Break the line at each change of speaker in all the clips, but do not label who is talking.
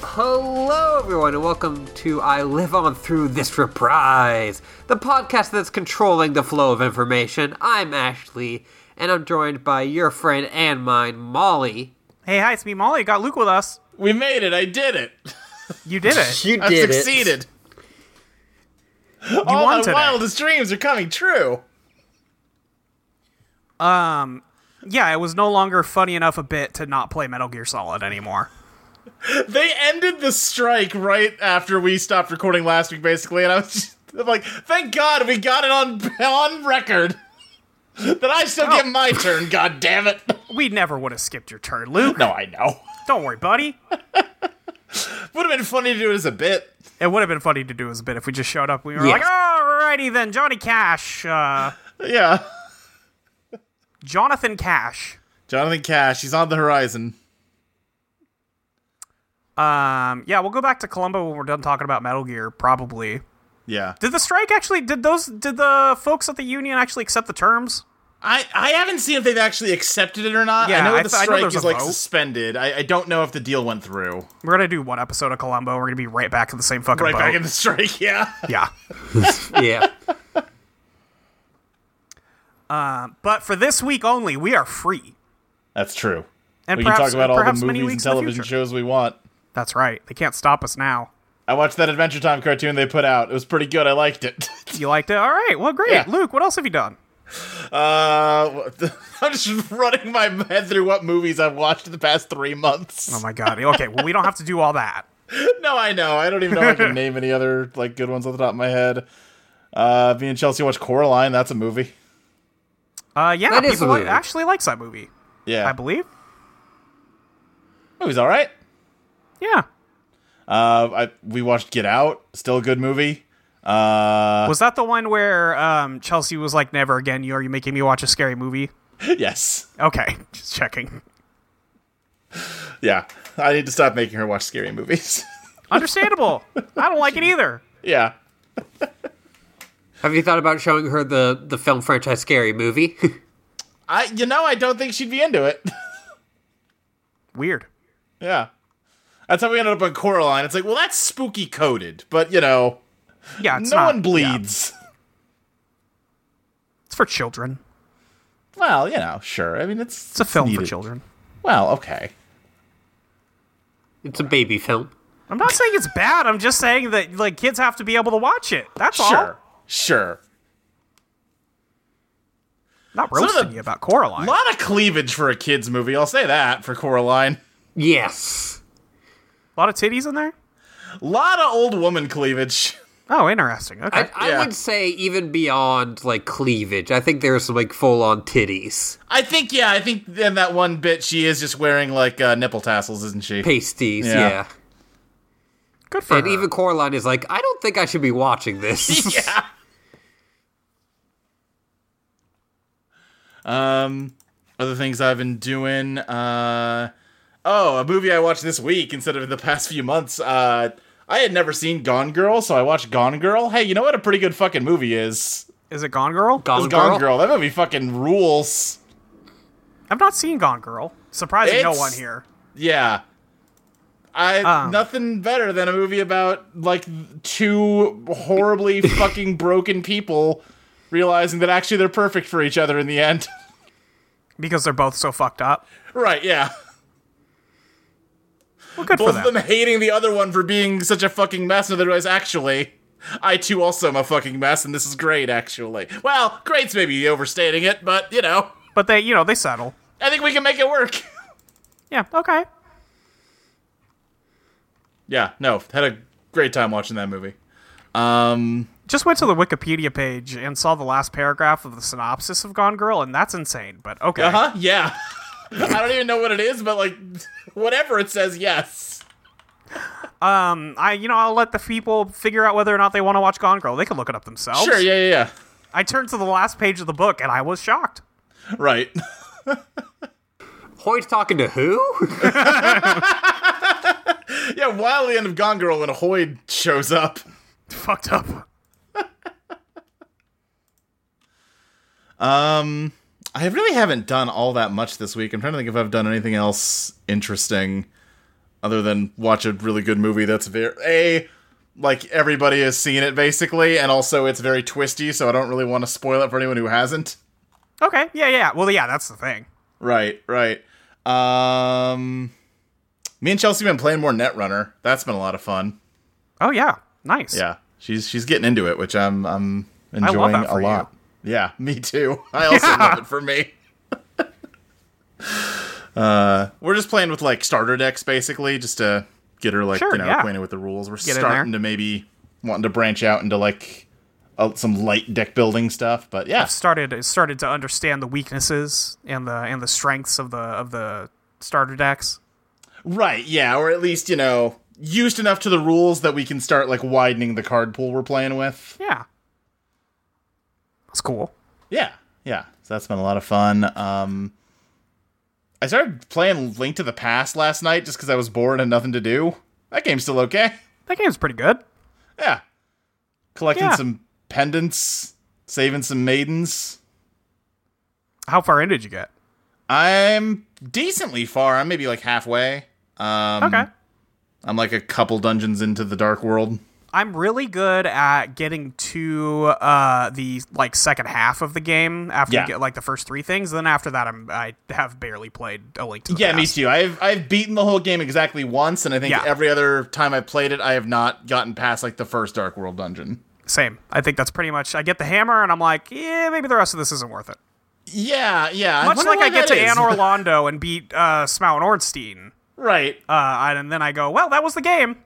Hello, everyone, and welcome to I Live On Through This Reprise, the podcast that's controlling the flow of information. I'm Ashley, and I'm joined by your friend and mine, Molly.
Hey, hi, it's me, Molly. Got Luke with us.
We made it. I did it.
You did it.
You
I
did it.
succeeded. All
won
my
today.
wildest dreams are coming true.
yeah, it was no longer funny enough a bit to not play Metal Gear Solid anymore.
They ended the strike right after we stopped recording last week, basically, and I was just, I'm like, thank God we got it on on record. that I still get my turn. God damn it!
We never would have skipped your turn, Luke.
No, I know.
Don't worry, buddy.
Would have been funny to do it as a bit.
It would have been funny to do as a bit if we just showed up. We were
Yes.
like, alrighty then, Johnny Cash, uh,
Yeah.
Jonathan Cash.
Jonathan Cash, he's on the horizon.
Um, yeah, we'll go back to Columbo when we're done talking about Metal Gear, probably.
Yeah.
Did the strike actually? Did those? Did the folks at the union actually accept the terms?
I, I haven't seen if they've actually accepted it or not.
Yeah,
I know
I
the
th- I know
strike
there's
is
a
like
vote.
suspended. I, I don't know if the deal went through.
We're gonna do one episode of Columbo. We're gonna be right back to the same fucking
Right
boat.
back in the strike, yeah.
yeah.
yeah.
But for this week only, we are free.
That's true.
And
we can
perhaps- uh,
talk about all
perhaps
the
many
movies and
weeks in the
television
future.
shows we want.
That's right. They can't stop us now.
I watched that Adventure Time cartoon they put out. It was pretty good. I liked it.
You liked it? All right. Well, great.
Yeah.
Luke, what else have you done?
Uh, what the- I'm just running my head through what movies I've watched in the past three months.
Oh my god. Okay. Well, we don't have to do all that.
No, I know. I don't even know if I can name any other like good ones off the top of my head. Uh, me and Chelsea watched Coraline. That's a movie.
Uh, yeah.
That is
people
a
li-
movie.
actually likes that movie.
Yeah,
I believe.
movie's all right.
Yeah.
Uh, I we watched Get Out. Still a good movie. Uh,
Was that the one where um, Chelsea was like, "Never again. You are you making me watch a scary movie?"
yes.
Okay. Just checking.
Yeah, I need to stop making her watch scary movies.
Understandable. I don't like it either.
yeah.
Have you thought about showing her the, the film franchise Scary Movie?
I you know I don't think she'd be into it.
Weird.
yeah. That's how we ended up on Coraline. It's like, well, that's spooky coded, but you know,
Yeah. It's
no
not-
one
yeah.
bleeds.
It's for children.
Well, you know, sure. I mean, it's
It's a film for
needed.
children.
Well, okay.
it's a baby film.
I'm not saying it's bad. I'm just saying that like kids have to be able to watch it. That's all.
Sure. Sure.
Not
of
roasting
the-
you about Coraline.
A lot of cleavage for a kids movie. I'll say that for Coraline.
Yes.
A lot of titties in there?
A lot of old woman cleavage.
Oh, interesting. Okay.
I, I
Yeah.
would say even beyond like cleavage, I think there's some like full on titties,
I think yeah, I think in that one bit she is just wearing like uh, nipple tassels, isn't she?
pasties,
Yeah.
yeah.
Good for
And
her.
even Coraline is like, I don't think I should be watching this.
yeah. Um, other things I've been doing. Uh, oh, a movie I watched this week instead of the past few months. Uh, I had never seen Gone Girl, so I watched Gone Girl. Hey, you know what a pretty good fucking movie is?
Is it Gone Girl?
Gone
It's Gone
Girl.
Girl. That movie fucking rules.
I've not seen Gone Girl. Surprising no
It's-
one here.
Yeah. I
Um.
nothing better than a movie about like two horribly fucking broken people realizing that actually they're perfect for each other in the end.
Because they're both so fucked up.
Right, yeah.
Well, good
Both
for
of
them.
them hating the other one for being such a fucking mess, and otherwise, actually, I too also am a fucking mess, and this is great, actually. Well, great's maybe overstating it, but you know,
But they, you know, they settle.
I think we can make it work.
Yeah, okay.
yeah, no, had a great time watching that movie. Um,
Just went to the Wikipedia page and saw the last paragraph of the synopsis of Gone Girl, and that's insane, but okay.
uh huh, yeah. I don't even know what it is, but like, whatever it says, yes.
I, you know, I'll let the people figure out whether or not they want to watch Gone Girl. They can look it up themselves.
Sure, yeah, yeah, yeah.
I turned to the last page of the book and I was shocked.
Right.
Hoyt's talking to who?
yeah, wildly end of Gone Girl when Hoyd shows up.
Fucked up.
Um, I really haven't done all that much this week. I'm trying to think if I've done anything else interesting. other than watch a really good movie that's very a like everybody has seen it basically, and also it's very twisty, so I don't really want to spoil it for anyone who hasn't.
Okay. Yeah, yeah. Well, yeah, that's the thing.
Right, right. Um, me and Chelsea have been playing more Netrunner. That's been a lot of fun.
Oh, yeah. Nice.
Yeah, she's she's getting into it, which I'm I'm
love
enjoying
that
a
for you.
lot. Yeah, me too. I also love it for me. uh, we're just playing with like starter decks basically, just to get her like
Sure,
you know
yeah.
acquainted with the rules. We're
in
starting to maybe wanting to branch out into like uh, some light deck building stuff, but yeah,
Started started to understand the weaknesses and the and the strengths of the of the starter decks.
right, yeah, or at least you know used enough to the rules that we can start like widening the card pool we're playing with.
Yeah. That's cool.
Yeah, yeah. So that's been a lot of fun. Um, I started playing Link to the Past last night just because I was bored and nothing to do. That game's still okay.
That game's pretty good.
Yeah, collecting
Yeah.
some pendants, saving some maidens.
How far in did you get?
I'm decently far. I'm maybe like halfway. Um,
Okay.
I'm like a couple dungeons into the Dark World.
I'm really good at getting to uh, the like second half of the game after
Yeah.
you get like the first three things. Then after that, I'm I have barely played a link to the
Yeah, me
Past.
too. I've I've beaten the whole game exactly once, and I think
Yeah.
every other time I've played it, I have not gotten past like the first Dark World dungeon.
Same. I think that's pretty much. I get the hammer, and I'm like, yeah, maybe the rest of this isn't worth it.
Yeah, yeah. I
Much
wonder
like
why
I get
that
to
is.
Anne Orlando and beat uh, Smaug and Ornstein,
Right.
uh, and then I go, well, that was the game.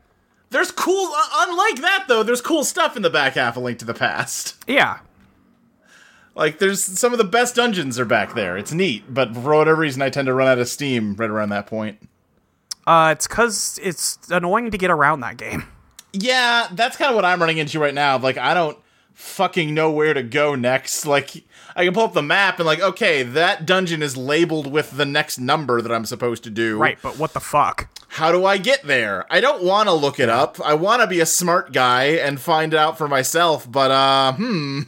There's cool. Uh, unlike that though, there's cool stuff in the back half of Link to the Past.
Yeah,
Like there's some of the best dungeons are back there. It's neat, but for whatever reason, I tend to run out of steam right around that point.
uh, it's because it's annoying to get around that game.
Yeah, that's kind of what I'm running into right now. Like I don't fucking know where to go next. Like I can pull up the map and like, okay, that dungeon is labeled with the next number that I'm supposed to do.
Right, but what the fuck?
how do I get there? I don't want to look it up. I want to be a smart guy and find it out for myself, but uh hmm.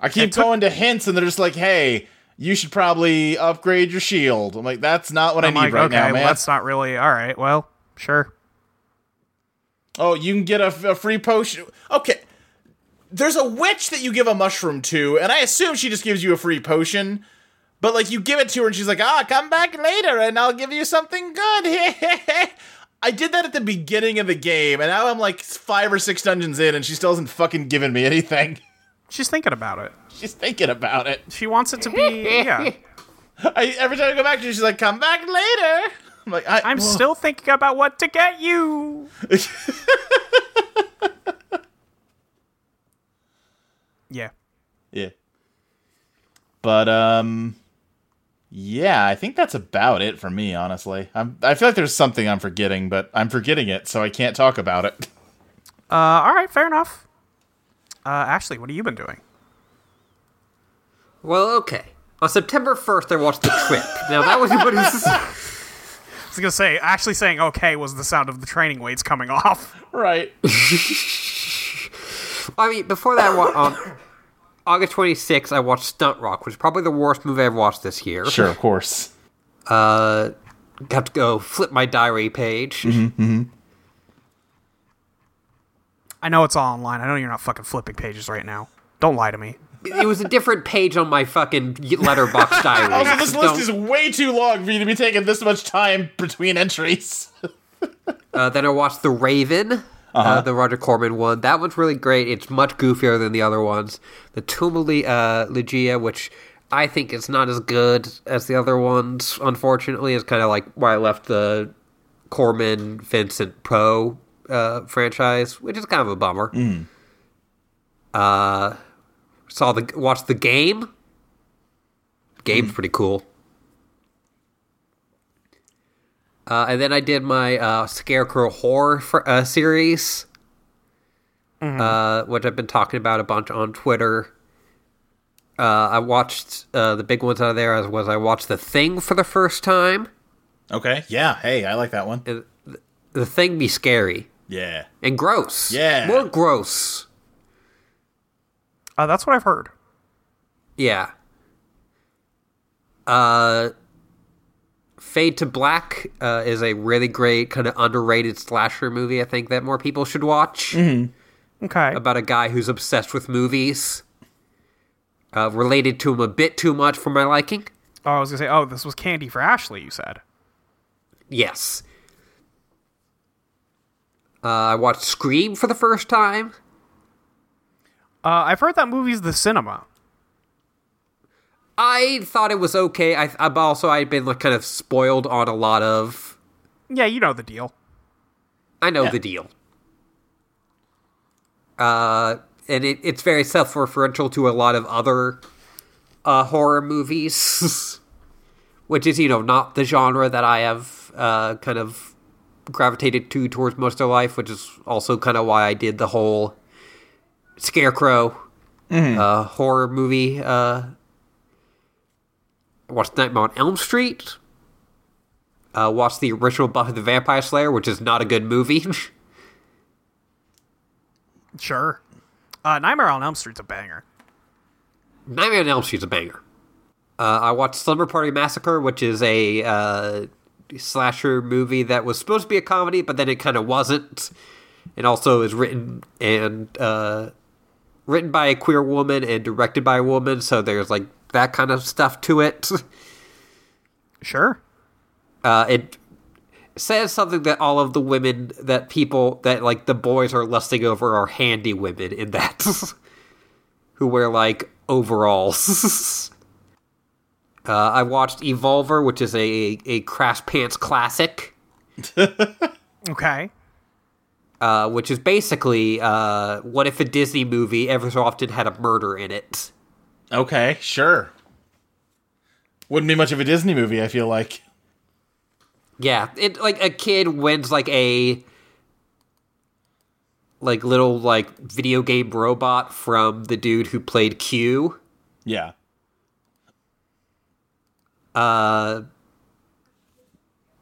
I keep
It took-
going to hints and they're just like, "Hey, you should probably upgrade your shield." I'm like, "That's not what i
I'm
need
like,
right
okay,
now, man."
well, that's not really all right. Well, sure.
Oh, you can get a, a free potion. Okay. There's a witch that you give a mushroom to, and I assume she just gives you a free potion. But like you give it to her, and she's like, "Ah, come back later, and I'll give you something good." I did that at the beginning of the game, and now I'm like five or six dungeons in, and she still hasn't fucking given me anything.
She's thinking about it.
She's thinking about it.
She wants it to be. Yeah,
I, every time I go back to her, she's like, "Come back later." I'm like, I,
I'm still thinking about what to get you. yeah.
Yeah. But um yeah, I think that's about it for me, honestly. I'm I feel like there's something I'm forgetting, but I'm forgetting it, so I can't talk about it.
Uh, all right, fair enough. Uh, Ashley, what have you been doing?
Well, okay. On September 1st, I watched The Trip. Now, that was what is.
I was gonna say, Ashley saying "okay" was the sound of the training weights coming off.
right.
I mean, before that, I wa- on August 26th, I watched Stunt Rock, which is probably the worst movie I've watched this year.
Sure, of course.
Uh, have to go flip my diary page.
Mm-hmm.
I know it's all online. I know you're not fucking flipping pages right now. Don't lie to me.
It was a different page on my fucking letterbox diary.
Also, this list
Don't-
is way too long for you to be taking this much time between entries.
Uh, then I watched The Raven, uh the Roger Corman one. That one's really great. It's much goofier than the other ones. The Tumuli uh, Legia, which I think is not as good as the other ones, unfortunately, is kind of like why I left the Corman Vincent Pro uh, franchise, which is kind of a bummer. Uh, saw the watched the game. Game's pretty cool. Uh, and then I did my uh, Scarecrow horror fr- uh, series, uh, which I've been talking about a bunch on Twitter. Uh, I watched uh, the big ones out of there. As was I watched The Thing for the first time.
Okay. Yeah, hey, I like that one.
The Thing be scary
Yeah.
and gross.
Yeah.
more gross.
Uh, that's what I've heard.
Yeah. Uh, Fade to Black uh, is a really great kind of underrated slasher movie. I think that more people should watch
Okay.
about a guy who's obsessed with movies. Uh, related to him a bit too much for my liking.
Oh, I was gonna say. Oh, this was candy for Ashley. You said.
Yes. Uh, I watched Scream for the first time.
Uh, I've heard that movie's the cinema.
I thought it was okay. I, I but also I'd been like kind of spoiled on a lot of.
Yeah, you know the deal.
I know the deal. Uh, and it, it's very self-referential to a lot of other uh, horror movies, which is you know not the genre that I have uh, kind of gravitated to towards most of life, which is also kind of why I did the whole scarecrow uh, horror movie. Uh, I watched Nightmare on Elm Street. Uh, watched the original Buffy the Vampire Slayer, which is not a good movie.
Sure. Uh, Nightmare on Elm Street's a banger.
Nightmare on Elm Street's a banger. Uh, I watched Slumber Party Massacre, which is a uh, slasher movie that was supposed to be a comedy, but then it kind of wasn't. And also is written and uh, written by a queer woman and directed by a woman, so there's like that kind of stuff to it.
Sure.
Uh, it says something that all of the women that people that like the boys are lusting over are handy women in that who wear like overalls. uh, I watched Evolver, which is a a crash pants classic,
Okay.
uh, which is basically uh, what if a Disney movie ever so often had a murder in it.
Okay, sure. Wouldn't be much of a Disney movie, I feel like.
Yeah, it like a kid wins like a like little like video game robot from the dude who played Q.
Yeah.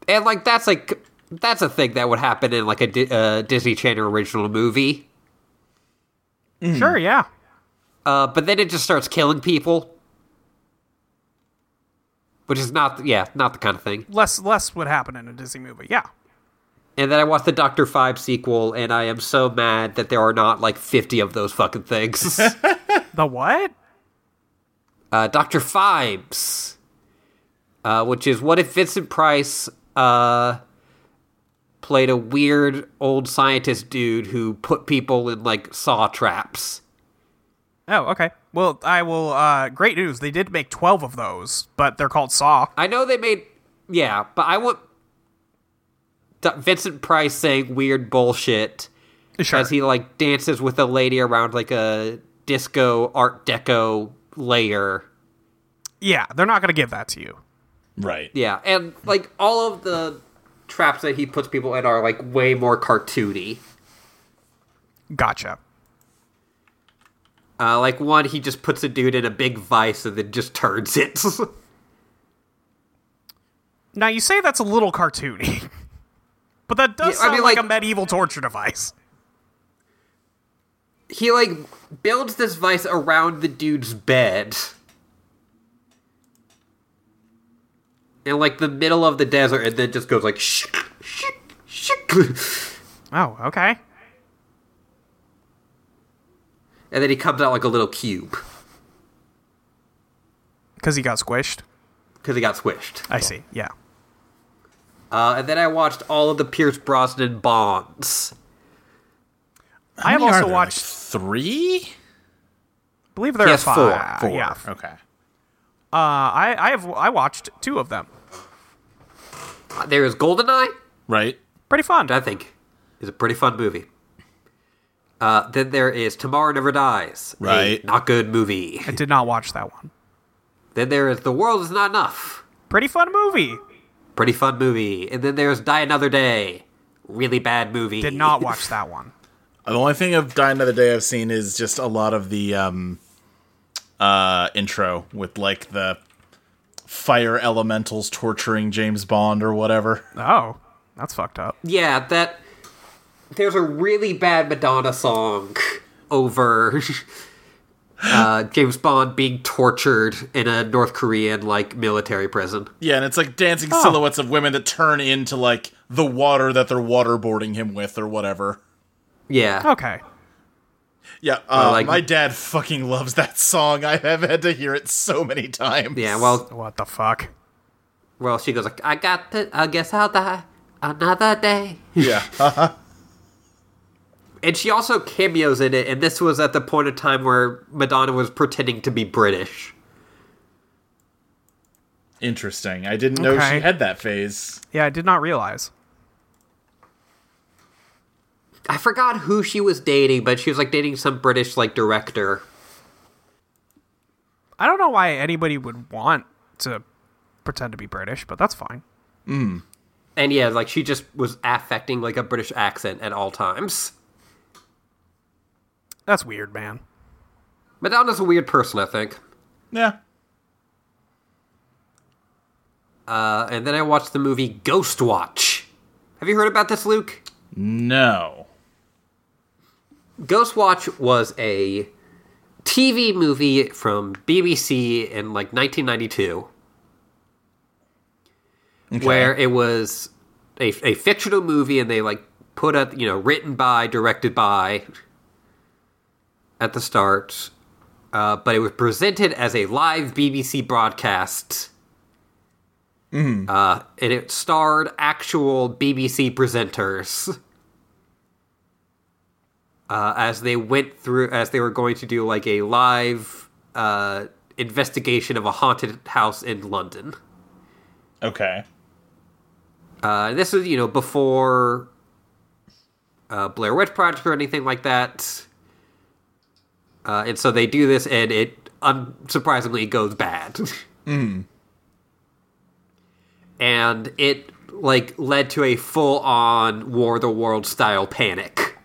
And like that's like that's a thing that would happen in like a Di- uh, Disney Channel original movie.
Sure. Yeah.
Uh, but then it just starts killing people. Which is not yeah, not the kind of thing.
Less less would happen in a Disney movie. Yeah.
And then I watched the Doctor Five sequel and I am so mad that there are not like 50 of those fucking things.
The what?
uh, Dr. Fibes, uh, which is what if Vincent Price uh, played a weird old scientist dude who put people in like saw traps?
Oh, okay. Well, I will. Uh, great news. They did make twelve of those, but they're called Saw.
I know they made, yeah, but I want Do- Vincent Price saying weird bullshit
Sure.
as he like dances with a lady around like a disco art deco layer.
yeah, they're not gonna give that to you.
Right.
Yeah, and like all of the traps that he puts people in are like way more cartoony.
Gotcha.
Uh, like one, he just puts a dude in a big vice and then just turns it.
Now you say that's a little cartoony, but that does
Yeah, I
sound
mean,
like,
like-
a medieval torture device.
he like builds this vice around the dude's bed, in like the middle of the desert, and then just goes like shik shik shik,
Oh, okay.
and then he comes out like a little cube
Because he got squished.
because he got squished.
I see. Yeah.
Uh, and then I watched all of the Pierce Brosnan Bonds.
I have
many are
also
there,
watched.
like three.
I believe there
He
are
has four.
five.
Four.
Yeah.
Okay.
Uh, I I have I watched two of them.
Uh, There is Goldeneye.
Right.
Pretty fun.
I think is a pretty fun movie. Uh, then there is Tomorrow Never Dies, a
Right.
not good movie.
I did not watch that one.
Then there is The World Is Not Enough,
Pretty fun movie.
pretty fun movie. And then there's Die Another Day, really bad movie.
Did not watch that one.
The only thing of Die Another Day I've seen is just a lot of the um uh intro with like the fire elementals torturing James Bond or whatever.
Oh, that's fucked up.
Yeah, that there's a really bad Madonna song over uh, James Bond being tortured in a North Korean like military prison.
Yeah, and it's like dancing silhouettes of women that turn into like the water that they're waterboarding him with or whatever.
Yeah,
Okay.
Yeah, uh,
like-
my dad fucking loves that song. I have had to hear it so many times.
yeah. Well,
What the fuck?
well, she goes like, "I got the. I guess I'll die another day."
yeah,
And she also cameos in it, and this was at the point of time where Madonna was pretending to be British.
interesting. I didn't know
Okay.
she had that phase.
Yeah, I did not realize.
I forgot who she was dating, but she was like dating some British like director.
I don't know why anybody would want to pretend to be British, but that's fine.
And yeah, like she just was affecting like a British accent at all times.
That's weird, man.
Madonna's a weird person, I think.
Yeah,
Uh, and then I watched the movie Ghost Watch. Have you heard about this, Luke?
no.
Ghost Watch was a TV movie from BBC in like 1992, where it was a, a fictional movie, and they like put up, you know, written by, directed by at the start, uh, but it was presented as a live BBC broadcast. Uh, and it starred actual BBC presenters. uh, as they went through as they were going to do like a live uh, investigation of a haunted house in London.
Okay.
Uh, this was you know before uh, Blair Witch Project or anything like that, uh, and so they do this, and it unsurprisingly goes bad. And it like led to a full on War of the World style panic.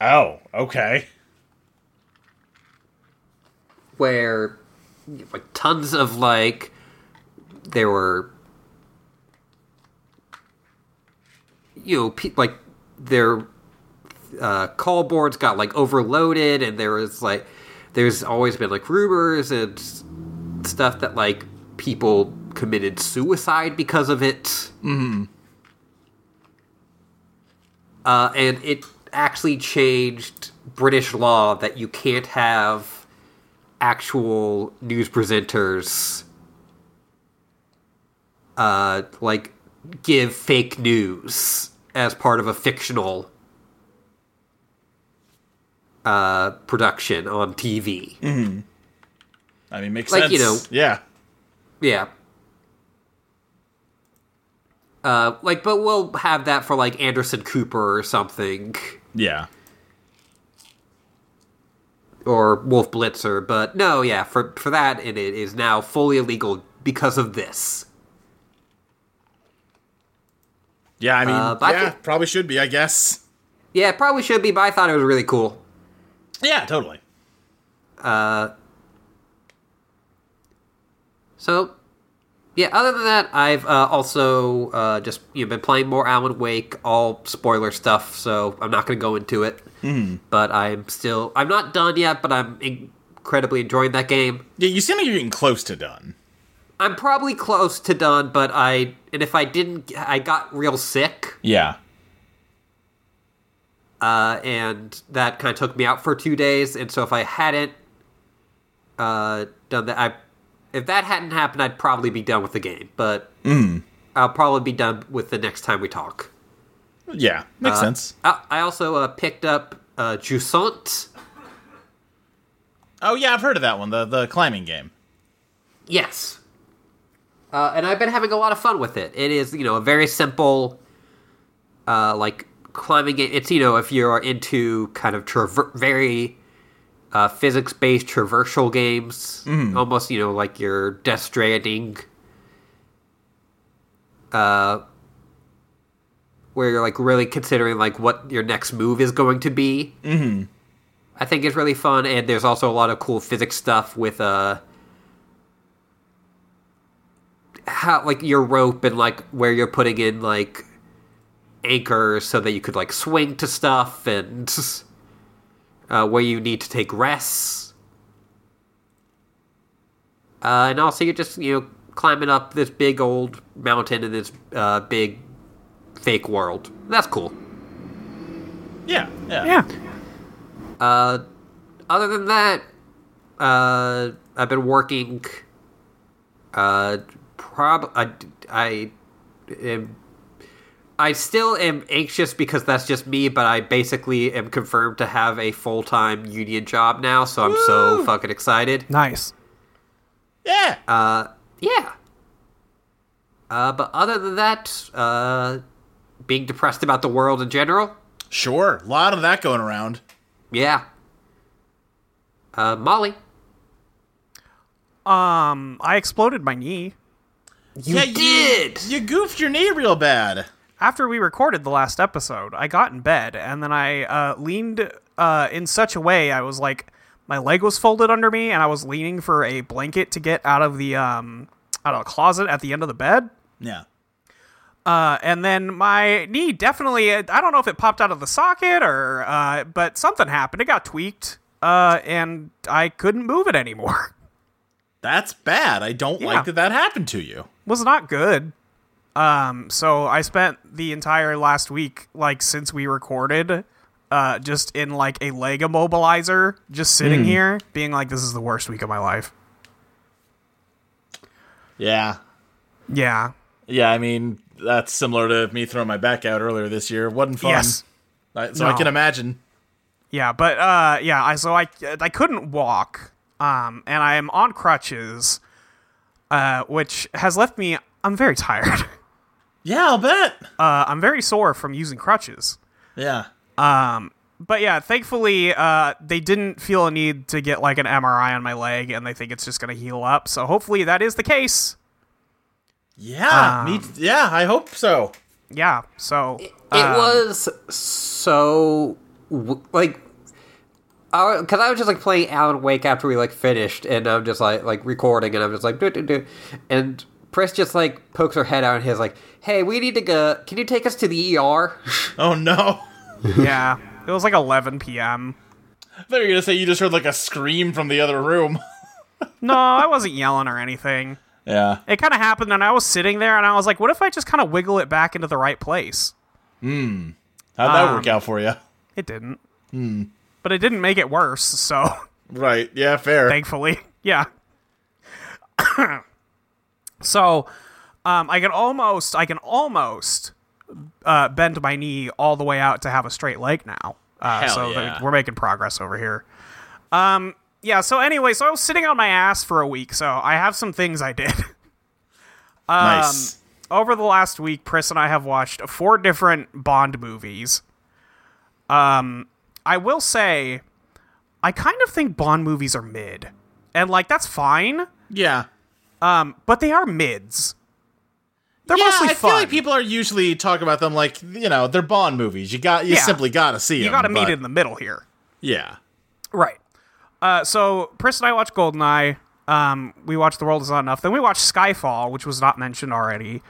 Oh, okay.
where like tons of like there were you know pe- like their uh, call boards got like overloaded and there was like there's always been like rumors and s- stuff that like people committed suicide because of it mm-hmm. uh, and it actually changed british law that you can't have actual news presenters uh like give fake news as part of a fictional uh production on TV.
I mean, makes
Like,
sense.
you
yeah.
Yeah. Uh like but we'll have that for like Anderson Cooper or something
Yeah.
or Wolf Blitzer, but no, yeah, for for that and it is now fully illegal because of this.
Yeah, I mean,
Uh, but I
yeah,
think-
probably should be, I guess.
Yeah, it probably should be, but I thought it was really cool.
Yeah, totally.
So, yeah. Other than that, I've uh, also uh, just you know, been playing more Alan Wake, all spoiler stuff. So I'm not going to go into it. But I'm still I'm not done yet, but I'm incredibly enjoying that game.
Yeah, you seem like you're getting close to done.
I'm probably close to done, but I and if I didn't, I got real sick,
Yeah.
uh, and that kind of took me out for two days. And so if I hadn't uh, done that, I if that hadn't happened, I'd probably be done with the game. But I'll probably be done with the next time we talk.
Yeah, makes
Uh,
sense.
I, I also uh, picked up uh, Jusant.
Oh, yeah, I've heard of that one, the, the climbing game.
Yes. Uh, and I've been having a lot of fun with it. It is, you know, a very simple, uh, like, climbing game. It's, you know, if you're into kind of traver- very uh, physics based traversal games, almost, you know, like your Death Stranding, uh, where you're, like, really considering, like, what your next move is going to be. Mm-hmm. I think it's really fun, and there's also a lot of cool physics stuff with, uh, how like your rope and like where you're putting in like anchors so that you could like swing to stuff and uh, where you need to take rests. Mm-hmm. Uh, and also, you're just you know climbing up this big old mountain in this uh, big fake world. That's cool.
Yeah, yeah.
Yeah.
Uh, other than that, uh, I've been working. Uh, prob I, I am. I still am anxious because that's just me, but I basically am confirmed to have a full time union job now, so I'm so fucking excited.
Nice.
Yeah.
Yeah. Uh, but other than that, uh, being depressed about the world in general,
sure. A lot of that going around.
yeah. Uh, Molly,
Um, I exploded my knee
you
yeah,
did.
You, you goofed your knee real bad.
after we recorded the last episode. I got in bed and then I uh, leaned uh, in such a way I was like my leg was folded under me and I was leaning for a blanket to get out of the um out of a closet at the end of the bed.
Yeah.
Uh, and then my knee definitely, I don't know if it popped out of the socket or, uh, but something happened. It got tweaked, uh, and I couldn't move it anymore.
That's bad. I don't
Yeah.
like that that happened to you.
was not good. Um, so I spent the entire last week, like since we recorded, uh, just in like a leg immobilizer, just sitting here, being like, this is the worst week of my life.
Yeah.
Yeah.
Yeah, I mean, that's similar to me throwing my back out earlier this year. Wasn't fun.
Yes.
I- so I
No.
can imagine.
Yeah, but uh, yeah, I so I I couldn't walk, um, and I am on crutches, uh, which has left me. I'm very tired.
Yeah, I'll bet.
Uh, I'm very sore from using crutches.
yeah.
But yeah, thankfully, uh, they didn't feel a need to get like an MRI on my leg, and they think it's just gonna heal up. So hopefully, that is the case.
Yeah.
Um,
me t- yeah, I hope so.
Yeah. So
It was so w- like because I was just like playing Alan Wake after we like finished, and I'm just like like recording, and I'm just like do do do, and Pris just like pokes her head out and he's like, "Hey, we need to go. Can you take us to the ER?"
Oh no.
yeah, it was like 11 p.m.
I thought you were gonna say you just heard like a scream from the other room.
No, I wasn't yelling or anything.
yeah.
It kind of happened, and I was sitting there, and I was like, "What if I just kind of wiggle it back into the right place?"
How'd that
Um,
work out for you?
It didn't. But it didn't make it worse, so
Right. Yeah, fair.
thankfully. Yeah. so um, I can almost I can almost uh, bend my knee all the way out to have a straight leg now. Uh,
Hell
so
yeah.
th- we're making progress over here. Um, yeah, so anyway, so I was sitting on my ass for a week, so I have some things I did.
Um, nice.
over the last week, Pris and I have watched four different Bond movies. Um, I will say, I kind of think Bond movies are mid, and like that's fine,
Yeah.
Um, but they are mids. They're
yeah,
mostly
I
fun.
feel like people are usually talking about them like you know they're Bond movies. You got you
Yeah.
simply gotta see
you got to meet in the middle here,
Yeah,
right? Uh, so Pris and I watched Goldeneye. Um, we watched The World Is Not Enough. Then we watched Skyfall, which was not mentioned already.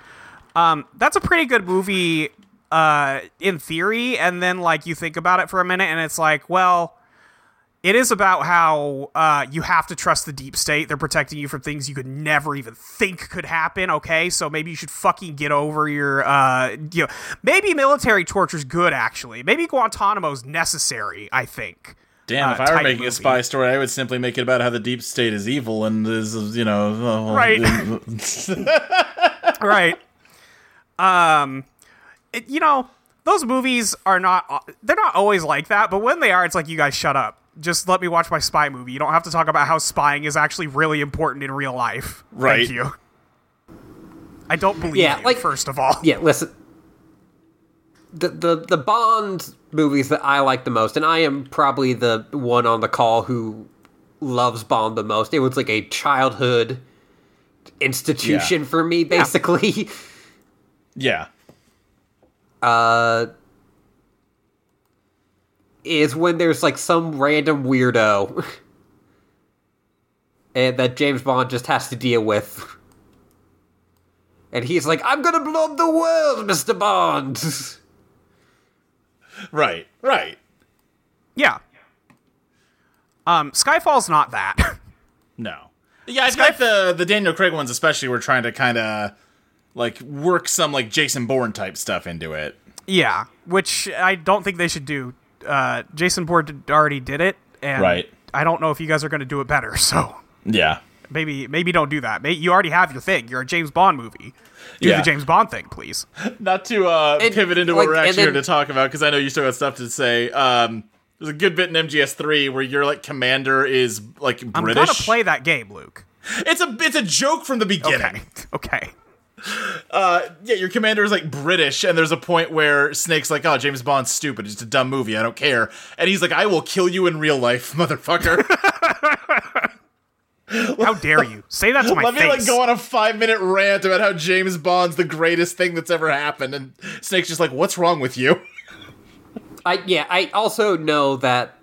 Um, that's a pretty good movie uh, in theory, and then like you think about it for a minute, and it's like, well, it is about how uh, you have to trust the deep state. They're protecting you from things you could never even think could happen. Okay, so maybe you should fucking get over your, uh, you know, maybe military torture's good actually. Maybe Guantanamo's necessary. I think.
damn!
Uh,
if I were
type
making
movie.
a spy story, I would simply make it about how the deep state is evil and is you know well,
Right. right. Um, it, you know, those movies are not, they're not always like that, but when they are, it's like, you guys shut up. Just let me watch my spy movie. You don't have to talk about how spying is actually really important in real life.
Right.
Thank you. I don't believe
Yeah,
you,
like-
first of all.
yeah, listen. The, the the Bond movies that I like the most, and I am probably the one on the call who loves Bond the most. It was like a childhood institution for me, basically.
yeah,
is when there's like some random weirdo and that James Bond just has to deal with. And he's like, I'm gonna blow up the world, Mr. Bond!
right, right.
Yeah. Um, Skyfall's not that.
No, Yeah, I think the the Daniel Craig ones especially were trying to kind of like work some like Jason Bourne type stuff into it.
Yeah, which I don't think they should do. Uh, Jason Bourne did- already did it, and
Right.
I don't know if you guys are going to do it better. So
Yeah.
maybe maybe don't do that. May you already have your thing. You're a James Bond movie. Do
Yeah.
the James Bond thing, please.
Not to uh,
And,
pivot into
like,
what we're
and
actually
then-
here to talk about because I know you still got stuff to say. Um, there's a good bit in MGS three where your like commander is like
I'm
British.
gonna play that game, Luke.
It's a it's a joke from the beginning.
Okay, okay.
Yeah, your commander is like British, and there's a point where Snake's like, "Oh, James Bond's stupid. It's a dumb movie. I don't care." And he's like, "I will kill you in real life, motherfucker."
How dare you say that to my
Let
face?
me like go on a five minute rant about how James Bond's the greatest thing that's ever happened, and Snake's just like, "What's wrong with you?"
I yeah, I also know that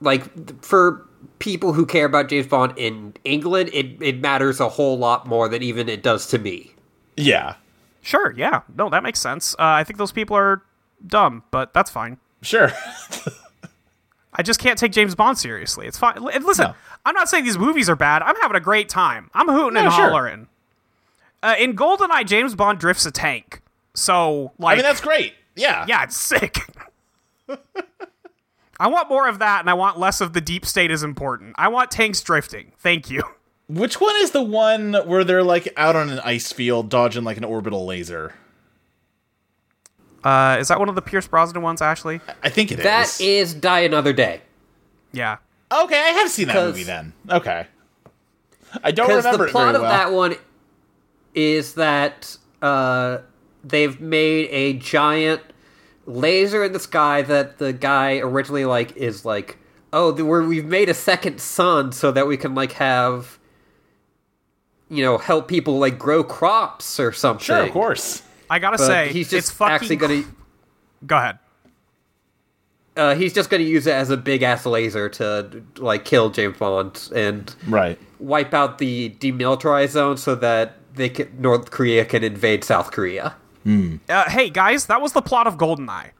like for people who care about James Bond in England, it, it matters a whole lot more than even it does to me.
Yeah,
Sure, yeah, no, that makes sense. Uh, I think those people are dumb, but that's fine.
sure.
I just can't take James Bond seriously. It's fine. And listen,
No.
I'm not saying these movies are bad. I'm having a great time. I'm hooting and
No, sure.
hollering. Uh, in Goldeneye, James Bond drifts a tank. So, like,
I mean, that's great. Yeah,
yeah, it's sick. I want more of that, and I want less of the deep state is important. I want tanks drifting. Thank you.
Which one is the one where they're like out on an ice field dodging like an orbital laser?
Uh, is that one of the Pierce Brosnan ones, Ashley?
I think it is.
That is Die Another Day.
Yeah.
okay. I have seen that
'Cause-
movie then. Okay, I don't
Because
remember
the plot
it very
of
well.
that one is that uh, they've made a giant laser in the sky that the guy originally like is like, oh, the- we're, we've made a second sun so that we can like have, you know, help people like grow crops or something.
sure, of course.
I gotta
But
say,
he's
it's
just
fucking.
actually gonna
Go ahead.
uh, he's just gonna use it as a big ass laser to like kill James Bond and
Right.
wipe out the demilitarized zone so that they can, North Korea can invade South Korea.
Uh, hey guys, that was the plot of Goldeneye.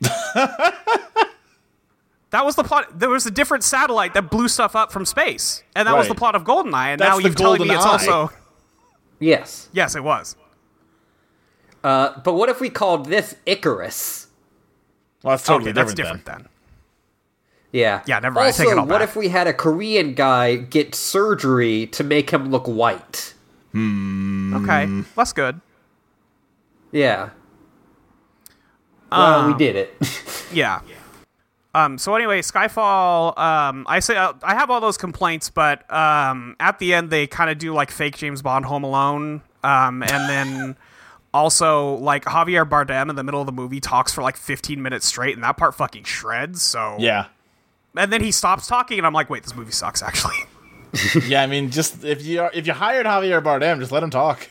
that was the plot. There was a different satellite that blew stuff up from space, and that was
Right.
the plot of Goldeneye. And
That's
now
the
you're telling me
Golden
it's
Eye.
also
Yes.
yes, it was.
Uh, but what if we called this Icarus?
Well, that's totally
okay, that's
different,
different
then.
then.
Yeah.
Yeah, never mind, I
Also,
take it all
what
back.
if we had a Korean guy get surgery to make him look white?
Okay, that's good.
Yeah. Well, we
Um,
did it.
Yeah. Um, so anyway, Skyfall. Um, I say uh, I have all those complaints, but um, at the end they kind of do like fake James Bond Home Alone, um, and then also like Javier Bardem in the middle of the movie talks for like 15 minutes straight, and that part fucking shreds. So
Yeah.
and then he stops talking, and I'm like, wait, this movie sucks. Actually,
Yeah, I mean, just if you are, if you hired Javier Bardem, just let him talk.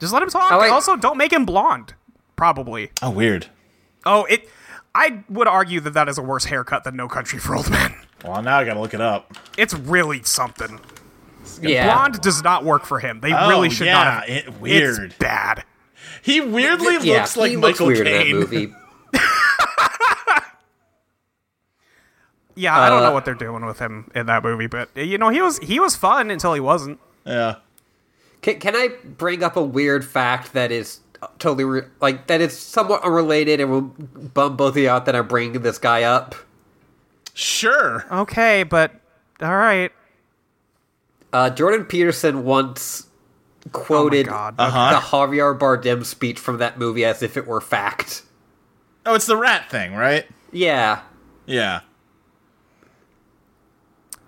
just let him talk.
Oh, wait.
also, don't make him blonde. Probably.
Oh, weird.
Oh, it. I would argue that that is a worse haircut than No Country for Old Men.
Well, now I gotta look it up.
It's really something.
yeah.
Blonde does not work for him. They
Oh,
really should
yeah,
not. Have,
it- weird.
It's bad.
He weirdly
yeah,
looks like
he looks
Michael
weird in
Caine.
that movie.
Yeah, I
Uh,
don't know what they're doing with him in that movie, but uh, you know he was he was fun until he wasn't.
Yeah.
Can, can I bring up a weird fact that is totally re- like that is somewhat unrelated and will bum both of you out that I'm bringing this guy up?
Sure.
Okay, but all right.
Uh, Jordan Peterson once quoted
God.
Uh-huh.
the Javier Bardem speech from that movie as if it were fact.
Oh, it's the rat thing, right?
Yeah,
Yeah.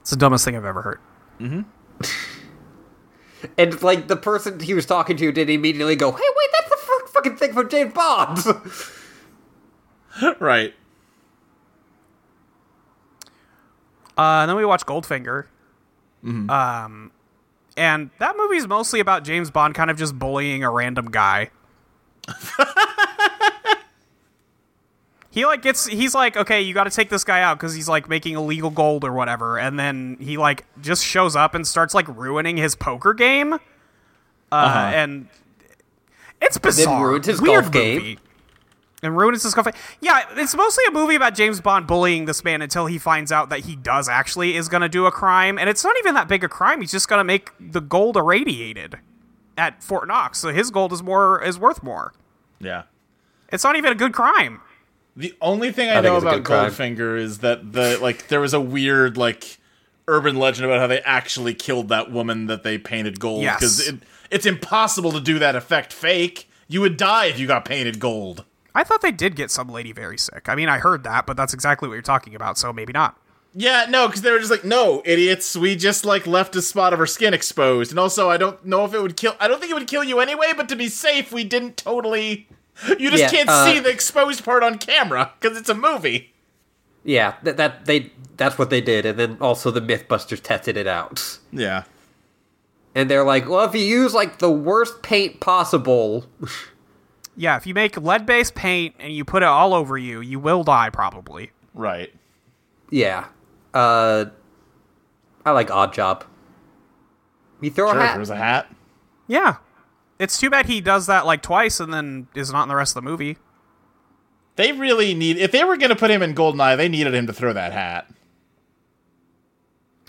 It's the dumbest thing I've ever heard.
and like the person he was talking to did immediately go, "Hey, wait, that's the fu- fucking thing from James Bond."
Right.
Uh, and then we watch Goldfinger. Um, and that movie's mostly about James Bond kind of just bullying a random guy. he like gets he's like okay you got to take this guy out because he's like making illegal gold or whatever and then he like just shows up and starts like ruining his poker game uh, and it's bizarre
ruined his
weird
golf game.
movie. and ruins his confidence. Yeah, it's mostly a movie about James Bond bullying this man until he finds out that he does actually is going to do a crime, and it's not even that big a crime. He's just going to make the gold irradiated at Fort Knox, so his gold is more is worth more.
Yeah.
It's not even a good crime.
The only thing I,
think
know
it's a
about
good crime.
Goldfinger is that the like there was a weird like urban legend about how they actually killed that woman that they painted gold
Yes.
because it, it's impossible to do that effect fake. You would die if you got painted gold.
I thought they did get some lady very sick. I mean, I heard that, but that's exactly what you're talking about, so maybe not.
Yeah, no, because they were just like, no, idiots. We just like left a spot of her skin exposed, and also I don't know if it would kill. I don't think it would kill you anyway, but to be safe, we didn't totally. You just
Yeah,
can't
uh,
see the exposed part on camera because it's a movie.
Yeah, that, that they that's what they did, and then also the MythBusters tested it out,
Yeah.
and they're like, well, if you use like the worst paint possible,
Yeah, if you make lead-based paint and you put it all over you, you will die probably.
Right.
yeah, uh, I like Odd Job. You throw a
Sure. if
hat.
There was a hat.
Yeah. It's too bad he does that like twice and then is not in the rest of the movie.
They really need if they were going to put him in Goldeneye, they needed him to throw that hat.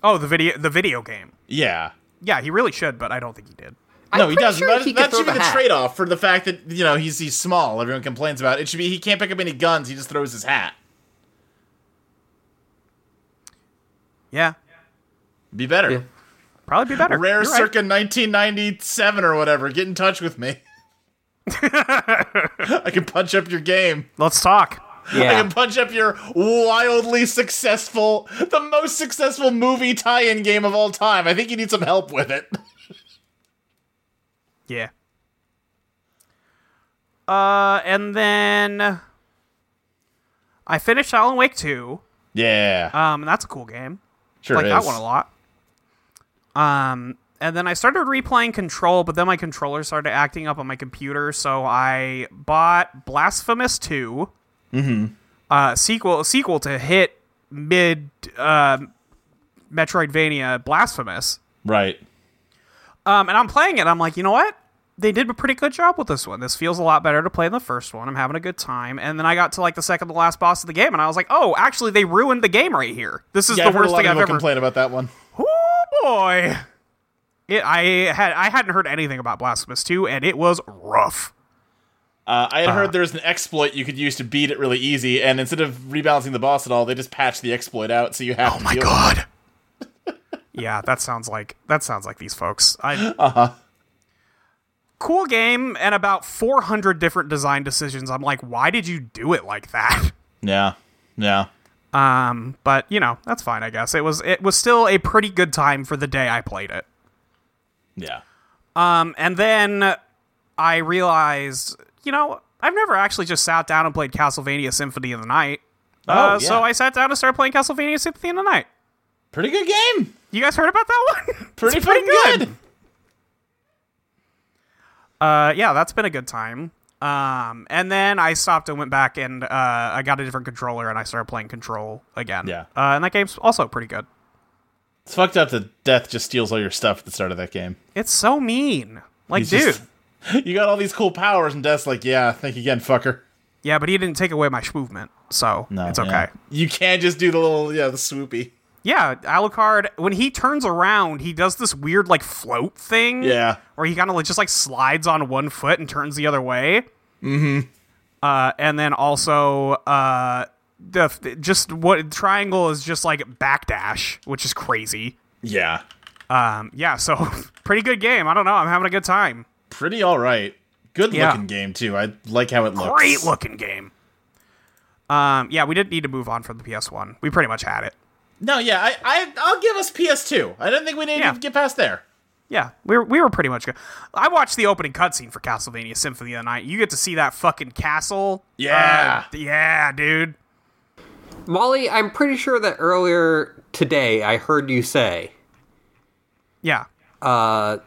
Oh, the video the video game.
Yeah.
Yeah, he really should, but I don't think he did.
I'm
No, he
pretty
doesn't.
sure
That-
he could
that
throw
should be
the
the
hat.
trade-off for the fact that you know he's he's small. Everyone complains about it. It should be he can't pick up any guns. He just throws his hat.
Yeah.
Be better.
Yeah.
Probably be better.
Rare
You're right.
circa 1997 or whatever. Get in touch with me. I can punch up your game.
Let's talk.
I
Yeah,
can punch up your wildly successful, the most successful movie tie-in game of all time. I think you need some help with it.
Yeah. Uh and then I finished Alan Wake 2.
Yeah,
Um that's a cool game.
sure
like that one a lot. Um, and then I started replaying Control, but then my controller started acting up on my computer, so I bought Blasphemous 2
Mm-hmm.
uh, sequel sequel to hit mid uh, Metroidvania Blasphemous.
Right.
Um, and I'm playing it. I'm like, you know what? They did a pretty good job with this one. This feels a lot better to play than the first one. I'm having a good time. And then I got to like the second to last boss of the game, and I was like, oh, actually, they ruined the game right here. This is
Yeah,
the
I've heard a
worst
lot
thing
of
I've
people
ever.
complain about that one.
Oh boy. It, I had I hadn't heard anything about Blasphemous 2 and it was rough.
Uh, I had
Uh-huh.
heard there's an exploit you could use to beat it really easy, and instead of rebalancing the boss at all, they just patch the exploit out, so you have. Oh
god. yeah, that sounds like that sounds like these folks. I Uh-huh. Cool game and about 400 different design decisions. I'm like, "Why did you do it like that?"
Yeah, yeah,
Um, but you know, that's fine, I guess. It was it was still a pretty good time for the day I played it.
yeah.
Um, and then I realized, you know, I've never actually just sat down and played Castlevania Symphony of the Night. uh,
Oh, yeah.
So I sat down and started playing Castlevania Symphony of the Night.
Pretty good game.
You guys heard about that one? It's
Pretty, fucking good.
Uh, yeah, that's been a good time. Um, and then I stopped and went back and uh, I got a different controller and I started playing Control again.
Yeah.
Uh, and that game's also pretty good.
It's fucked up that Death just steals all your stuff at the start of that game.
It's so mean. Like,
He's
dude.
just- you got all these cool powers, and Death's like, "Yeah, think again, fucker."
Yeah, but he didn't take away my movement, so it's okay.
yeah. You can't just do the little, yeah, the swoopy.
Yeah, Alucard, when he turns around, he does this weird like float thing.
Yeah.
Where he kind of like, just like slides on one foot and turns the other way. Mm-hmm. Uh, and then also uh the f- just what triangle is just like backdash, which is crazy.
Yeah,
Um yeah, so pretty good game. I don't know, I'm having a good time.
pretty all right. Good
Yeah.
looking game too. I like how it looks.
Great looking game. Um yeah, we didn't need to move on from the PS1. We pretty much had it.
No, yeah, I, I, I'll give us PS2. I don't think we need
Yeah.
to get past there.
Yeah, we were, we were pretty much good. I watched the opening cutscene for Castlevania Symphony of the Night. You get to see that fucking castle.
Yeah.
Uh, yeah, dude.
Molly, I'm pretty sure that earlier today I heard you say uh,
Yeah.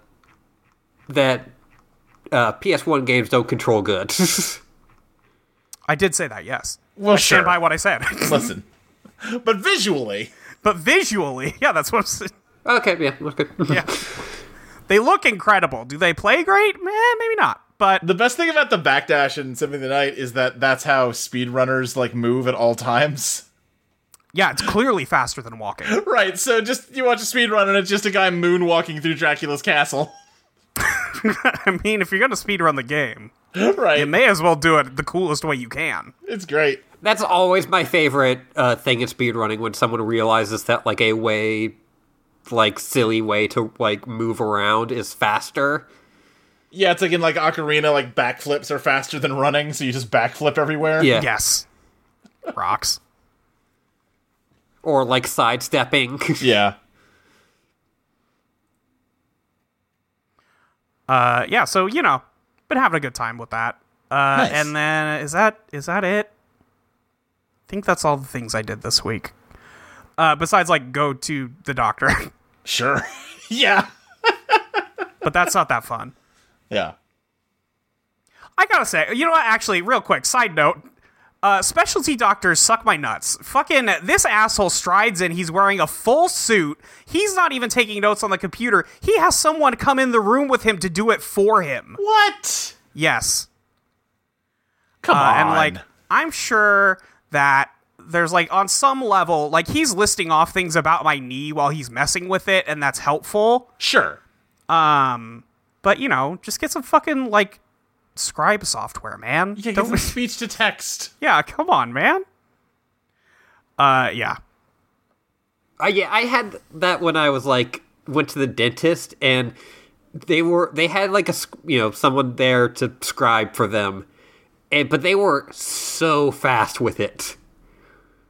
that uh, PS1 games don't control good.
I did say that, yes.
Well,
Stand by what I said.
Listen, but visually,
but visually, yeah, that's what I'm saying.
okay, yeah, okay.
They look incredible. Do they play great? Meh, maybe not. but
The best thing about the backdash in Symphony of the Night is that that's how speedrunners like move at all times.
yeah, it's clearly faster than walking.
Right, so just you watch a speedrun and it's just a guy moonwalking through Dracula's castle.
I mean, if you're gonna speedrun the game,
right.
you may as well do it the coolest way you can.
it's great.
That's always my favorite uh, thing in speedrunning when someone realizes that like a way, like silly way to like move around is faster.
Yeah, it's like in like Ocarina, like backflips are faster than running, so you just backflip everywhere.
Yeah.
Yes, rocks.
Or like sidestepping.
Yeah.
Uh, yeah, so you know, been having a good time with that. Uh,
Nice.
and then uh, is that is that it? I think that's all the things I did this week. Uh, besides like go to the doctor,
Sure. yeah.
but that's not that fun.
Yeah.
I gotta say, you know what? Actually, real quick, side note. Uh, specialty doctors suck my nuts. Fucking this asshole strides in. He's wearing a full suit. He's not even taking notes on the computer. He has someone come in the room with him to do it for him.
What?
Yes.
Come
Uh,
on.
and like i'm sure that there's like on some level like he's listing off things about my knee while he's messing with it and that's helpful
sure.
um but you know just get some fucking like scribe software man
Yeah, get
Don't-
some speech to text.
yeah come on man uh yeah
I yeah, I had that when I was like went to the dentist and they were they had like a sc- you know someone there to scribe for them, and but they were so fast with it.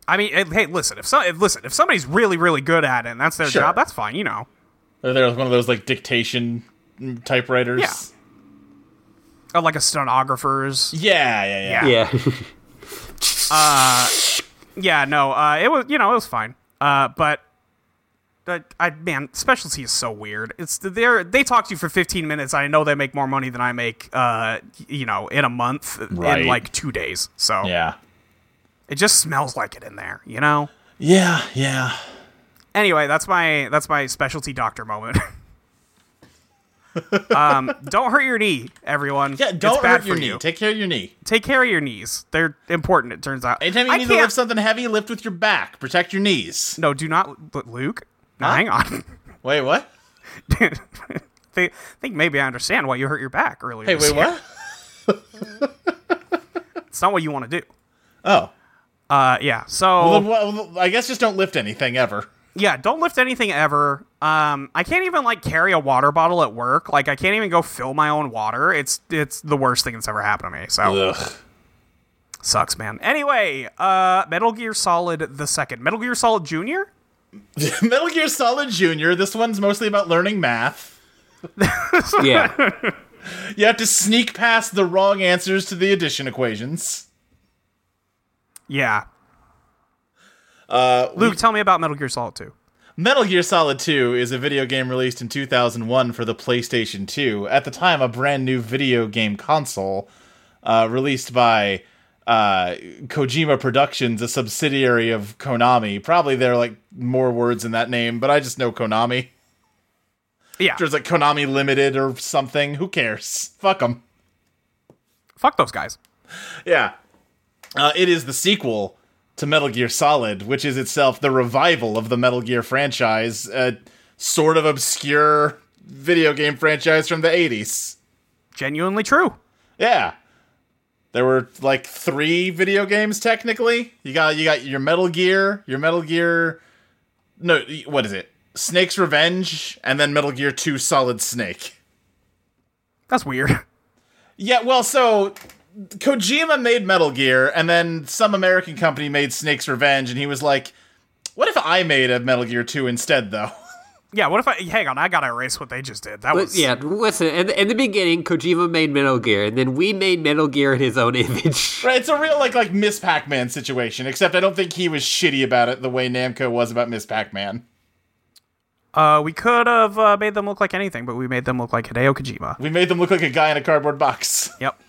i mean eh, hey listen if so if, listen if somebody's really really good at it and that's their
Sure.
job that's fine you know
Or there's one of those like dictation mm, typewriters.
Yeah. or like a stenographer's
Yeah, yeah, yeah.
Yeah,
Yeah, no, uh, it was you know it was fine, uh, but but I man, specialty is so weird. It's they're they talk to you for fifteen minutes. I know they make more money than I make, uh, you know, in a month
Right.
in like two days. So
Yeah.
it just smells like it in there, you know.
Yeah, yeah.
Anyway, that's my that's my specialty doctor moment. um, don't hurt your knee, everyone.
Yeah, don't
it's bad
hurt your
for
knee.
you.
Take care of your knee.
Take care of your knees. They're important. It turns out.
Anytime you
I
need to
can't-
lift something heavy, lift with your back. Protect your knees.
no, do not, Luke. No,
Huh?
hang on.
Wait, what?
Dude, they think maybe I understand why you hurt your back earlier.
Hey,
this
wait,
year.
what?
It's not what you want to do.
Oh.
Uh, yeah. So
Well, well, I guess just don't lift anything ever.
yeah, don't lift anything ever. Um, I can't even like carry a water bottle at work. Like I can't even go fill my own water. It's it's the worst thing that's ever happened to me. So
Ugh.
sucks, man. Anyway, uh, Metal Gear Solid the second, Metal Gear Solid Junior.
Metal Gear Solid Jr. This one's mostly about learning math.
yeah.
You have to sneak past the wrong answers to the addition equations.
Yeah. Uh, Luke, tell me about Metal Gear Solid Two.
Metal Gear Solid 2 is a video game released in 2001 for the PlayStation 2, at the time a brand new video game console, uh, released by uh, Kojima Productions, a subsidiary of Konami. Probably there are like more words in that name, but I just know Konami.
Yeah.
There's like Konami Limited or something. Who cares? Fuck them.
Fuck those guys.
Yeah. Uh, it is the sequel to Metal Gear Solid, which is itself the revival of the Metal Gear franchise, a sort of obscure video game franchise from the 80s.
Genuinely true.
Yeah. There were like three video games technically. You got you got your Metal Gear, your Metal Gear No, y- what is it? Snake's Revenge and then Metal Gear 2 Solid Snake.
That's weird.
Yeah, well, so Kojima made Metal Gear, and then some American company made Snake's Revenge, and he was like, "What if I made a Metal Gear 2 instead, though?"
Yeah, what if I hang on? I gotta erase what they just did. That
But
was
yeah, listen, in, in the beginning, Kojima made Metal Gear, and then we made Metal Gear in his own image.
Right? It's a real like like Miss Pac-Man situation, except I don't think he was shitty about it the way Namco was about Miss Pac-Man.
Uh, we could have uh, made them look like anything, but we made them look like Hideo Kojima.
We made them look like a guy in a cardboard box.
Yep.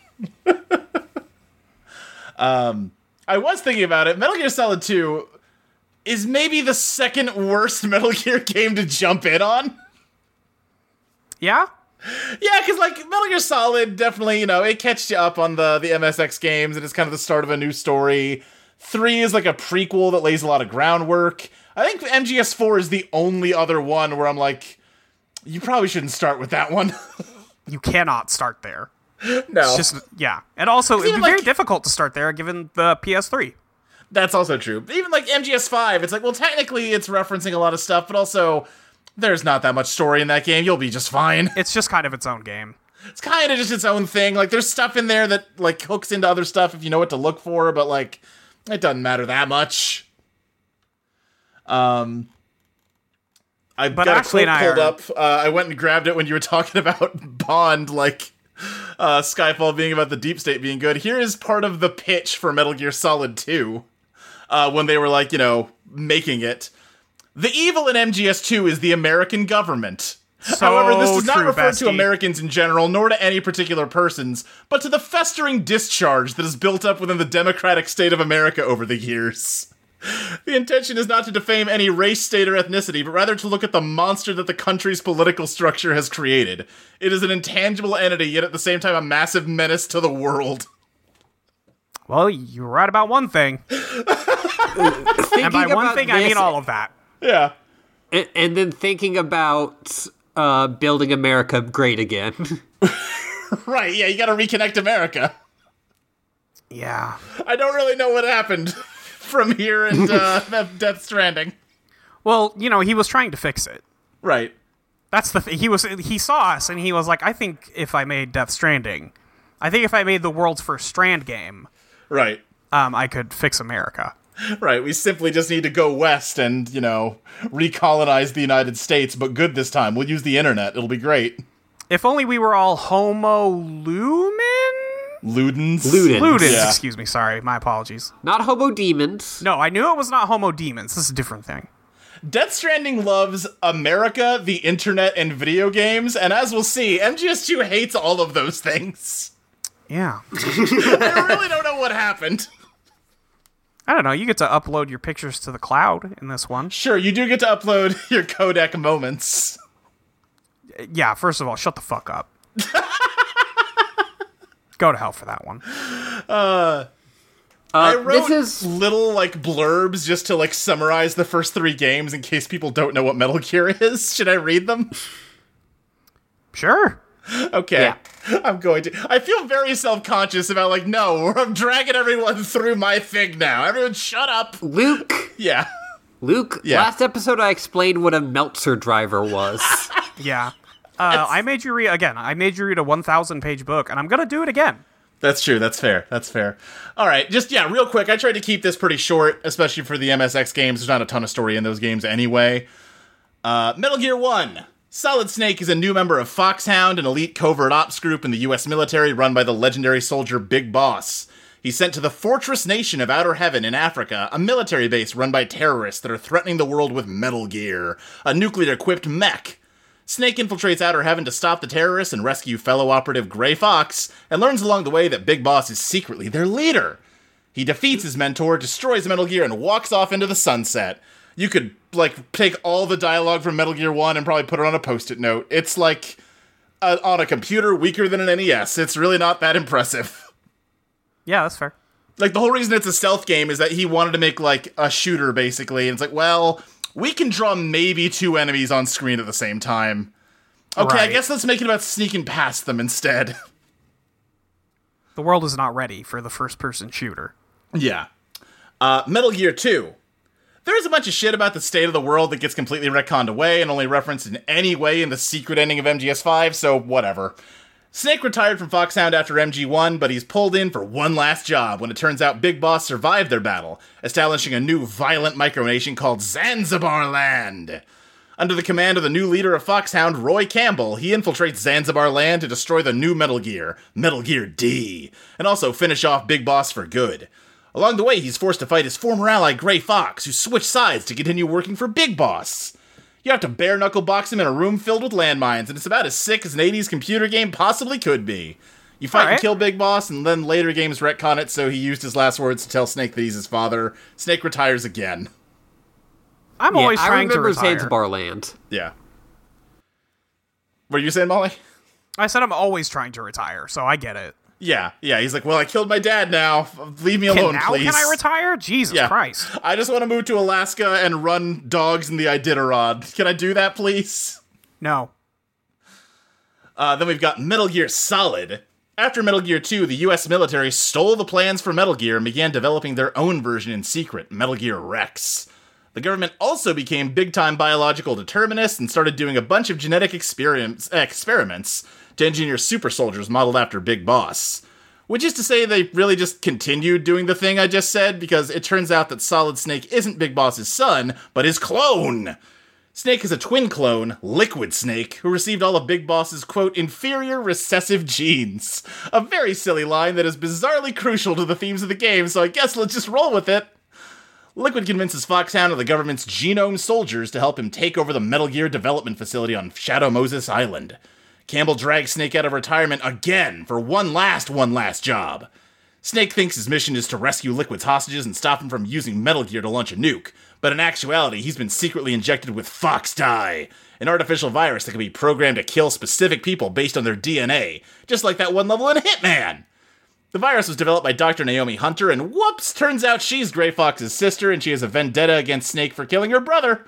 I was thinking about it. Metal Gear Solid 2 is maybe the second worst Metal Gear game to jump in on.
Yeah.
Yeah, because like Metal Gear Solid, definitely, you know, it catches you up on the the MSX games, and it's kind of the start of a new story. Three is like a prequel that lays a lot of groundwork. I think MGS Four is the only other one where I'm like, you probably shouldn't start with that one.
You cannot start there.
no,
It's just yeah, and also it'd be
even,
very
like-
difficult to start there given the PS3.
That's also true. But Even like MGS Five, it's like well, technically it's referencing a lot of stuff, but also there's not that much story in that game. You'll be just fine.
It's just kind of its own game.
It's kind of just its own thing. Like there's stuff in there that like hooks into other stuff if you know what to look for, but like it doesn't matter that much. Um. I
But
got
Ashley
a clip
and I
pulled
are-
up. Uh, I went and grabbed it when you were talking about Bond, like uh, Skyfall being about the deep state being good. Here is part of the pitch for Metal Gear Solid 2 uh, when they were like, you know, making it. The evil in MGS2 is the American government. However, this is not
true,
referred to
Basti.
Americans in general, nor to any particular persons, but to the festering discharge that is built up within the democratic state of America over the years. The intention is not to defame any race, state, or ethnicity, but rather to look at the monster that the country's political structure has created. It is an intangible entity, yet at the same time a massive menace to the world.
Well, you're right about one thing,
Thinking
and by one
about
thing I
this
mean all of that.
Yeah.
and, and then thinking about uh, building America great again.
Right, yeah, you gotta reconnect America.
Yeah.
I don't really know what happened from here and uh, Death Stranding.
Well, you know, he was trying to fix it.
Right.
That's the thing. He was he saw us and he was like, I think if I made Death Stranding, I think if I made the world's first Strand game,
Right.
um, I could fix America.
Right. We simply just need to go west and, you know, recolonize the United States, but good this time. We'll use the internet. It'll be great.
If only we were all Homo Lumen
Ludens.
Ludens.
Ludens.
Yeah.
Excuse me. Sorry. My apologies.
Not hobo demons.
No, I knew it was not Homo Demons. This is a different thing.
Death Stranding loves America, the internet, and video games, and as we'll see, MGS2 hates all of those things.
Yeah.
I really don't know what happened.
I don't know. You get to upload your pictures to the cloud in this one.
Sure, you do get to upload your codec moments.
Yeah. First of all, shut the fuck up. Go to hell for that one.
I
Uh,
wrote
this is
little like blurbs just to like summarize the first three games in case people don't know what Metal Gear is. Should I read them?
Sure.
Okay.
Yeah.
I'm going to. I feel very self conscious about, like, no, I'm dragging everyone through my thing now. Everyone shut up.
Luke.
Yeah.
Luke,
Yeah.
last episode I explained what a Meltzer driver was.
Yeah. Uh, I made you read again. I made you read a 1,000 page book, and I'm gonna do it again.
That's true. That's fair. That's fair. All right. Just, yeah, real quick. I tried to keep this pretty short, especially for the MSX games. There's not a ton of story in those games anyway. Uh, Metal Gear 1. Solid Snake is a new member of Foxhound, an elite covert ops group in the U.S. military run by the legendary soldier Big Boss. He's sent to the fortress nation of Outer Heaven in Africa, a military base run by terrorists that are threatening the world with Metal Gear, a nuclear equipped mech. Snake infiltrates Outer Heaven to stop the terrorists and rescue fellow operative Gray Fox, and learns along the way that Big Boss is secretly their leader. He defeats his mentor, destroys Metal Gear, and walks off into the sunset. You could like take all the dialogue from Metal Gear One and probably put it on a post-it note. It's like uh, on a computer weaker than an NES. It's really not that impressive.
Yeah, that's fair.
Like the whole reason it's a stealth game is that he wanted to make like a shooter basically, and it's like, well, we can draw maybe two enemies on screen at the same time. Okay, I
Right.
guess let's make it about sneaking past them instead.
The world is not ready for the first person shooter.
Yeah. Uh, Metal Gear 2. There's a bunch of shit about the state of the world that gets completely retconned away and only referenced in any way in the secret ending of MGS5, so whatever. Snake retired from Foxhound after MG1, but he's pulled in for one last job when it turns out Big Boss survived their battle, establishing a new violent micronation called Zanzibar Land. Under the command of the new leader of Foxhound, Roy Campbell, he infiltrates Zanzibar land to destroy the new Metal Gear, Metal Gear D, and also finish off Big Boss for good. Along the way, he's forced to fight his former ally, Gray Fox, who switched sides to continue working for Big Boss. You have to bare knuckle box him in a room filled with landmines, and it's about as sick as an 80s computer game possibly could be. You fight and
Alright.
kill Big Boss, and then later games retcon it, so he used his last words to tell Snake that he's his father. Snake retires again.
I'm
Yeah,
always
I
trying to
remember
retire.
Zanzibar Land.
Yeah. What are you saying, Molly?
I said I'm always trying to retire, so I get it.
Yeah, yeah. He's like, well, I killed my dad. Now F- leave me
and
alone,
now
please.
can I retire? Jesus
Yeah.
Christ.
I just want to move to Alaska and run dogs in the Iditarod. Can I do that, please?
No.
Uh, then we've got Metal Gear Solid. After Metal Gear 2, the US military stole the plans for Metal Gear and began developing their own version in secret, Metal Gear Rex. The government also became big time biological determinists and started doing a bunch of genetic experiments, experiments to engineer super soldiers modeled after Big Boss. Which is to say, they really just continued doing the thing I just said because it turns out that Solid Snake isn't Big Boss's son, but his clone! Snake is a twin clone, Liquid Snake, who received all of Big Boss's quote, inferior recessive genes. A very silly line that is bizarrely crucial to the themes of the game, so I guess let's just roll with it. Liquid convinces Foxhound of the government's genome soldiers to help him take over the Metal Gear development facility on Shadow Moses Island. Campbell drags Snake out of retirement again for one last, one last job. Snake thinks his mission is to rescue Liquid's hostages and stop him from using Metal Gear to launch a nuke, but in actuality, he's been secretly injected with Fox Dye, an artificial virus that can be programmed to kill specific people based on their DNA, just like that one level in Hitman. The virus was developed by Dr. Naomi Hunter, and whoops, turns out she's Grey Fox's sister, and she has a vendetta against Snake for killing her brother.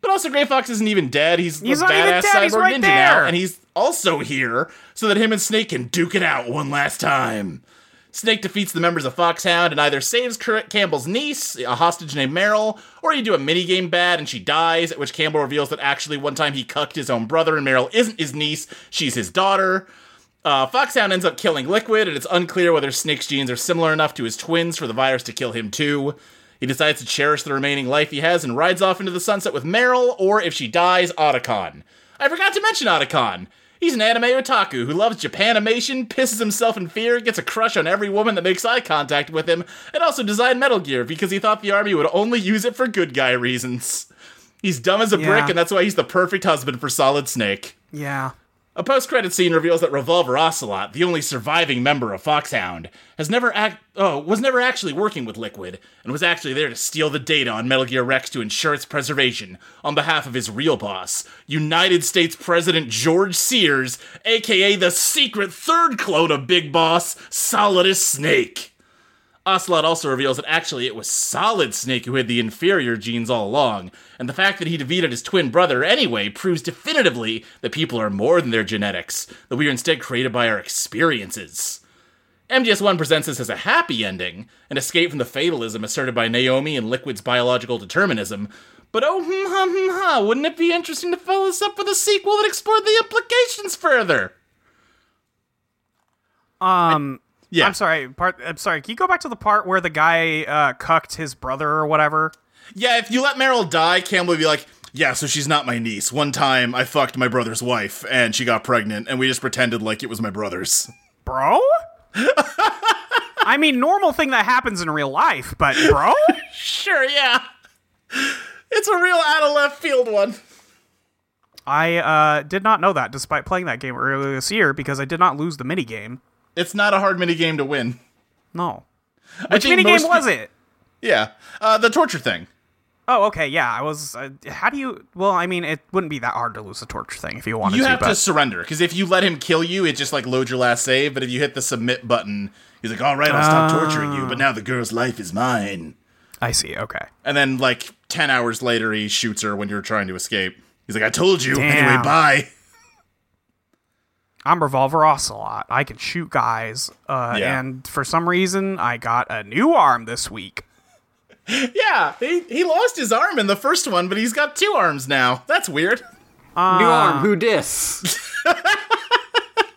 But also, Grey Fox isn't even dead. He's,
He's
a
not even
badass
dead, he's
cyber
right
ninja
there.
now, and he's also here so that him and Snake can duke it out one last time. Snake defeats the members of Foxhound and either saves Cur- Campbell's niece, a hostage named Meryl, or you do a minigame bad and she dies, at which Campbell reveals that actually one time he cucked his own brother and Meryl isn't his niece, she's his daughter. Uh, Foxhound ends up killing Liquid, and it's unclear whether Snake's genes are similar enough to his twins for the virus to kill him too. He decides to cherish the remaining life he has and rides off into the sunset with Meryl, or if she dies, Otacon. I forgot to mention Otacon. He's an anime otaku who loves Japanimation, pisses himself in fear, gets a crush on every woman that makes eye contact with him, and also designed Metal Gear because he thought the army would only use it for good guy reasons. He's dumb as a
Yeah.
brick, and that's why he's the perfect husband for Solid Snake.
Yeah.
A post-credit scene reveals that Revolver Ocelot, the only surviving member of Foxhound, has never act- oh, was never actually working with Liquid and was actually there to steal the data on Metal Gear Rex to ensure its preservation on behalf of his real boss, United States President George Sears, aka the secret third clone of Big Boss, Solidus Snake. Ocelot also reveals that actually it was Solid Snake who had the inferior genes all along, and the fact that he defeated his twin brother anyway proves definitively that people are more than their genetics, that we are instead created by our experiences. MGS1 presents this as a happy ending, an escape from the fatalism asserted by Naomi and Liquid's biological determinism. But oh, hmm, ha, hmm, ha, wouldn't it be interesting to follow this up with a sequel that explored the implications further?
Um
Yeah.
I'm sorry, part I'm sorry, can you go back to the part where the guy uh cucked his brother or whatever?
Yeah, if you let Meryl die, Campbell would be like, yeah, so she's not my niece. One time I fucked my brother's wife and she got pregnant and we just pretended like it was my brother's.
Bro? I mean normal thing that happens in real life, but bro?
Sure, yeah. It's a real out of left field one.
I uh did not know that despite playing that game earlier this year because I did not lose the minigame.
It's not a hard minigame to win.
No.
I
Which minigame was it?
Yeah. Uh, the torture thing.
Oh, okay, yeah. I was. Uh, how do you? Well, I mean, it wouldn't be that hard to lose a torch thing if you wanted
You
to.
have
but
to surrender because if you let him kill you, it just like loads your last save. But if you hit the submit button, he's like, all right, I'll stop torturing
Ah.
you, but now the girl's life is mine.
I see. Okay.
And then like 10 hours later, he shoots her when you're trying to escape. He's like, I told you.
Damn.
Anyway, bye.
I'm Revolver Ocelot. I can shoot guys. Uh,
Yeah.
And for some reason, I got a new arm this week.
Yeah, he, he lost his arm in the first one, but he's got two arms now. That's weird.
New
Ah.
arm, who dis?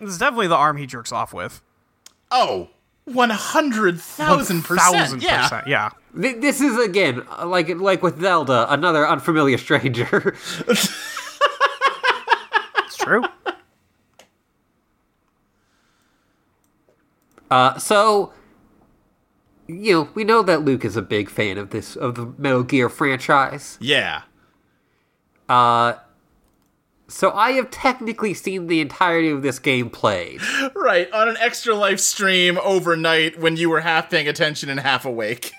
It's definitely the arm he jerks off with.
Oh, 100,000%. Yeah.
percent. Yeah.
Th- This is again like like with Zelda, another unfamiliar stranger.
It's true.
Uh, so, you know, we know that Luke is a big fan of this of the Metal Gear franchise.
Yeah.
So I have technically seen the entirety of this game played.
Right, on an extra life stream overnight when you were half paying attention and half awake.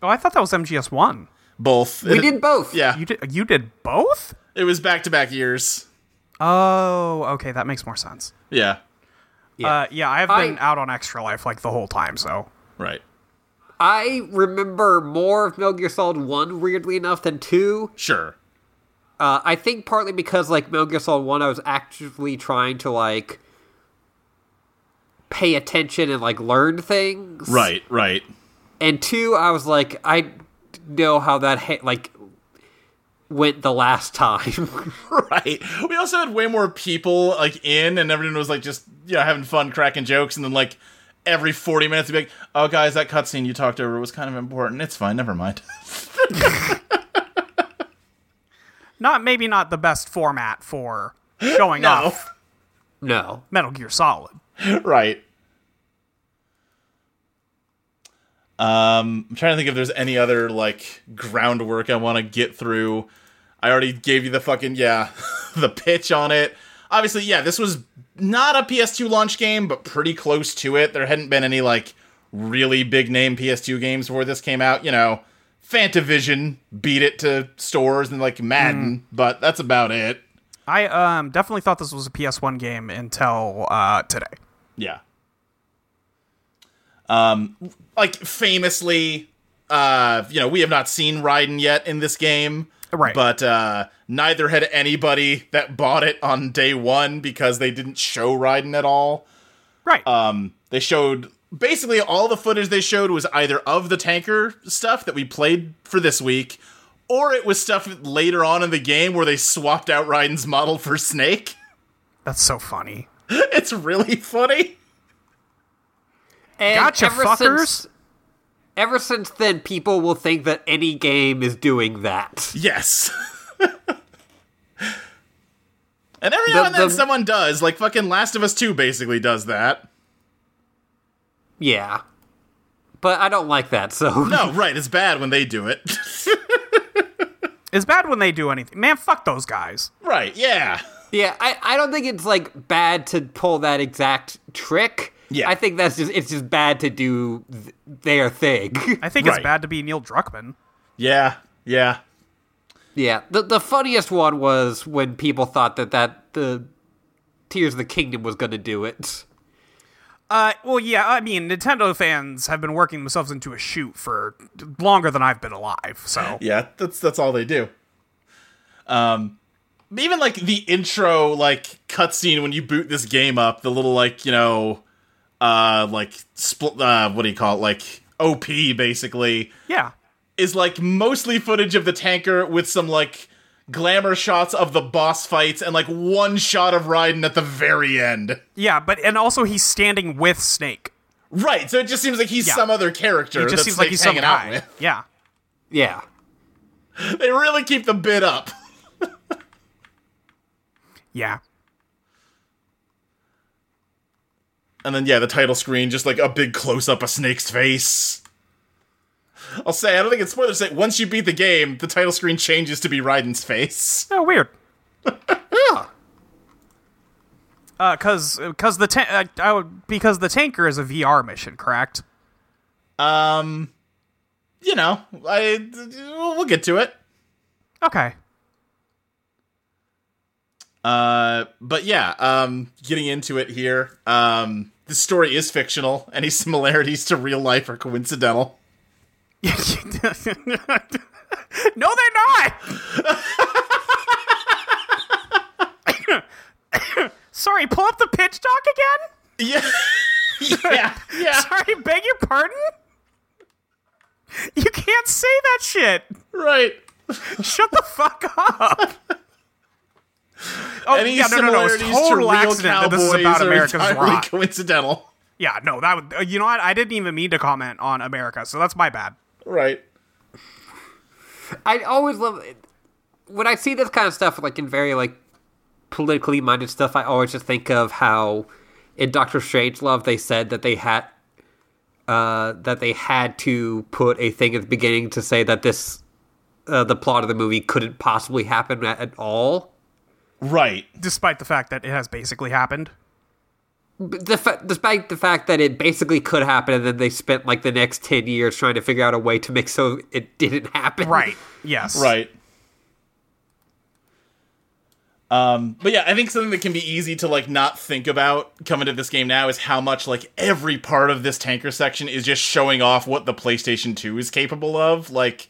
oh, I thought that was MGS One.
Both.
We did both.
Yeah,
You did. You did both.
it was back to back years.
Oh, okay, that makes more sense.
Yeah.
Yeah, uh, yeah I have
I-
been out on Extra Life like the whole time, so
Right.
I remember more of Metal Gear Solid 1, weirdly enough, than 2.
Sure.
Uh, I think partly because, like, Metal Gear Solid 1, I was actively trying to, like, pay attention and, like, learn things.
Right. Right.
And 2, I was like, I know how that, ha- like, went the last time.
Right. We also had way more people like in, and everyone was like just you know having fun, cracking jokes, and then like every forty minutes, they'd be like, "Oh, guys, that cutscene you talked over was kind of important. It's fine. Never mind."
not maybe not the best format for showing off
no.
Metal Gear Solid.
right. Um, I'm trying to think if there's any other like groundwork I want to get through. I already gave you the fucking yeah, the pitch on it. Obviously, yeah, this was not a PS2 launch game, but pretty close to it. There hadn't been any like really big name PS2 games before this came out. You know, Fantavision beat it to stores and like Madden, but that's about it.
I um definitely thought this was a PS1 game until uh today.
Yeah. Um, like famously, uh, you know, we have not seen Raiden yet in this game,
Right.
But uh, neither had anybody that bought it on day one because they didn't show Raiden at all.
Right.
Um, they showed basically all the footage they showed was either of the tanker stuff that we played for this week, or it was stuff later on in the game where they swapped out Raiden's model for Snake.
That's so funny.
it's really funny.
And
Gotcha,
ever
fuckers.
Since, ever since then, people will think that any game is doing that.
Yes. and every
The-
now and then
the-
someone does, like fucking Last of Us 2 basically does that.
Yeah. But I don't like that, so.
No, right, it's bad when they do it.
It's bad when they do anything. Man, fuck those guys.
right, yeah.
Yeah, I, I don't think it's like bad to pull that exact trick.
Yeah.
I think that's just it's just bad to do th- their thing.
I think
Right.
it's bad to be Neil Druckmann.
Yeah, yeah.
yeah. The the funniest one was when people thought that that the Tears of the Kingdom was going to do it.
Uh, well, yeah, I mean, Nintendo fans have been working themselves into a shoot for longer than I've been alive. So
Yeah, that's that's all they do. Um even like the intro like cutscene when you boot this game up, the little like, you know, uh like spl- uh what do you call it? Like OP basically.
yeah,
is like mostly footage of the tanker with some like glamour shots of the boss fights and like one shot of Raiden at the very end.
yeah, but and also he's standing with Snake.
Right, so it just seems like he's
Yeah.
some other character.
It
that
just seems like he's
Snake's
some
hanging out
guy. Yeah,
Yeah.
with. They really keep the bid up.
yeah.
And then yeah, the title screen just like a big close up of Snake's face. I'll say I don't think it's spoilers. to Say once you beat the game, the title screen changes to be Raiden's face.
Oh, weird.
Yeah.
Uh, cause, cause the ta- uh, I would, because the tanker is a VR mission, correct?
Um, you know, I we'll get to it.
Okay.
Uh, but yeah, um, getting into it here, um, the story is fictional. Any similarities to real life are coincidental.
no, they're not. Sorry, pull up the pitch doc again.
Yeah, yeah, yeah.
Sorry, beg your pardon? You can't say that shit.
Right.
Shut the fuck up. Oh,
Any
yeah, no, no, no. It's
similarities to
total
real
accident that
cowboys
this is about
are
America's
entirely
rock.
coincidental.
Yeah, no, that would. uh, You know what? I didn't even mean to comment on America, so that's my bad.
Right.
I always love when I see this kind of stuff, like in very like politically minded stuff. I always just think of how in Doctor Strangelove they said that they had uh, that they had to put a thing at the beginning to say that this uh, the plot of the movie couldn't possibly happen at, at all.
Right.
Despite the fact that it has basically happened.
But the fa- despite the fact that it basically could happen, and then they spent like the next ten years trying to figure out a way to make so it didn't happen.
Right. Yes.
Right. Um, but yeah, I think something that can be easy to like not think about coming to this game now is how much like every part of this tanker section is just showing off what the PlayStation 2 is capable of. Like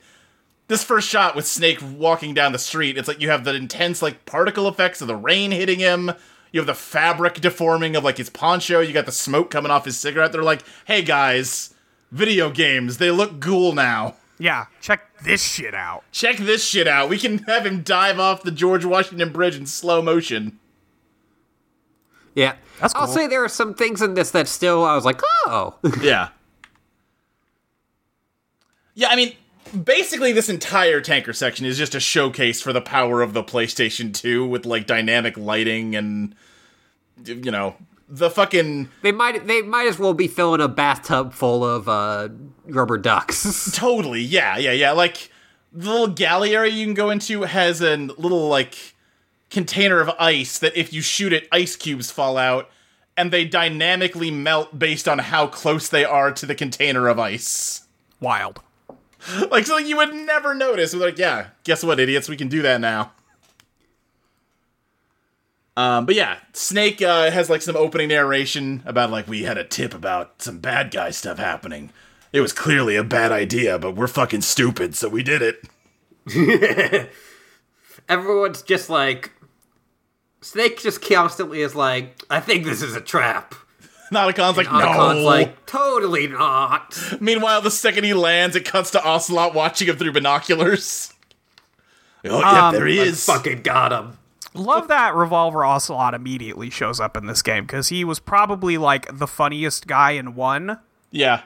this first shot with Snake walking down the street, it's like you have the intense like particle effects of the rain hitting him. You have the fabric deforming of like his poncho. You got the smoke coming off his cigarette. They're like, "Hey guys, video games, they look cool now."
Yeah, check this shit out.
Check this shit out. We can have him dive off the George Washington Bridge in slow motion.
Yeah.
That's
I'll
cool.
say there are some things in this that still I was like, oh.
Yeah. Yeah, I mean, basically, this entire tanker section is just a showcase for the power of the PlayStation 2 with, like, dynamic lighting and, you know, the fucking
they might they might as well be filling a bathtub full of uh, rubber ducks.
Totally, yeah, yeah, yeah. Like the little galley area you can go into has a little like container of ice that if you shoot it, ice cubes fall out, and they dynamically melt based on how close they are to the container of ice.
Wild.
Like so, like, you would never notice. We're like, yeah, guess what, idiots? We can do that now. Um, but yeah, Snake uh, has like some opening narration about like we had a tip about some bad guy stuff happening. It was clearly a bad idea, but we're fucking stupid, so we did it.
Everyone's just like Snake just constantly is like, I think this is a trap.
Nauticon's like,
Otacon's
no.
like, totally not.
Meanwhile, the second he lands, it cuts to Ocelot watching him through binoculars. Oh, yeah,
Um,
there he is.
Fucking got him.
Love that Revolver Ocelot immediately shows up in this game because he was probably like the funniest guy in one.
Yeah.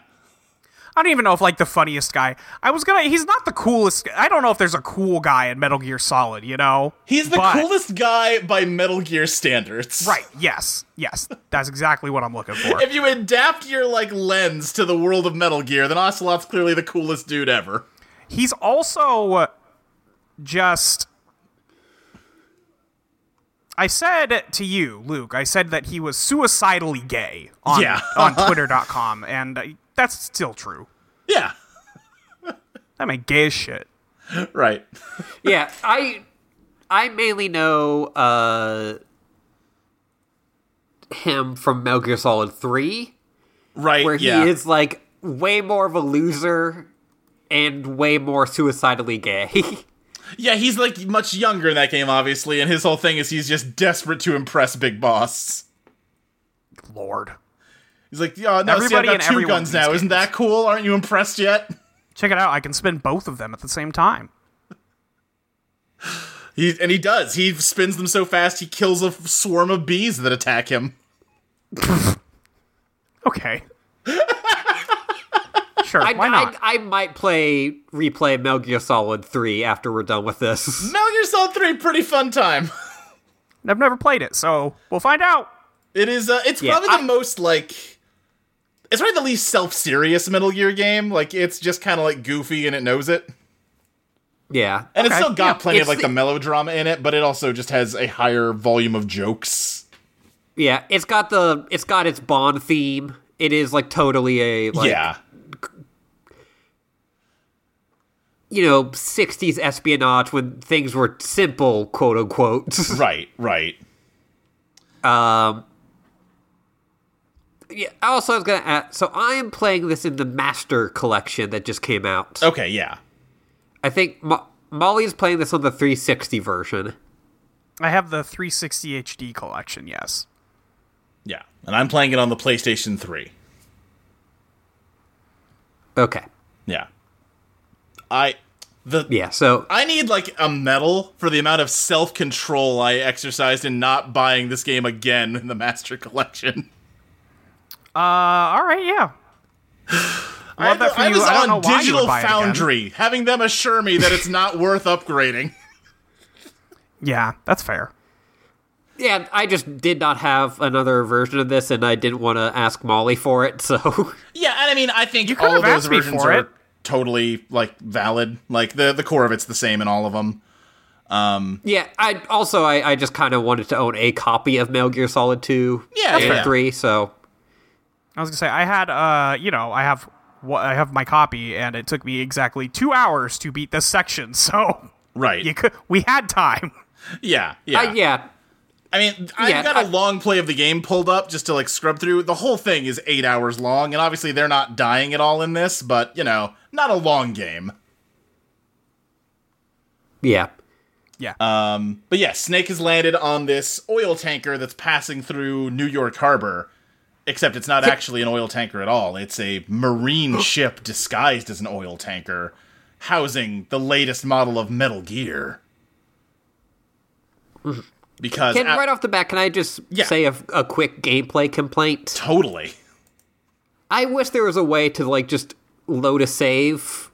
I don't even know if like the funniest guy. I was gonna. He's not the coolest. I don't know if there's a cool guy in Metal Gear Solid. You know,
He's the
But-
coolest guy by Metal Gear standards.
Right. Yes. Yes. That's exactly what I'm looking for.
If you adapt your like lens to the world of Metal Gear, then Ocelot's clearly the coolest dude ever.
He's also uh, just. I said to you, Luke. I said that he was suicidally gay on
Yeah.
on Twitter.com, and uh, that's still true.
Yeah.
I mean, gay as shit.
Right.
yeah, I I mainly know uh him from Metal Gear Solid 3
Right.
where
yeah.
he is like way more of a loser and way more suicidally gay.
Yeah, he's like much younger in that game, obviously, and his whole thing is he's just desperate to impress Big Boss.
Lord.
He's like, yeah, no, see, I've
Everybody
got
and
two
everyone
guns
in these
now. Isn't that cool? Aren't you impressed yet?
Check it out. I can spin both of them at the same time.
He and he does. He spins them so fast he kills a f- swarm of bees that attack him.
Okay. sure.
I,
why not?
I, I might play replay Metal Gear Solid 3 after we're done with this.
Metal Gear Solid Three, pretty fun time.
I've never played it, so we'll find out.
It is. Uh, it's
Yeah,
probably
I-
the most like. It's probably the least self-serious Metal Gear game. Like it's just kind of like goofy and it knows it,
Yeah.
and it's
Okay,
still got
yeah,
plenty of
it's
like
the-
the-, melodrama in it, but it also just has a higher volume of jokes.
Yeah, it's got the it's got its Bond theme. It is like totally a like
yeah,
you know, 60s espionage when things were simple, quote unquote.
right, right.
yeah, I also was going to add so I am playing this in the Master collection that just came out.
Oh.
Okay, yeah.
I think Mo- Molly's playing this on the 360 version.
I have the 360 HD collection. Yes.
Yeah. And I'm playing it on the PlayStation 3.
Okay.
Yeah. I the
Yeah, so
I need like a medal for the amount of self-control I exercised in not buying this game again in the Master Collection.
Uh, all right. Yeah.
I,
that for
I
you.
was
I don't know
on
why you would
Digital
buy it again.
Foundry, having them assure me that it's not worth upgrading.
Yeah. That's fair.
yeah, I just did not have another version of this and I didn't want to ask Molly for it, so
Yeah, and I mean, I think
could
all of
have
those
asked me
versions
for
are
it.
totally like valid. Like the the core of it's the same in all of them.
Yeah, I also I, I just kind of wanted to own a copy of Metal Gear Solid Two, and
Yeah, that's fair.
Three. So
I was gonna say I had uh, you know, I have what I have my copy, and it took me exactly two hours to beat this section. So
Right.
you could, we had time.
Yeah, yeah.
Uh, yeah.
I mean, I've
Yeah,
got
I-
a long play of the game pulled up just to like scrub through. The whole thing is eight hours long, and obviously they're not dying at all in this, but you know, not a long game.
Yeah.
Yeah.
But yeah, Snake has landed on this oil tanker that's passing through New York Harbor. Except it's not actually an oil tanker at all. It's a marine ship disguised as an oil tanker, housing the latest model of Metal Gear. Because
Can,
a-
Mm-hmm. right off the bat, can I just
Uh, Yeah.
say a, a quick gameplay complaint?
totally,
I wish there was a way to like just load a save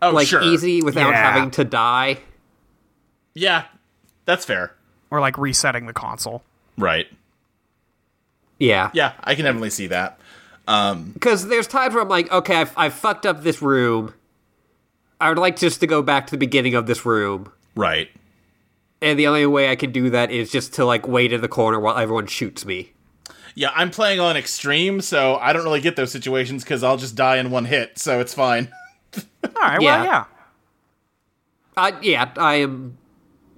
oh
like
sure,
easy without
Yeah.
having to die.
yeah, that's fair,
or like resetting the console.
right?
Yeah.
Yeah, I can definitely see that.
Because there's times where I'm like, okay, I've, I've fucked up this room. I would like just to go back to the beginning of this room.
Right.
And the only way I can do that is just to like wait in the corner while everyone shoots me.
Yeah, I'm playing on extreme, so I don't really get those situations because I'll just die in one hit, so it's fine.
All right.
Yeah.
Well, yeah.
I, yeah, I am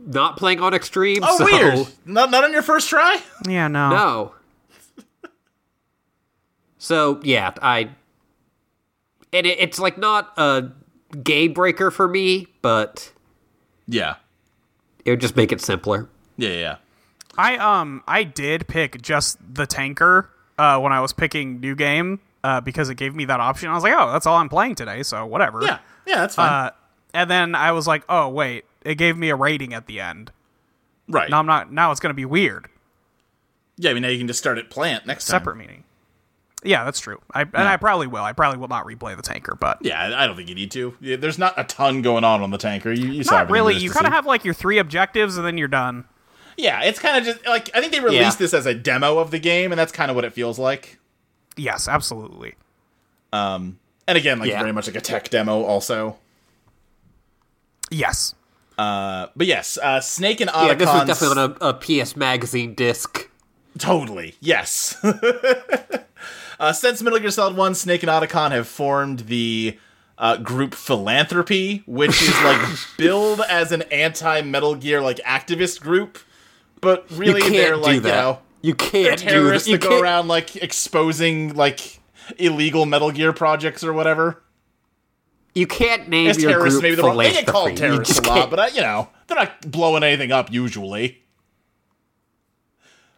not playing on extreme.
Oh,
so
weird. Not, not on your first try?
Yeah. No.
No. so yeah, I. And it, it's like not a game breaker for me, but
Yeah.
it would just make it simpler.
Yeah, yeah.
I um I did pick just the tanker uh, when I was picking new game uh, because it gave me that option. I was like, oh, that's all I'm playing today, so whatever.
Yeah, yeah, that's fine.
Uh, and then I was like, oh wait, it gave me a rating at the end.
right.
Now I'm not. Now it's gonna be weird.
yeah, I mean, now you can just start at plant next time.
Separate meaning. Yeah, that's true. I and I probably will. I probably will not replay the tanker, but
Yeah, I- I don't think you need to. Yeah, there's not a ton going on on the tanker. You, you saw
not
everything
really.
there is
You
to
kind of
see.
have like your three objectives, and then you're done.
Yeah, it's kind of just like I think they released
Yeah.
this as a demo of the game, and that's kind of what it feels like.
Yes, absolutely.
And again, like
Yeah.
very much like a tech demo, also.
Yes.
Uh, but yes, uh, Snake and Otacon.
Yeah, this was definitely on a, a PS Magazine disc.
Totally. Yes. uh, since Metal Gear Solid 1, Snake and Otacon have formed the uh, group Philanthropy, which is like billed as an anti Metal Gear like activist group, but
You
really
can't
they're like,
do that.
you know,
you can't do that.
terrorists
You
that
can't-
go around like exposing like illegal Metal Gear projects or whatever.
You can't name
As
your
terrorists,
group
maybe the wrong. They get called
philanthropy. You
terrorists a
just
lot,
can't-
but uh, you know they're not blowing anything up usually.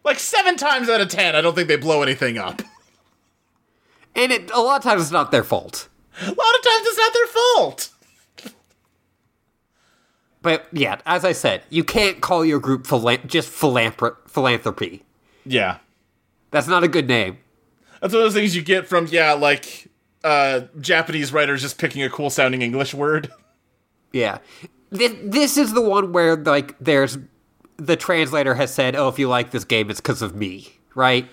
Like seven times out of ten, I don't think they blow anything up.
and it, a lot of times it's not their fault.
A lot of times it's not their fault.
But yeah, as I said, you can't call your group philan- just philanthrop- philanthropy.
Yeah.
That's not a good name.
That's one of those things you get from, yeah, like uh Japanese writers just picking a cool sounding English word.
Yeah. This, this is the one where, like, there's. The translator has said, oh, if you like this game, it's because of me, right?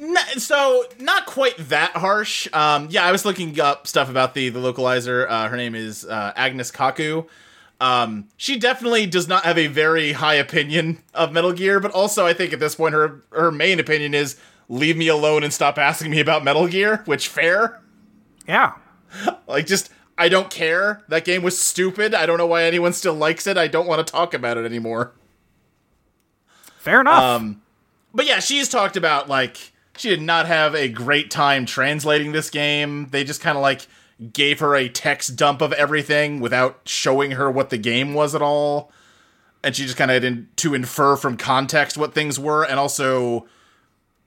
N- so not quite that harsh. Um yeah, I was looking up stuff about the the localizer. Uh her name is uh Agnes Kaku. Um she definitely does not have a very high opinion of Metal Gear, but also I think at this point her her main opinion is leave me alone and stop asking me about Metal Gear, which fair.
Yeah.
Like, just, I don't care. That game was stupid. I don't know why anyone still likes it. I don't want to talk about it anymore.
Fair enough.
Um, But yeah, she's talked about, like, she did not have a great time translating this game. They just kind of, like, gave her a text dump of everything without showing her what the game was at all. And she just kind of had to infer from context what things were. And also,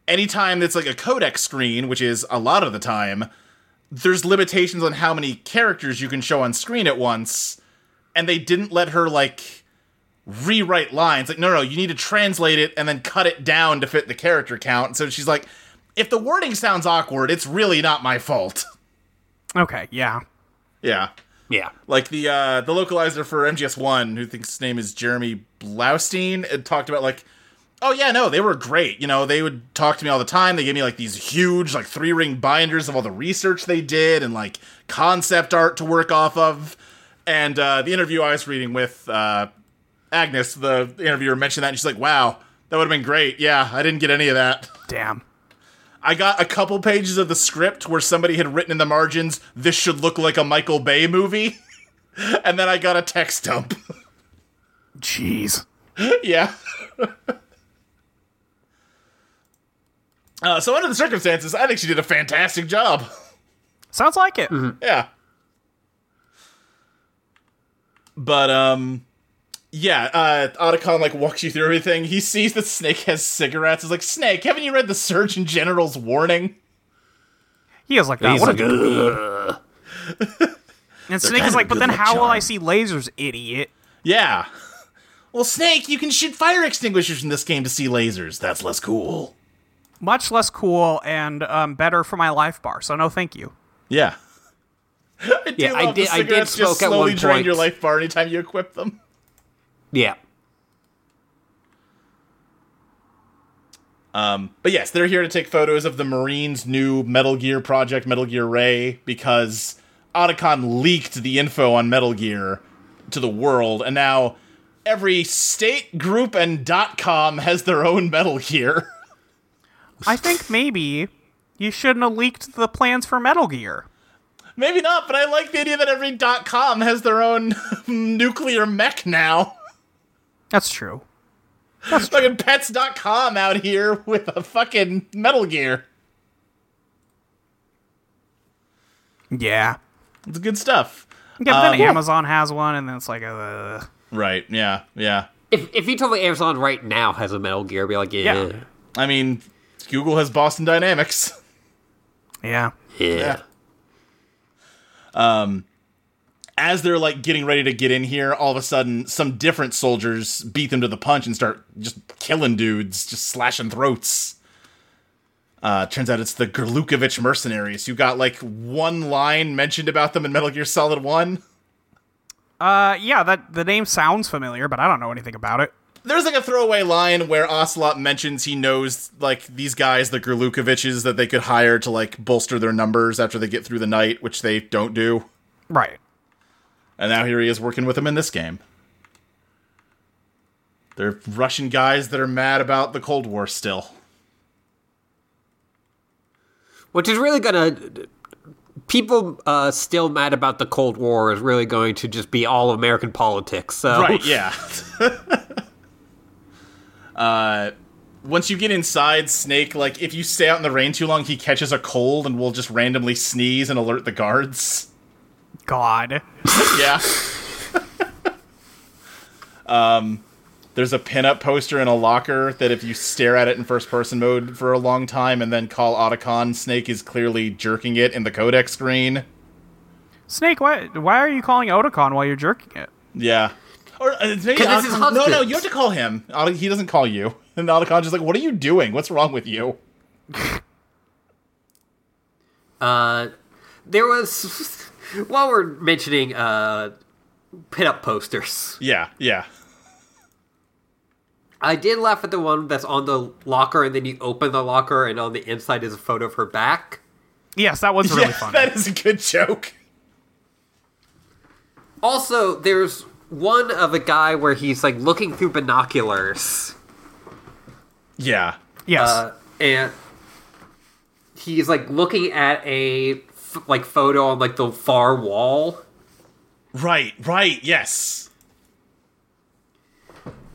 anytime that's like a codec screen, which is a lot of the time, there's limitations on how many characters you can show on screen at once. And they didn't let her like rewrite lines. Like, no, no, you need to translate it and then cut it down to fit the character count. And so she's like, if the wording sounds awkward, it's really not my fault.
okay. Yeah.
yeah.
Yeah.
Like the uh, the localizer for MGS One, who thinks his name is Jeremy Blaustein, it talked about like, oh yeah, no, they were great. You know, they would talk to me all the time. They gave me like these huge like three ring binders of all the research they did and like concept art to work off of. And uh, the interview I was reading with uh, Agnes, the interviewer, mentioned that, and she's like, wow, that would have been great. Yeah, I didn't get any of that.
Damn.
I got a couple pages of the script where somebody had written in the margins, this should look like a Michael Bay movie. and then I got a text dump.
Jeez.
yeah. uh, so under the circumstances, I think she did a fantastic job.
Sounds like it.
yeah. But um, yeah. Uh, Otacon like walks you through everything. He sees that Snake has cigarettes. He's like, Snake, haven't you read the Surgeon General's warning?
He is like that.
He's
What a-
like, "Ugh."
and Snake is
kinda
like, but
good
then
luck
how will I
charm."
see lasers, idiot?
Yeah. Well, Snake, you can shoot fire extinguishers in this game to see lasers. That's less cool.
Much less cool and um, better for my life bar. So no, thank you.
Yeah. I do
Yeah, I
love the
did- I did
cigarettes just
smoke at one
slowly drain
point.
your life bar anytime you equip them.
yeah.
But yes, they're here to take photos of the Marines' new Metal Gear project, Metal Gear Ray, because Otacon leaked the info on Metal Gear to the world, and now every state, group, and dot .com has their own Metal Gear.
I think maybe you shouldn't have leaked the plans for Metal Gear.
Maybe not, but I like the idea that every dot .com has their own nuclear mech now.
That's true.
fucking pets.com out here with a fucking Metal Gear.
Yeah.
It's good stuff.
Yeah, but then
Um, yeah.
Amazon has one, and then it's like, uh,
Right, yeah, yeah.
If if you told me Amazon right now has a Metal Gear, I'd be like, yeah,
Yeah.
I mean, Google has Boston Dynamics.
yeah.
yeah.
As they're like getting ready to get in here, all of a sudden some different soldiers beat them to the punch and start just killing dudes, just slashing throats. Uh, turns out it's the Gerlukovich mercenaries who got like one line mentioned about them in Metal Gear Solid 1.
Uh, yeah, that the name sounds familiar, but I don't know anything about it.
there's like a throwaway line where Ocelot mentions he knows like these guys, the Gerlukoviches, that they could hire to like bolster their numbers after they get through the night, which they don't do.
Right.
And now here he is working with them in this game. They're Russian guys that are mad about the Cold War still.
Which is really gonna people uh, still mad about the Cold War is really going to just be all American politics. So
Right, Oh, yeah. uh once you get inside Snake, like if you stay out in the rain too long, he catches a cold and will just randomly sneeze and alert the guards.
God.
yeah. um, Um, there's a pinup poster in a locker that if you stare at it in first person mode for a long time and then call Otacon, Snake is clearly jerking it in the codec screen.
Snake, why why are you calling Otakon while you're jerking it?
Yeah. Or uh, maybe
'Cause it's his
Otacon- no, no,
husband.
you have to call him. Ota- He doesn't call you, and Otacon's just like, "What are you doing? What's wrong with you?"
Uh, there was while we're mentioning uh, pinup posters,
Yeah, yeah,
I did laugh at the one that's on the locker, and then you open the locker, and on the inside is a photo of her back.
Yes, that was really
yeah.
funny.
That is a good joke.
Also, there's one of a guy where he's like looking through binoculars,
Yeah,
yes.
uh, and he's like looking at a f- like photo on like the far wall.
right, right, yes.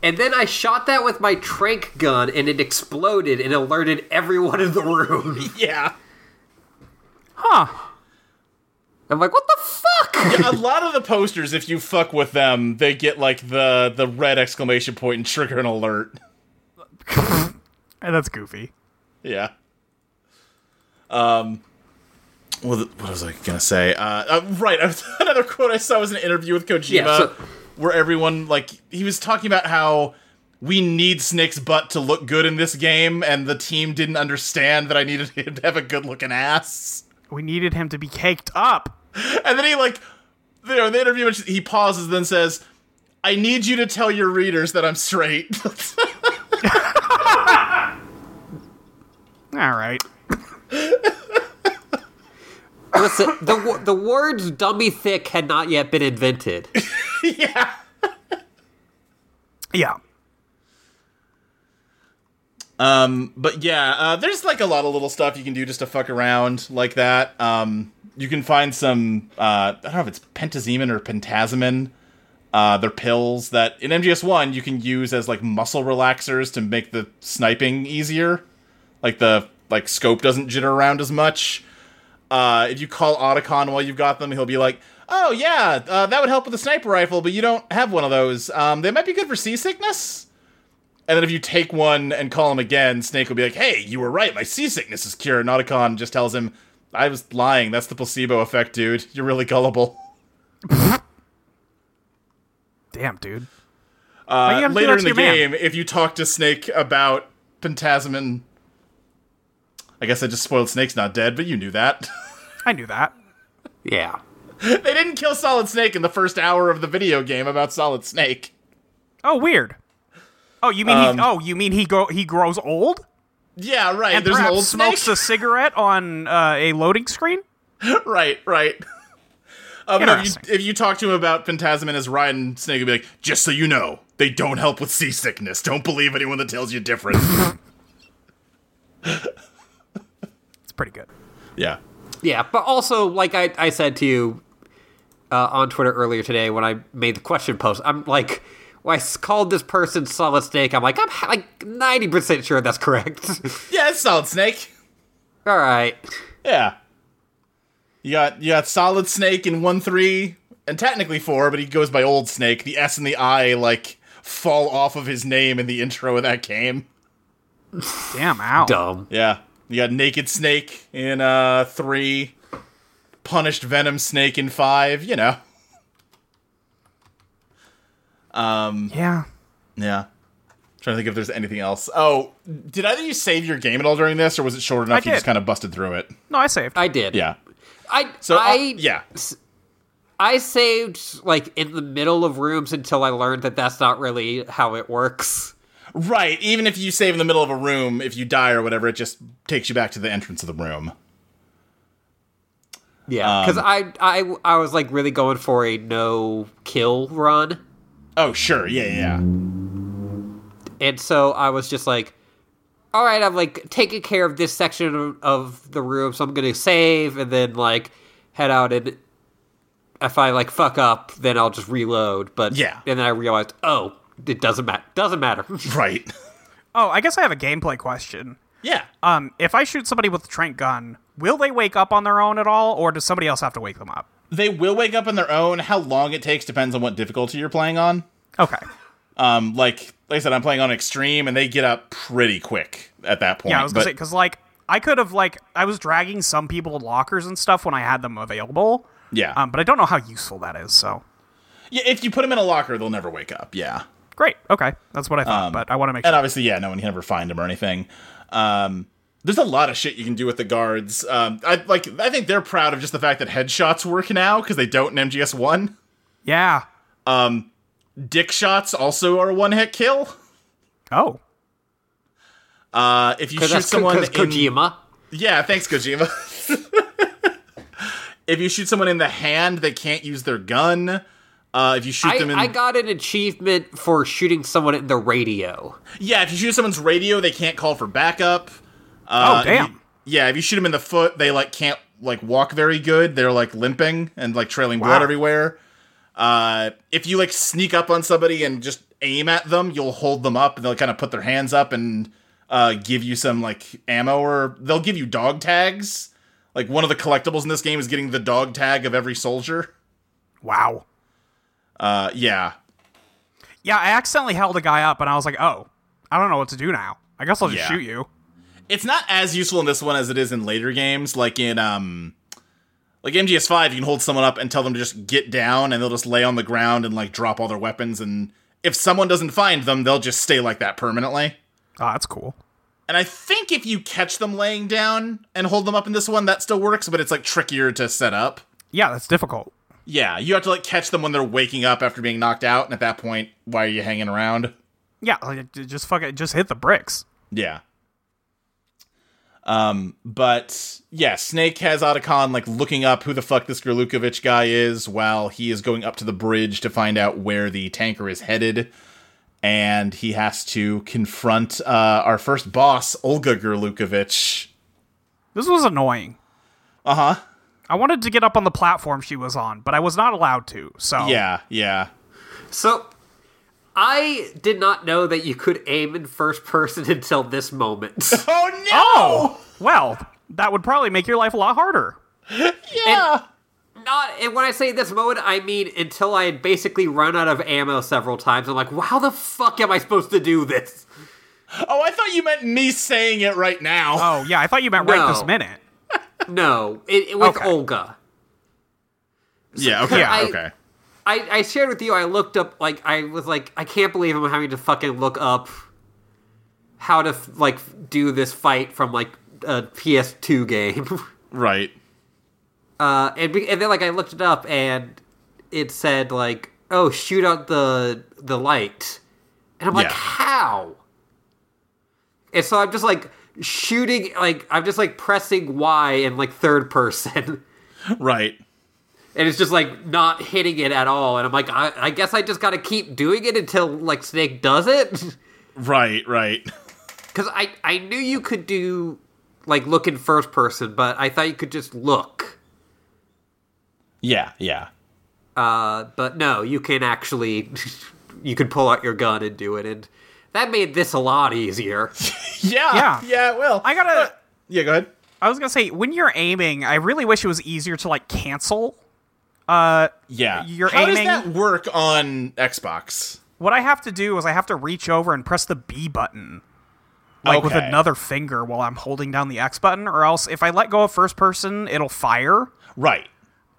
And then I shot that with my trank gun, and it exploded and alerted everyone in the room.
Yeah.
huh.
I'm like, what the fuck?
a lot of the posters, if you fuck with them, they get like the the red exclamation point and trigger an alert.
And that's goofy.
Yeah. Um. Well, what was I gonna say? Uh, uh right. Another quote I saw was an interview with Kojima,
Yeah, so-
where everyone like he was talking about how we need Snake's butt to look good in this game, and the team didn't understand that I needed him to have a good looking ass.
We needed him to be caked up.
And then he like, you know, in the interview he pauses, then says, "I need you to tell your readers that I'm straight."
All right.
Listen, the wo- the words "dummy thick" had not yet been invented.
yeah.
Yeah.
Um, but yeah, uh, there's like a lot of little stuff you can do just to fuck around like that. Um, you can find some. Uh, I don't know if it's pentazemon or pentasmin. Uh, they're pills that in MGS one you can use as like muscle relaxers to make the sniping easier. Like the like scope doesn't jitter around as much. Uh, if you call Otacon while you've got them, he'll be like, "Oh yeah, uh, that would help with the sniper rifle, but you don't have one of those. Um, they might be good for seasickness." And then if you take one and call him again, Snake will be like, "Hey, you were right. My seasickness is cured." And Otacon just tells him, "I was lying. That's the placebo effect, dude. You're really gullible."
Damn, dude. you
Uh,
gotta do
later
that
in
to
the
your man?
game, if you talk to Snake about Pentasmin, I guess I just spoiled Snake's not dead, but you knew that.
I knew that.
Yeah.
they didn't kill Solid Snake in the first hour of the video game about Solid Snake.
Oh, weird. Oh, you mean
Um,
he, oh, you mean he go he grows old
Yeah, right.
and
There's an
perhaps
old snake.
smokes a cigarette on uh, a loading screen?
right, right. Uh, but if
Interesting.
you, if you talk to him about Pentasmin as Ryan, Snake would be like, just so you know, they don't help with seasickness. Don't believe anyone that tells you different.
It's pretty good.
yeah.
Yeah, but also, like I, I said to you uh, on Twitter earlier today when I made the question post, I'm like, when I s- called this person Solid Snake, I'm like, I'm h- like 90% sure that's correct.
Yeah, it's Solid Snake.
All right.
Yeah. You got you got Solid Snake in one three and technically four, but he goes by Old Snake. The S and the I like fall off of his name in the intro of that game.
Damn, ow.
Dumb.
Yeah. You got Naked Snake in uh three, Punished Venom Snake in five. You know.
Yeah.
Yeah. Trying to think if there's anything else. Oh, did either you save your game at all during this, or was it short enough you
did.
just kind of busted through it?
No, I saved.
I did.
Yeah.
I,
So uh,
I,
yeah,
I saved, like, in the middle of rooms until I learned that that's not really how it works.
Right. Even if you save in the middle of a room, if you die or whatever, it just takes you back to the entrance of the room.
Yeah.
Um,
Because I, I, I was, like, really going for a no kill run.
Oh, sure. Yeah, yeah.
And so I was just like, all right, I'm like taking care of this section of, of the room, so I'm going to save and then like head out. And if I like fuck up, then I'll just reload. But
Yeah.
And then I realized, oh, it doesn't matter. Doesn't matter.
yeah. Right.
Oh, I guess I have a gameplay question.
Yeah. Uh,
Um, if I shoot somebody with a Trent gun, will they wake up on their own at all, or does somebody else have to wake them up?
They will wake up on their own. How long it takes depends on what difficulty you're playing on.
Okay.
Um, like like I said, I'm playing on extreme, and they get up pretty quick at that point.
Yeah, I was gonna
but,
say because like I could have like I was dragging some people to lockers and stuff when I had them available.
yeah.
Um, but I don't know how useful that is. So
yeah. If you put them in a locker, they'll never wake up. Yeah.
great. Okay, that's what I thought. but I want to make
Um, and
sure.
obviously, yeah, no one can ever find him or anything. Um, there's a lot of shit you can do with the guards. Um, I like. I think they're proud of just the fact that headshots work now because they don't in MGS one.
yeah.
Dick shots also are one hit kill.
Oh.
Uh, if you
Because
shoot
that's co-
someone,
'cause
in,
Kojima.
yeah, thanks Kojima. if you shoot someone in the hand, they can't use their gun. Uh, if you shoot
I,
them in,
I got an achievement for shooting someone in the radio.
yeah, if you shoot someone's radio, they can't call for backup. Uh,
oh damn.
if you- yeah, if you shoot them in the foot, they like can't like walk very good. They're like limping and like trailing blood
Wow.
everywhere. Uh, if you like sneak up on somebody and just aim at them, you'll hold them up and they'll kind of put their hands up and uh, give you some like ammo or they'll give you dog tags. Like one of the collectibles in this game is getting the dog tag of every soldier.
wow.
Uh, yeah,
Yeah, I accidentally held a guy up, and I was like, oh, I don't know what to do now. I guess I'll just
Yeah.
shoot you.
it's not as useful in this one as it is in later games like in um like MGS5 you can hold someone up and tell them to just get down and they'll just lay on the ground and like drop all their weapons and if someone doesn't find them they'll just stay like that permanently.
Oh, that's cool.
And I think if you catch them laying down and hold them up in this one that still works but it's like trickier to set up.
Yeah, that's difficult.
Yeah, you have to like catch them when they're waking up after being knocked out and at that point why are you hanging around?
Yeah, like, j- just fucking just hit the bricks.
Yeah. Um, but yeah, Snake has Otacon like looking up who the fuck this Gerlukovich guy is while he is going up to the bridge to find out where the tanker is headed. And he has to confront uh, our first boss, Olga Gerlukovich.
This was annoying.
Uh huh. Oh.
I wanted to get up on the platform she was on, but I was not allowed to. So
Yeah, yeah.
So I did not know that you could aim in first person until this moment.
Oh no!
Oh, well, that would probably make your life a lot harder.
yeah.
not and when I say this moment, I mean until I had basically run out of ammo several times. I'm like, well, how the fuck am I supposed to do this?
Oh, I thought you meant me saying it right now.
Oh, yeah, I thought you meant right this
No.
minute.
No, it, it was
Okay.
Olga.
yeah. Okay.
Yeah. I-
okay.
I, I shared with you. I looked up like I was like I can't believe I'm having to fucking look up how to f- like do this fight from like a PS2 game.
Right.
Uh, and, be- and then like I looked it up and it said like oh shoot out the the light, and I'm like
Yeah.
how? And so I'm just like shooting like I'm just like pressing Y in like third person.
Right.
and it's just like not hitting it at all. And I'm like, I, I guess I just got to keep doing it until like Snake does it,
Right. Right.
because I I knew you could do like look in first person, but I thought you could just look.
Yeah. Yeah.
Uh, but no, you can actually you can pull out your gun and do it, and that made this a lot easier.
Yeah.
Yeah.
Yeah. Well,
I gotta.
Yeah. Go ahead.
I was gonna say when you're aiming, I really wish it was easier to like cancel.
Yeah.
You're
How
aiming-
does that work on Xbox?
What I have to do is I have to reach over and press the B button, like with
Okay.
another finger while I'm holding down the X button, or else if I let go of first person, it'll fire,
Right.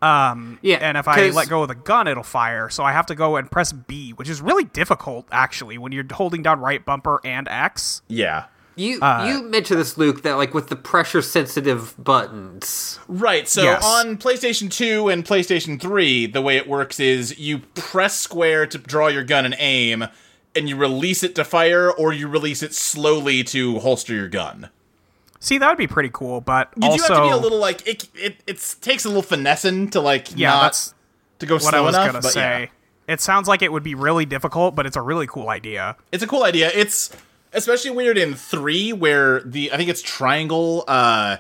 Yeah,
and if I
'cause-
let go of the gun, it'll fire. So I have to go and press B, which is really difficult actually when you're holding down right bumper and X.
Yeah.
you
uh,
you mentioned this, Luke, that like with the pressure sensitive buttons.
Right. So
Yes.
on PlayStation 2 and PlayStation 3, the way it works is you press square to draw your gun and aim, and you release it to fire, or you release it slowly to holster your gun.
See, that would be pretty cool, but
You
also
do have to be a little like it. It it's, takes a little finessing to like
yeah,
not
that's
to go
what
slow
I was
enough.
gonna
but
say.
yeah.
It sounds like it would be really difficult, but it's a really cool idea.
it's a cool idea. It's especially weird in three where the I think it's triangle, uh,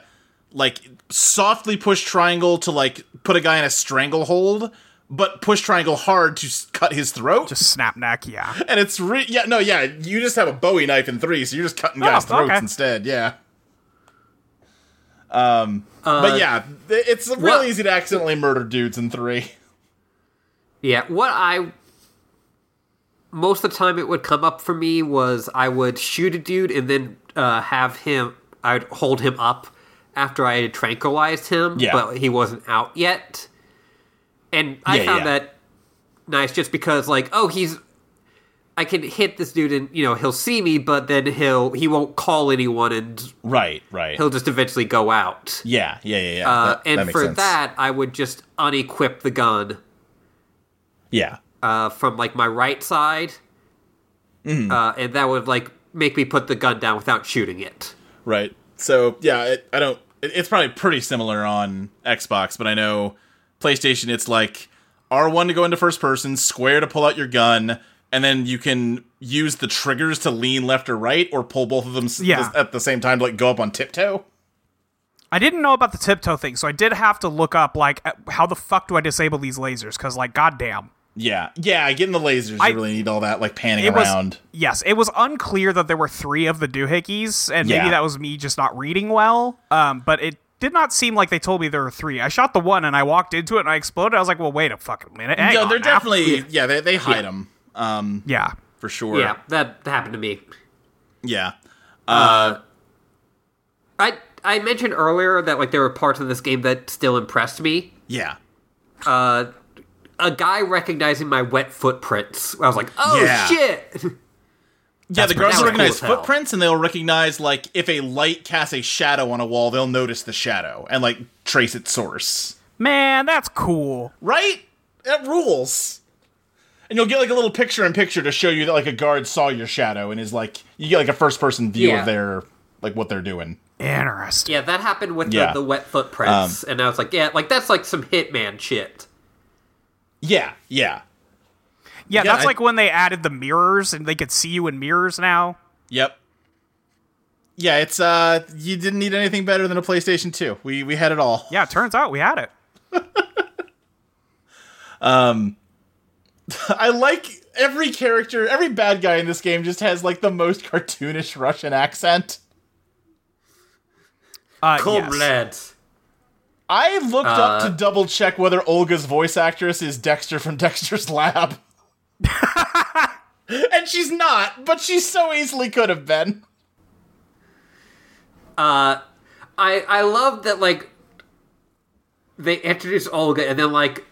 like softly push triangle to like put a guy in a stranglehold, but push triangle hard to s- cut his throat.
Just snap neck, yeah.
And it's re- yeah no yeah you just have a Bowie knife in three, so you're just cutting guys' throats
okay.
instead. Yeah. Um, but yeah, th- it's real
Uh, what-
easy to accidentally murder dudes in three.
Yeah, what I most of the time it would come up for me was I would shoot a dude and then uh, have him. I'd hold him up after I had tranquilized him,
Yeah.
but he wasn't out yet. And I
Yeah,
found
yeah.
that nice just because, like, oh, he's. I can hit this dude and you know he'll see me, but then he'll he won't call anyone and
Right, right.
he'll just eventually go out.
Yeah, yeah, yeah, yeah.
Uh, and for that, I would just unequip the gun
yeah,
uh, from like my right side,
Mm.
uh, and that would like make me put the gun down without shooting it.
right. So yeah, it, I don't. It, it's probably pretty similar on Xbox, but I know PlayStation. It's like R one to go into first person, square to pull out your gun, and then you can use the triggers to lean left or right, or pull both of them s-
Yeah.
at the same time, to, like go up on tiptoe.
I didn't know about the tiptoe thing, so I did have to look up like uh, how the fuck do I disable these lasers? Because like, goddamn,
Yeah, yeah. Getting the lasers,
I-
you really need all that like panning
it
around.
was yes, it was unclear that there were three of the doohickeys, and
Yeah.
maybe that was me just not reading well. Um, but it did not seem like they told me there were three. I shot the one, and I walked into it, and I exploded. I was like, well, wait a fucking minute. Hang
no,
on
they're
now.
definitely yeah. They they hide them
yeah.
for sure.
Yeah, that happened to me.
yeah.
I I mentioned earlier that like there were parts of this game that still impressed me.
yeah.
A guy recognizing my wet footprints. I was like, oh
Yeah.
shit!
Yeah, the
pretty
guards will
cool.
recognize
Cool as hell.
footprints, and they'll recognize like if a light casts a shadow on a wall, they'll notice the shadow and like trace its source.
Man, that's cool.
Right? That rules. And you'll get like a little picture in picture to show you that like a guard saw your shadow and is like you get like a first person view
Yeah.
of their like what they're doing.
Interesting.
yeah, that happened with
Yeah. Um,
the, the wet footprints, and I was like, yeah, like that's like some hitman shit.
Yeah, yeah,
Yeah,
Yeah,
that's
I-
like when they added the mirrors, and they could see you in mirrors now.
yep. Yeah, it's uh, you didn't need anything better than a PlayStation Two. We we had it all.
Yeah, it turns out we had it.
I like every character, every bad guy in this game just has like the most cartoonish Russian accent.
Uh,
Cold
yes.
blood.
I looked up to double check whether Olga's voice actress is Dexter from Dexter's Lab. and she's not, but she so easily could have been.
I I love that like they introduce Olga and then like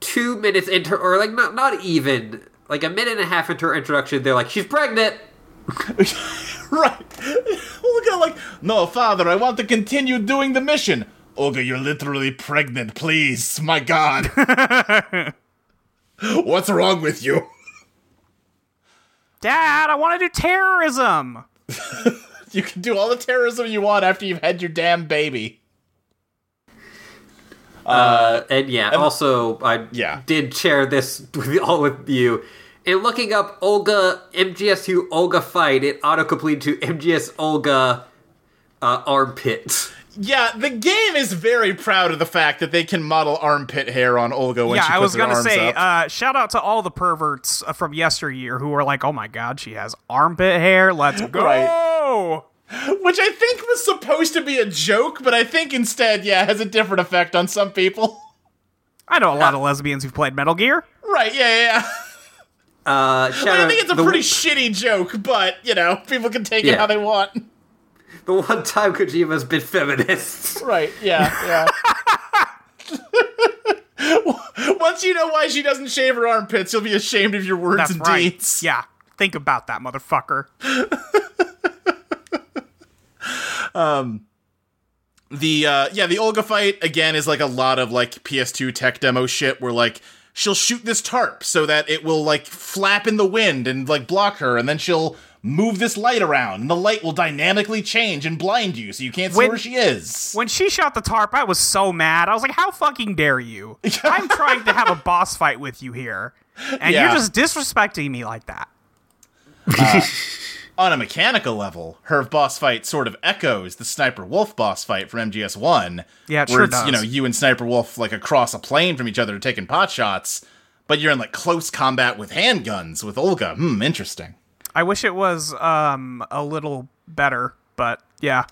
two minutes into or like not not even like a minute and a half into her introduction they're like she's pregnant.
Right. Olga, like, no, father, I want to continue doing the mission. Olga, you're literally pregnant, please. My god. What's wrong with you?
Dad, I want to do terrorism.
You can do all the terrorism you want after you've had your damn baby.
Uh, and yeah, also I
Yeah.
did share this with all with you. In looking up Olga MGS2 Olga fight, it autocompleted to MGS Olga uh, armpit.
Yeah, the game is very proud of the fact that they can model armpit hair on Olga when
yeah,
she puts
I was
her
gonna
arms
say,
up.
uh, shout out to all the perverts uh, from yesteryear who were like, "Oh my god, she has armpit hair. Let's go." uh,
which I think was supposed to be a joke, but I think instead, yeah, has a different effect on some people.
I know a lot of lesbians who've played Metal Gear.
right? Yeah, yeah. yeah.
Uh, shout
I
out-
think it's a
the-
pretty shitty joke, but you know, people can take
Yeah.
it how they want.
the one time Kojima's been feminist.
Right? Yeah, yeah. Once you know why she doesn't shave her armpits, you'll be ashamed of your words
That's
and
right.
deeds.
Yeah, think about that, motherfucker.
the uh yeah the olga fight again is like a lot of like ps2 tech demo shit where like she'll shoot this tarp so that it will like flap in the wind and like block her and then she'll move this light around and the light will dynamically change and blind you so you can't see
When-
where she is
When she shot the tarp, I was so mad. I was like, "How fucking dare you? I'm trying to have a boss fight with you here, and
Yeah.
you're just disrespecting me like that."
on a mechanical level her boss fight sort of echoes the sniper wolf boss fight from mgs1
Yeah, it
where
sure
it's you
does.
know you and sniper wolf like across a plane from each other taking pot shots but you're in like close combat with handguns with olga hmm interesting
I wish it was um a little better, but yeah.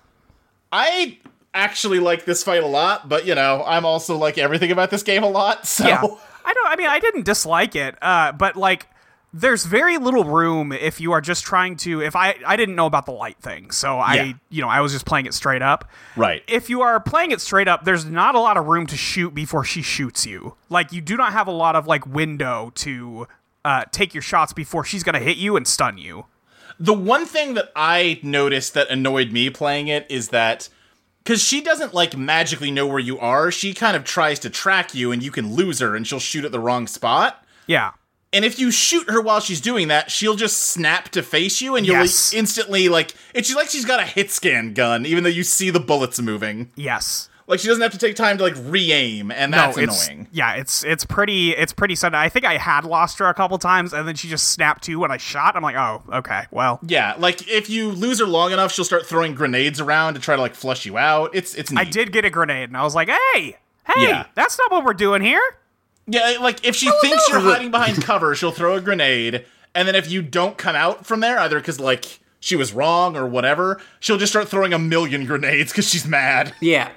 I actually like this fight a lot, but you know, I'm also like everything about this game a lot. So
Yeah. I don't I mean I didn't dislike it, uh, but like there's very little room if you are just trying to if I I didn't know about the light thing. So I
Yeah.
you know, I was just playing it straight up.
right.
If you are playing it straight up, there's not a lot of room to shoot before she shoots you. Like you do not have a lot of like window to uh, take your shots before she's gonna hit you and stun you.
the one thing that I noticed that annoyed me playing it is that because she doesn't like magically know where you are, she kind of tries to track you, and you can lose her, and she'll shoot at the wrong spot.
Yeah.
And if you shoot her while she's doing that, she'll just snap to face you, and you'll
Yes.
like, instantly like. It's like she's got a hit scan gun, even though you see the bullets moving.
Yes.
Like she doesn't have to take time to like re-aim, and that's
no, it's,
annoying.
Yeah, it's it's pretty it's pretty sudden. I think I had lost her a couple times, and then she just snapped to when I shot. I'm like, oh, okay, well,
Yeah, like if you lose her long enough, she'll start throwing grenades around to try to like flush you out. It's it's neat.
I did get a grenade, and I was like, hey, hey,
Yeah.
that's not what we're doing here.
Yeah, like if she thinks you're hiding behind cover, she'll throw a grenade, and then if you don't come out from there either cuz like she was wrong or whatever, she'll just start throwing a million grenades cuz she's mad.
Yeah.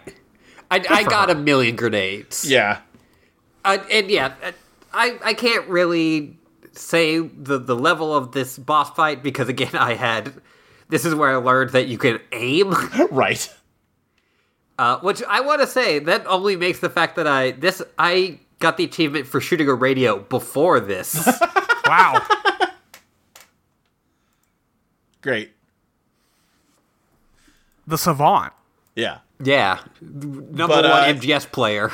I, I got a million grenades.
Yeah.
Uh, and yeah, uh, I I can't really say the the level of this boss fight because again, I had this is where I learned that you can aim,
Right.
uh, which I want to say that only makes the fact that I this I got the achievement for shooting a radio before this.
Wow,
Great.
the savant.
Yeah.
yeah, number
But, uh,
one MGS player.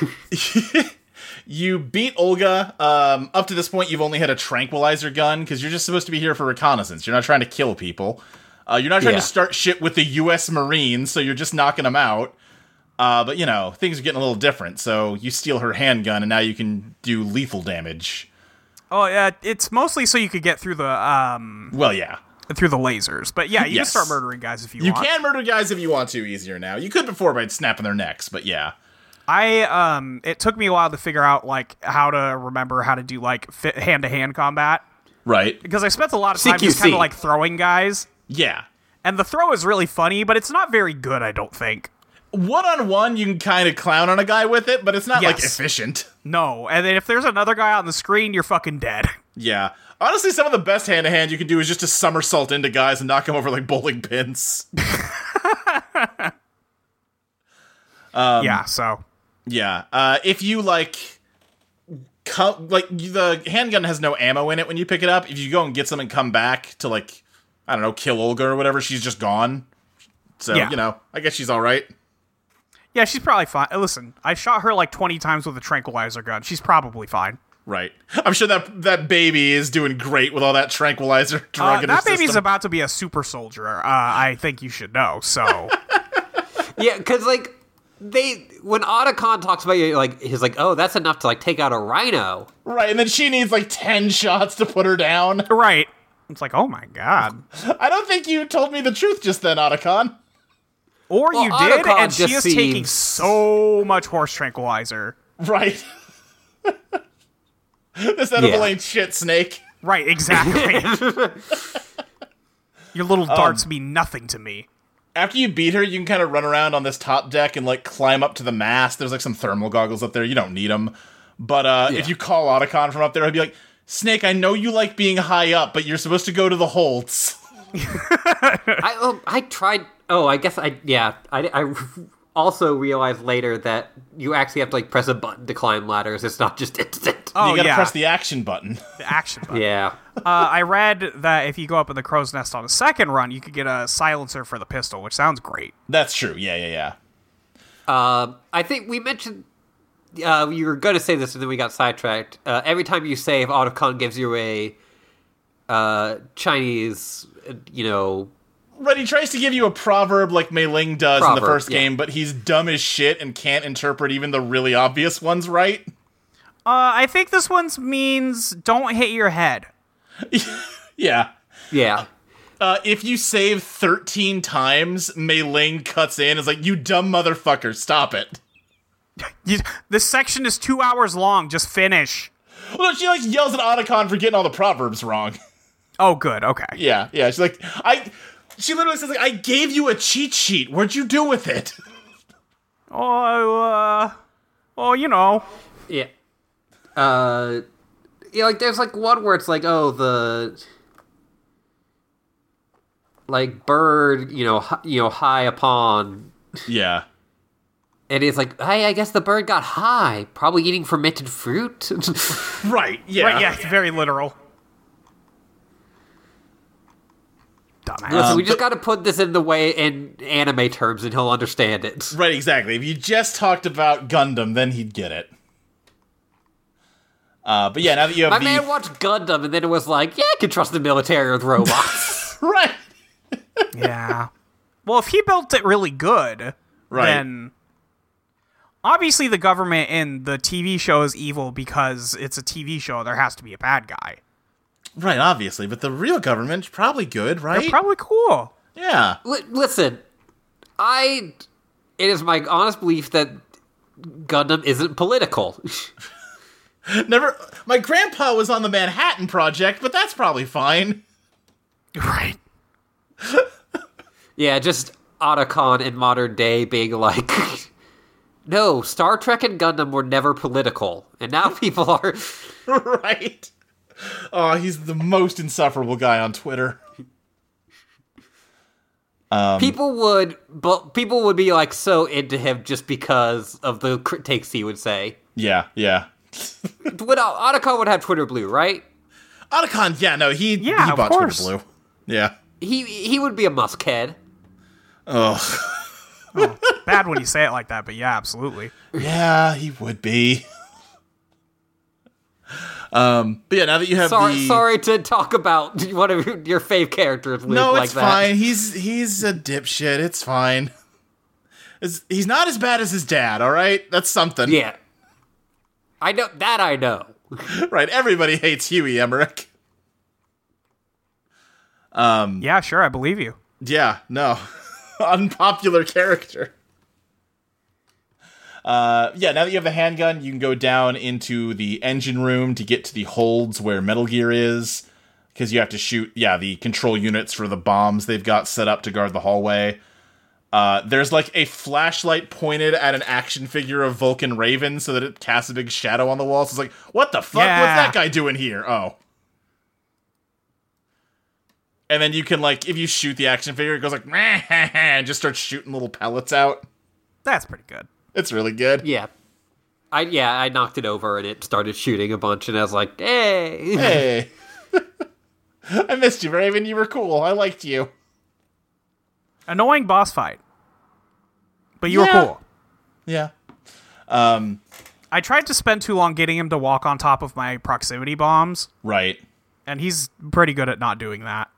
You beat Olga. Um, up to this point, you've only had a tranquilizer gun because you're just supposed to be here for reconnaissance. You're not trying to kill people. Uh, you're not trying
Yeah.
to start shit with the U.S. Marines, so you're just knocking them out. Uh, but you know things are getting a little different. So you steal her handgun, and now you can do lethal damage.
Oh yeah, it's mostly so you could get through the um
Well, yeah,
through the lasers, but yeah, you
Yes.
can start murdering guys if you,
you
want.
can murder guys if you want to easier now. You could before by snapping their necks, but yeah,
I um, it took me a while to figure out like how to remember how to do like hand to hand combat
Right.
because I spent a lot of time just
CQC.
kind of like throwing guys,
Yeah.
and the throw is really funny, but it's not very good. I don't think.
One on one, you can kind of clown on a guy with it, but it's not like
Yes.
efficient.
No, and then if there's another guy on the screen, you're fucking dead.
Yeah. Honestly, some of the best hand to hand you can do is just to somersault into guys and knock them over like bowling pins.
yeah, so
Yeah. Uh, if you like, come like you- the handgun has no ammo in it when you pick it up. If you go and get some and come back to like, I don't know, kill Olga or whatever, she's just gone. So
Yeah.
you know, I guess she's all right.
yeah, she's probably fine. Uh, Listen, I shot her like 20 times with a tranquilizer gun. She's probably fine.
Right. I'm sure that that baby is doing great with all that tranquilizer drug
Uh,
in her
that baby's
system.
about to be a super soldier. Uh, I think you should know. So
Yeah, because like they when Otacon talks about you, like he's like, oh, that's enough to like take out a rhino.
right, and then she needs like ten shots to put her down.
right, it's like oh my god.
I don't think you told me the truth just then, Otacon.
Or you
Well,
did,
Otacon
and she is
just
taking
seems-
so much horse tranquilizer.
Right. this edible
Yeah.
ain't shit, Snake.
Right, exactly. Your little
Um,
darts mean nothing to me.
after you beat her, you can kind of run around on this top deck and like climb up to the mast. There's like some thermal goggles up there. You don't need them. But uh,
Yeah.
if you call Otacon from up there, I'd be like, Snake, I know you like being high up, but you're supposed to go to the holds.
I oh, I tried. Oh, I guess I yeah. I, I also realized later that you actually have to like press a button to climb ladders. It's not just instant.
Oh
you gotta
yeah,
press the action button.
the action button.
Yeah.
Uh, I read that if you go up in the crow's nest on a second run, you could get a silencer for the pistol, which sounds great.
That's true. Yeah, yeah, yeah.
Um, I think we mentioned. Uh, you were going to say this, and then we got sidetracked. Uh, every time you save, Otacon gives you a uh, Chinese, uh, you know,
But he tries to give you a proverb like Mei Ling does in
Proverb,
the first
yeah.
game, but he's dumb as shit and can't interpret even the really obvious ones right.
Uh, I think this one's means don't hit your head.
Yeah.
yeah.
Uh, if you save 13 times, Mei Ling cuts in and is like, You dumb motherfucker, stop it.
You, this section is two hours long. Just finish.
Well, no, she like yells at Otacon for getting all the proverbs wrong.
Oh, good. Okay.
Yeah, yeah. She's like, I. She literally says like, I gave you a cheat sheet. What'd you do with it?
Oh, uh, well, you know.
Yeah. Uh, yeah, like there's like one where it's like, oh, the like bird, you know, hi, you know, high upon,
Yeah.
and it's like, hey, I guess the bird got high, probably eating fermented fruit.
Right. Yeah.
Right, yeah, it's very literal. Dumbass.
Listen, we just got to put this in the way in anime terms, and he'll understand it.
Right. Exactly. If you just talked about Gundam, then he'd get it. Uh, but yeah, now that you have
My
the
man watched Gundam, and then it was like, yeah, I can trust the military with robots.
right,
yeah. Well, if he built it really good,
Right.
then obviously the government in the TV show is evil because it's a TV show. There has to be a bad guy.
right, obviously, but the real government's probably good, right?
They're probably cool.
yeah.
Li- listen, I. It is my honest belief that Gundam isn't political.
Never. My grandpa was on the Manhattan Project, but that's probably fine.
Right.
yeah, just Otacon in modern day being like, no, Star Trek and Gundam were never political, and now people are.
right? Oh, he's the most insufferable guy on Twitter. Um,
people would, but people would be like so into him just because of the critiques he would say.
Yeah, yeah.
Would Otacon would have Twitter Blue, right?
Otacon, yeah, no, he
Yeah,
he
of
bought
course.
Twitter Blue. Yeah.
He he would be a muskhead.
Oh,
Bad when you say it like that, but yeah, absolutely.
yeah, he would be. um, but yeah, now that you have
Sorry,
the
sorry to talk about one of your, your fave characters. Luke,
no,
like
it's
that.
fine. He's he's a dipshit. It's fine. It's- he's not as bad as his dad. All right, that's something.
Yeah. I know that I know.
Right. Everybody hates Huey Emmerich.
Yeah, sure, I believe you.
Yeah, no. Unpopular character. Uh, yeah, now that you have the handgun, you can go down into the engine room to get to the holds where Metal Gear is, because you have to shoot, yeah, the control units for the bombs they've got set up to guard the hallway. Uh, there's like a flashlight pointed at an action figure of Vulcan Raven so that it casts a big shadow on the wall. So it's like, what the fuck?
Yeah.
What's that guy doing here? Oh. And then you can like, if you shoot the action figure, it goes like, "Meh, heh, heh," and just starts shooting little pellets out.
That's pretty good.
It's really good.
Yeah. I yeah, I knocked it over and it started shooting a bunch and I was like, "Hey."
Hey. I missed you, Raven. You were cool. I liked you.
Annoying boss fight, but you
Yeah.
were cool.
Yeah.
I tried to spend too long getting him to walk on top of my proximity bombs,
Right.
and he's pretty good at not doing that.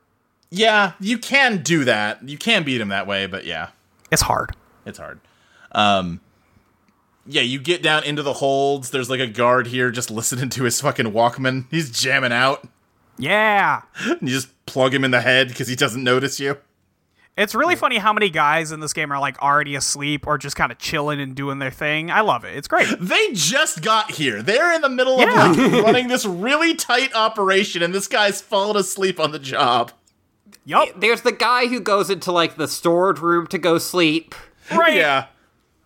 Yeah, you can do that. You can beat him that way, but yeah.
It's hard.
It's hard. Um Yeah, you get down into the holds. There's like a guard here just listening to his fucking Walkman. He's jamming out.
Yeah.
And you just plug him in the head because he doesn't notice you.
It's really funny how many guys in this game are like already asleep or just kind of chilling and doing their thing. I love it. It's great.
They just got here. They're in the middle
Yeah.
of like, running this really tight operation, and this guy's fallen asleep on the job.
yup.
There's the guy who goes into like the storage room to go sleep.
Right.
Yeah.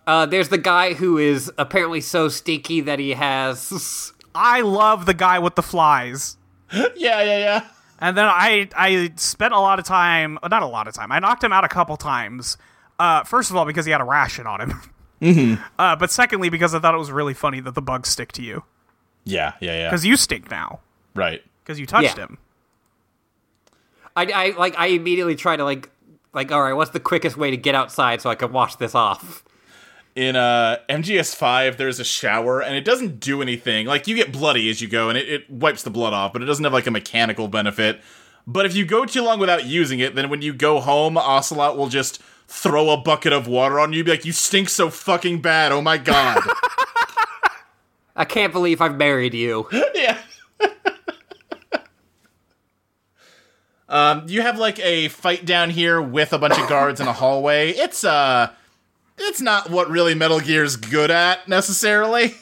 Uh, there's the guy who is apparently so stinky that he has
I love the guy with the flies.
Yeah, yeah, yeah.
And then I I spent a lot of time, uh, not a lot of time. I knocked him out a couple times. Uh, first of all, because he had a ration on him. Mm-hmm. Uh, but secondly, because I thought it was really funny that the bugs stick to you
Yeah, yeah, yeah.
because you stink now
Right.
because you touched
Yeah.
him.
I, I like I immediately try to like like all right, what's the quickest way to get outside so I can wash this off?
in uh MGS5 there's a shower and it doesn't do anything. Like you get bloody as you go and it, it wipes the blood off, but it doesn't have like a mechanical benefit. But if you go too long without using it, then when you go home, Ocelot will just throw a bucket of water on you, be like, "You stink so fucking bad! Oh my god!"
I can't believe I've married you.
yeah. um, you have like a fight down here with a bunch of guards in a hallway. It's uh, it's not what really Metal Gear's good at necessarily.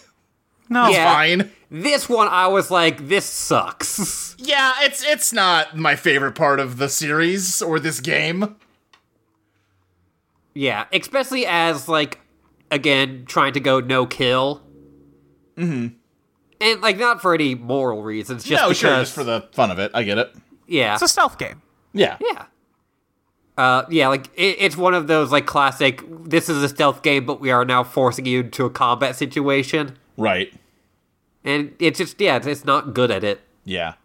No,
Yeah.
Fine.
This one I was like, this sucks.
Yeah, it's it's not my favorite part of the series or this game.
Yeah, especially as like again trying to go no kill. Mm-hmm. And like not for any moral reasons, just
Mm-hmm. no,
because
sure, just for the fun of it. I get it.
yeah,
it's a stealth game.
Yeah.
yeah, uh, yeah. Like it, it's one of those like classic. This is a stealth game, but we are now forcing you into a combat situation,
Right.
and it's just yeah, it's, it's not good at it.
Yeah.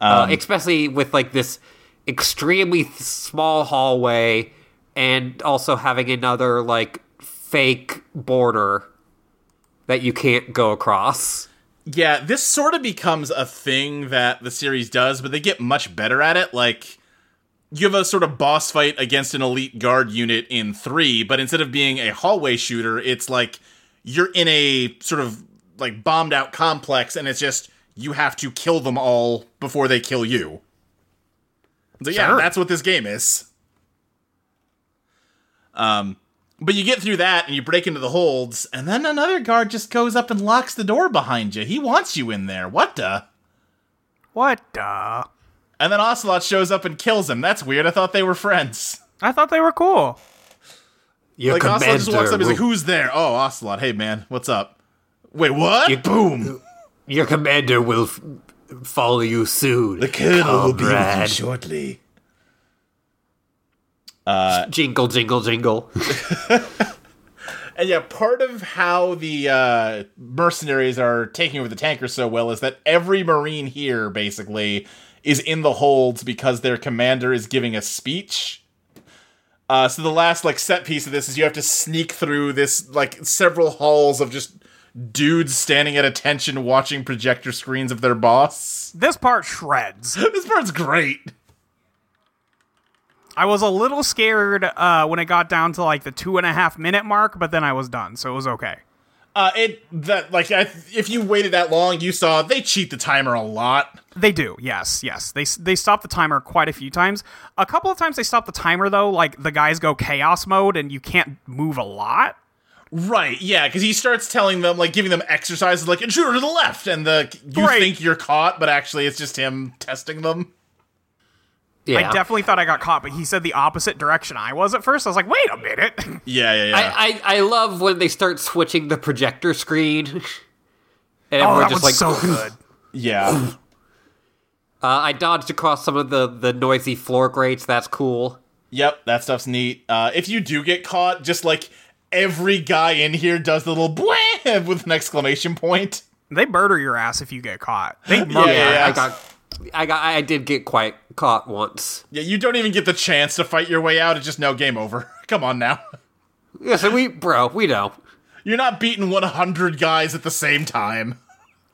Uh, especially with like this extremely th- small hallway, and also having another like fake border that you can't go across.
Yeah, this sort of becomes a thing that the series does, but they get much better at it. Like you have a sort of boss fight against an elite guard unit in 3, but instead of being a hallway shooter, it's like you're in a sort of like bombed out complex and it's just you have to kill them all before they kill you. So yeah,
Sure.
that's what this game is. But you get through that and you break into the holds, and then another guard just goes up and locks the door behind you. He wants you in there. What the?
What? Uh,
And then Ocelot shows up and kills him. That's weird. I thought they were friends.
I thought they were cool.
Your
like Ocelot just walks up. He's like, "Who's there?" Oh, Ocelot. Hey, man. What's up? Wait, what? Boom.
Your commander will f- follow you soon. comrade."
shortly.
Uh, Jingle, jingle, jingle.
And yeah, part of how the uh, mercenaries are taking over the tanker so well is that every marine here basically is in the holds because their commander is giving a speech. Uh, so the last like set piece of this is you have to sneak through this like several halls of just dudes standing at attention watching projector screens of their boss.
This part shreds.
this part's great.
I was a little scared uh, when it got down to like the two and a half minute mark, but then I was done, so it was okay.
Uh, it that like I, if you waited that long, you saw they cheat the timer a lot.
They do, yes, yes. They they stop the timer quite a few times. A couple of times they stop the timer though, like the guys go chaos mode and you can't move a lot.
Right, yeah, because he starts telling them, like, giving them exercises, like, intruder to the left, and the you
Right.
think you're caught, but actually it's just him testing them.
I
Yeah.
definitely thought I got caught, but he said the opposite direction I was at first. I was like, wait a minute.
Yeah, yeah, yeah.
I, I, I love when they start switching the projector screen. and everyone
oh, that
just
was
like,
so good.
yeah.
Uh, I dodged across some of the, the noisy floor grates. That's cool.
yep, that stuff's neat. Uh, if you do get caught, just like every guy in here does the little bleh with an exclamation point.
They murder your ass if you get caught. They murder.
Yeah, yeah, yeah.
I got, I got, I did get quite caught once.
Yeah, you don't even get the chance to fight your way out. It's just no game over. Come on now.
Yeah, so we, bro, we know.
You're not beating 100 guys at the same time.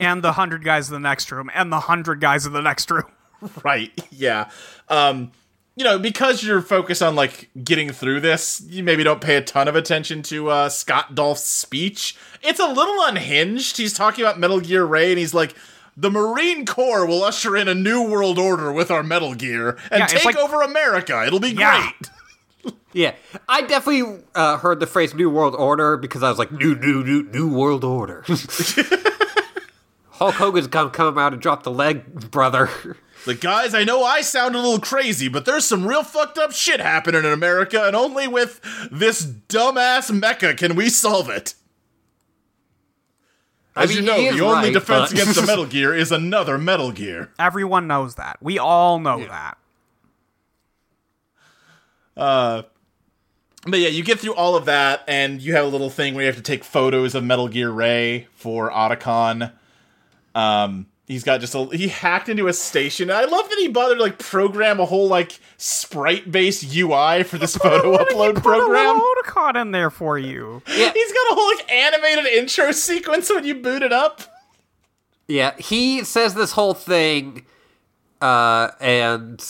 And the hundred guys in the next room, and the hundred guys in the next room.
Right. Yeah. Um you know, because you're focused on like getting through this, you maybe don't pay a ton of attention to uh Scott Dolph's speech. It's a little unhinged. He's talking about Metal Gear Ray and he's like the Marine Corps will usher in a new world order with our Metal Gear and
Yeah, it's
take
like-
over America. It'll be
Yeah.
great.
Yeah, I definitely uh, heard the phrase "New World Order" because I was like, "New, new, new, new World Order." Hulk Hogan's gonna come out and drop the leg, brother.
Like, guys, I know I sound a little crazy, but there's some real fucked up shit happening in America, and only with this dumbass mecha can we solve it. As
mean,
you know,
he is
the only
right,
defense
but-
against the Metal Gear is another Metal Gear.
Everyone knows that. We all know that.
But yeah, you get through all of that, and you have a little thing where you have to take photos of Metal Gear Ray for Otacon. Um, he's got just a he hacked into a station. I love that he bothered to, like program a whole like sprite based UI for this photo upload
Put a
program.
little Oticon in there for you.
Yeah,
He's got a whole like animated intro sequence when you boot it up.
yeah. He says this whole thing, uh, and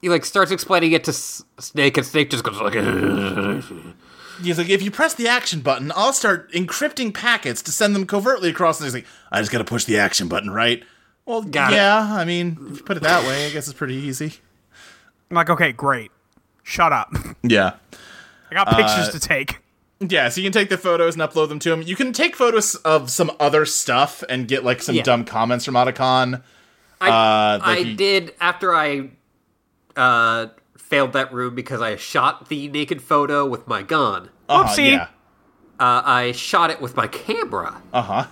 he like starts explaining it to S- Snake, and Snake just goes like,
He's like, if you press the action button, I'll start encrypting packets to send them covertly across. And he's like, I just gotta push the action button, right? Well,
Got it.
yeah. I mean, if you put it that way, I guess it's pretty easy.
I'm like, okay, great. Shut up.
Yeah.
I got
Uh,
pictures to take.
Yeah, so you can take the photos and upload them to him. You can take photos of some other stuff and get like some
Yeah.
dumb comments from Otacon.
I,
Uh, like
I
he-
did after I uh, failed that room because I shot the naked photo with my gun.
Uh-huh,
Whoopsie.
yeah.
Uh, I shot it with my camera,
Uh huh.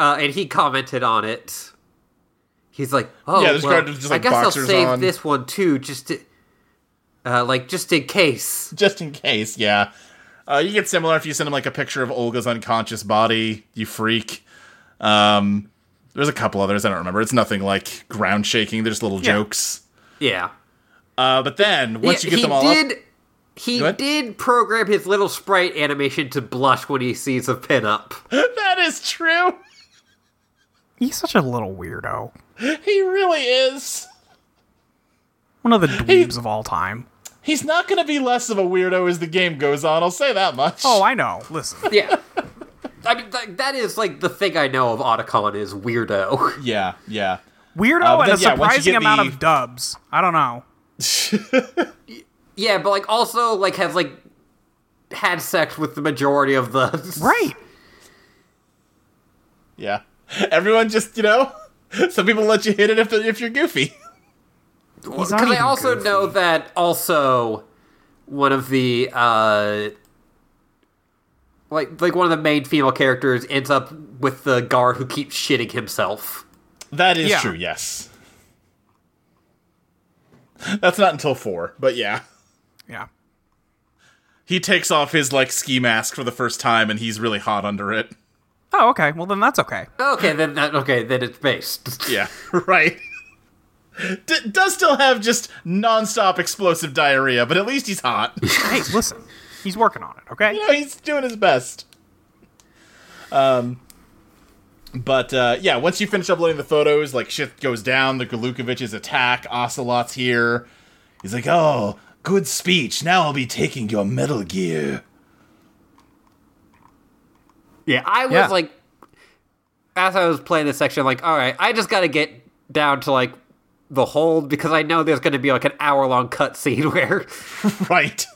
uh, and he commented on it. He's like, "Oh,
Yeah, this
well,
guy just,
I
like,
guess I'll
boxers
save
on."
this one too, just to, uh, like just in case."
Just in case, yeah. Uh, you get similar if you send him like a picture of Olga's unconscious body. You freak. Um, there's a couple others I don't remember. It's nothing like ground shaking. There's little
Yeah.
jokes.
Yeah.
Uh, but then once
Yeah,
you get
he
them all
did,
up,
He
Go ahead.
did program his little sprite animation to blush when he sees a pinup.
that is true.
He's such a little weirdo.
He really is.
One of the dweebs of all time.
He's not going to be less of a weirdo as the game goes on. I'll say that much.
Oh, I know. Listen.
Yeah. I mean, th- that is like the thing I know of Otacon is weirdo.
yeah, yeah.
Weirdo
Uh, but
and a
then, yeah, once
surprising
you get
amount
the-
of dubs. I don't know.
yeah, but like also like has like had sex with the majority of the
Right.
Yeah. Everyone just, you know, some people let you hit it if, if you're goofy.
Because
not
I
even
also
goofy.
know that also one of the uh like like one of the main female characters ends up with the guard who keeps shitting himself.
That is
Yeah.
true, yes. That's not until four, but yeah.
Yeah.
He takes off his, like, ski mask for the first time and he's really hot under it.
Oh, okay. Well, then that's okay.
Okay, then that okay, then it's based.
Yeah, right. D- does still have just nonstop explosive diarrhea, but at least he's hot.
hey, listen. He's working on it, okay?
you know, he's doing his best. Um, but uh, yeah, once you finish uploading the photos, like shit goes down. The Galukovich's attack, Ocelot's here. He's like, "Oh, good speech. Now I'll be taking your Metal Gear."
Yeah, I was
Yeah.
like, as I was playing this section, like, all right, I just got to get down to like the hold because I know there's going to be like an hour long cutscene where
Right.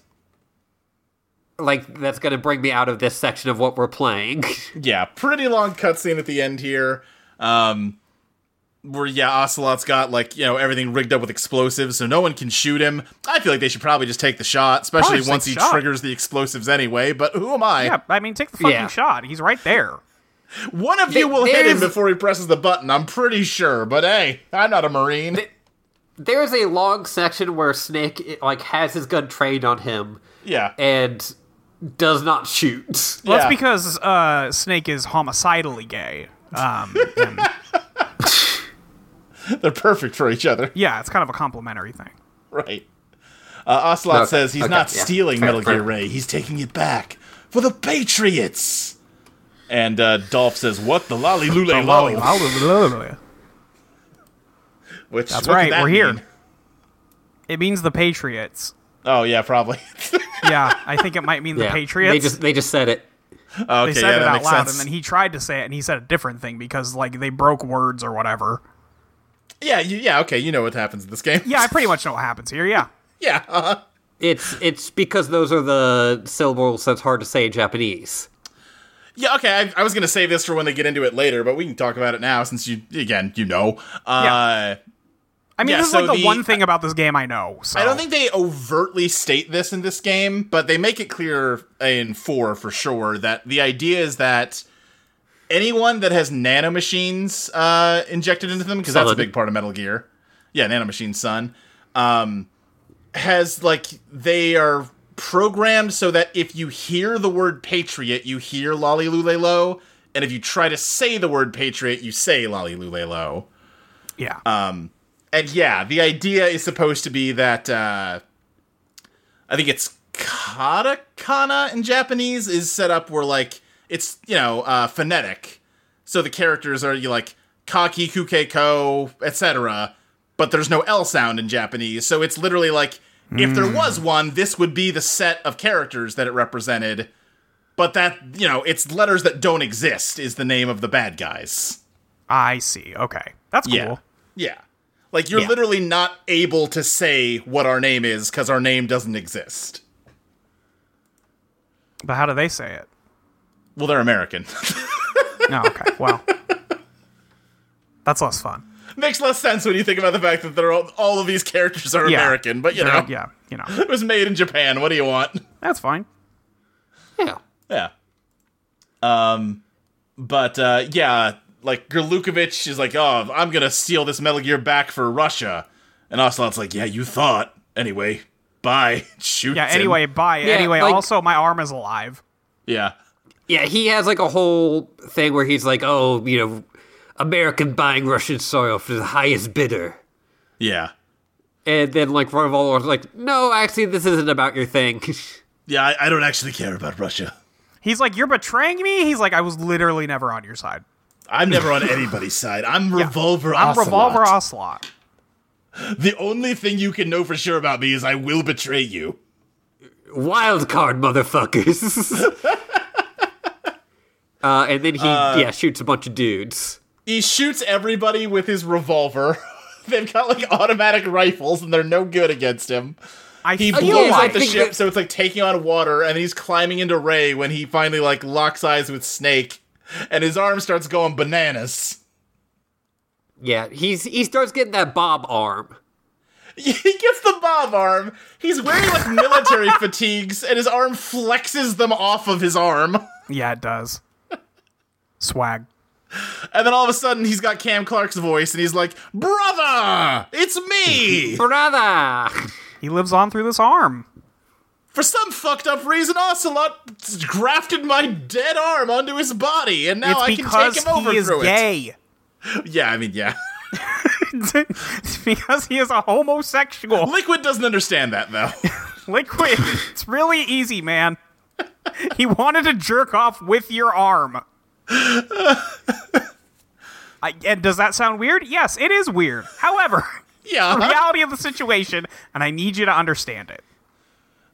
like that's going to bring me out of this section of what we're playing.
yeah, pretty long cutscene at the end here. Um, where yeah, Ocelot's got like you know everything rigged up with explosives, so no one can shoot him. I feel like they should probably just take the shot,
Probably
especially
just
once
take
he
the shot.
triggers the explosives anyway. But who am I?
Yeah, I mean, take the fucking
Yeah.
shot. He's right there.
One of you
Th-
will hit him
there's-
before he presses the button. I'm pretty sure, but hey, I'm not a marine.
There's a long section where Snake i- like has his gun trained on him
yeah,
and does not shoot.
Well,
Yeah.
That's because uh, Snake is homicidally gay. Um, and-
they're perfect for each other,
yeah, it's kind of a complimentary thing.
right? Uh, Ocelot
Okay,
says he's
okay,
not
yeah.
stealing
Fair,
Metal Gear
fair.
Ray; he's taking it back for the Patriots. And uh, Dolph says, "What the lolly lule lolly?" Which
That's
what could
right,
that
we're here.
mean?
It means the Patriots.
Oh yeah, probably.
Yeah, I think it might mean the
Yeah,
Patriots.
they just they just said it.
They
okay,
said
yeah,
it
that
out
makes
loud,
sense.
and then he tried to say it, and he said a different thing because like they broke words or whatever.
yeah, you, yeah, okay, you know what happens in this game.
Yeah, I pretty much know what happens here. Yeah,
yeah. uh-huh.
It's it's because those are the syllables that's hard to say in Japanese.
Yeah, okay. I, I was gonna save this for when they get into it later, but we can talk about it now since you again you know. Uh,
I mean
Yeah,
this is
so
like the,
the-
one thing about this game I know. So
I don't think they overtly state this in this game, but they make it clear in four for sure that the idea is that anyone that has nanomachines uh, injected into them, because that's a
Solid.
big part of Metal Gear, yeah, nanomachine son, um, has like they are programmed so that if you hear the word patriot, you hear lolly lule lo, and if you try to say the word patriot, you say lolly lule lo.
Yeah,
Uh, And yeah, the idea is supposed to be that uh, I think it's katakana in Japanese is set up where like it's you know uh, phonetic, so the characters are you like kaki kuke ko etc. But there's no L sound in Japanese, so it's literally like if there was one, this would be the set of characters that it represented. But that you know, it's letters that don't exist is the name of the bad guys.
I see. Okay, that's cool.
Yeah. Yeah. Like you're literally not able to say what our name is because our name doesn't exist.
But how do they say it?
Well, they're American.
No, okay. Well, that's less fun.
Makes less sense when you think about the fact that they're all, all of these characters are
Yeah.
American, but you
They're-
know,
yeah, you know,
it was made in Japan. What do you want?
that's fine.
Yeah.
Yeah. Um, but uh, yeah, like Gerlukovich is like, oh, I'm gonna steal this Metal Gear back for Russia, and Ocelot's like, yeah, you thought. Anyway, bye. Shoot.
Yeah. Anyway, bye. anyway,
like-
also my arm is alive.
Yeah.
Yeah, he has like a whole thing where he's like, "Oh, you know, American buying Russian soil for the highest bidder,"
Yeah.
and then like Ronval was like, "No, actually, this isn't about your thing."
Yeah. I, I don't actually care about Russia.
He's like, "You're betraying me." He's like, "I was literally never on your side."
I'm never on anybody's side. I'm Revolver
I'm
Ocelot.
Revolver Ocelot.
the only thing you can know for sure about me is I will betray you.
Wild card, motherfuckers. uh, and then he yeah shoots a bunch of dudes.
He shoots everybody with his revolver. They've got like automatic rifles and they're no good against him.
I
He
feel
I
blows up
like
the
think
ship
that-
so it's like taking on water and he's climbing into Ray when he finally like locks eyes with Snake and his arm starts going bananas.
Yeah, he's he starts getting that bob arm.
He gets the bob arm. He's wearing like military fatigues and his arm flexes them off of his arm.
yeah, it does. Swag.
And then all of a sudden, he's got Cam Clark's voice, and he's like, "Brother, it's me!"
Brother,
He lives on through this arm.
For some fucked up reason, Ocelot grafted my dead arm onto his body, and now
it's
Oh, I can
because
take him over
he is
through
gay.
it. Yeah, I mean, yeah.
it's because he is a homosexual.
Liquid doesn't understand that though.
Liquid. It's really easy, man. He wanted to jerk off with your arm. I, and does that sound weird? Yes, it is weird. However,
yeah.
reality of the situation, and I need you to understand it.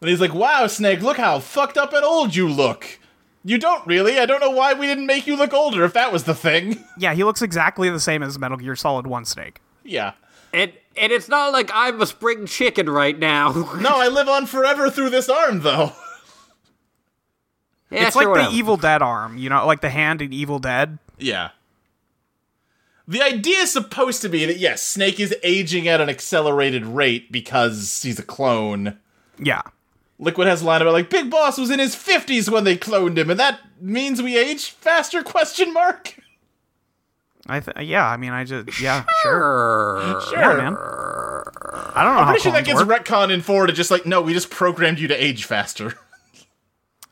And he's like, "Wow, Snake, look how fucked up and old you look." You don't really. I don't know why we didn't make you look older if that was the thing.
Yeah, he looks exactly the same as Metal Gear Solid 1 Snake.
yeah.
and and it's not like I'm a spring chicken right now.
No, I live on forever through this arm though.
it's
sure,
like
whatever.
the Evil Dead arm, you know, like the hand in Evil Dead.
Yeah. The idea is supposed to be that yes, Snake is aging at an accelerated rate because he's a clone.
Yeah.
Liquid has a line about like Big Boss was in his fifties when they cloned him, and that means we age faster? Question mark.
I th- yeah, I mean I just yeah, sure.
Sure.
Yeah, man. I don't know how
Pretty sure that
clones
gets
work.
retconned forward to just like no, we just programmed you to age faster.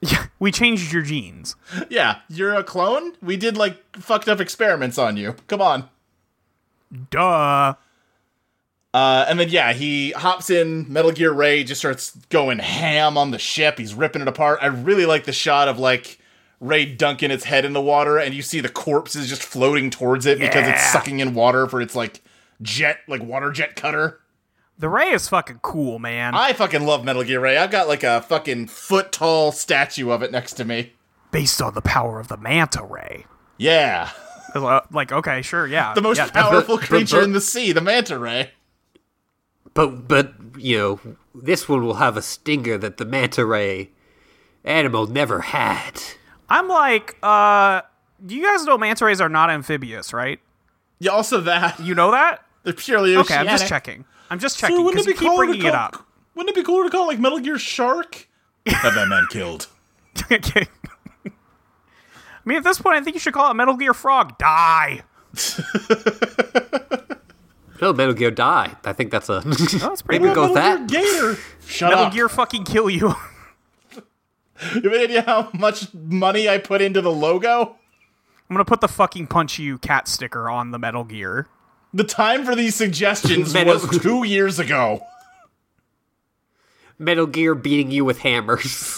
Yeah, we changed your genes.
yeah, you're a clone. We did like fucked up experiments on you. Come on.
Duh.
Uh, and then yeah, he hops in Metal Gear Ray, just starts going ham on the ship. He's ripping it apart. I really like the shot of like Ray dunking its head in the water, and you see the corpse is just floating towards it because it's
Yeah.
sucking in water for its like jet, like water jet cutter.
The Ray is fucking cool, man.
I fucking love Metal Gear Ray. I've got like a fucking foot tall statue of it next to me.
Based on the power of the Manta Ray.
Yeah,
Uh, Like, okay, sure, yeah.
the most
yeah,
powerful
but- but-
creature
but-
in the sea, the manta ray.
But but you know, this one will have a stinger that the manta ray animal never had.
I'm like, uh, you guys know manta rays are not amphibious, right?
Yeah, also that
You know that?
they're purely
Okay, I'm
oceanic.
just checking. I'm just
Dude,
checking because you keep
cooler to
bringing it
call-
up.
Wouldn't it be cooler to call it, like Metal Gear Shark? Have that man killed.
okay. I mean, at this point, I think you should call it Metal Gear Frog. Die.
No, Oh, Metal Gear die. I think that's a.
Oh, that's pretty
Maybe
good.
go with that.
Gator. Shut
Metal
up.
Gear fucking kill you.
You have any idea how much money I put into the logo?
I'm gonna put the fucking punch you cat sticker on the Metal Gear.
The time for these suggestions
Metal-
was two years ago.
Metal Gear beating you with hammers.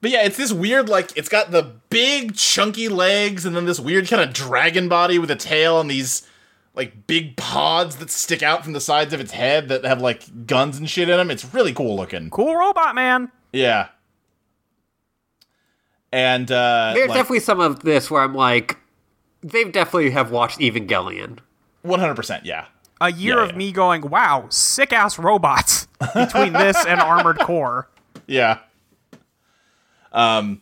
But yeah, it's this weird, like, it's got the big chunky legs and then this weird kind of dragon body with a tail and these, like, big pods that stick out from the sides of its head that have, like, guns and shit in them. It's really cool looking.
Cool robot man.
Yeah. And, uh.
There's
like-
definitely some of this where I'm like, they definitely have watched Evangelion.
One hundred percent, yeah.
A year
Yeah,
of
yeah.
me going, wow, sick ass robots. Between this and Armored Core.
Yeah. Um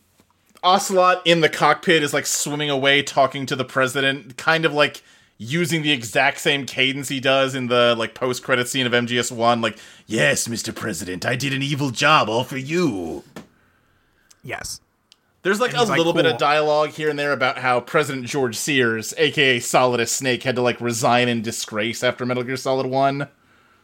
Ocelot in the cockpit is like swimming away talking to the president, kind of like using the exact same cadence he does in the like post credit scene of MGS1, like, Yes, Mr. President, I did an evil job all for you.
Yes.
There's like a
he's like,
little bit of
"Cool."
dialogue here and there about how President George Sears, aka Solidus Snake, had to like resign in disgrace after Metal Gear Solid 1.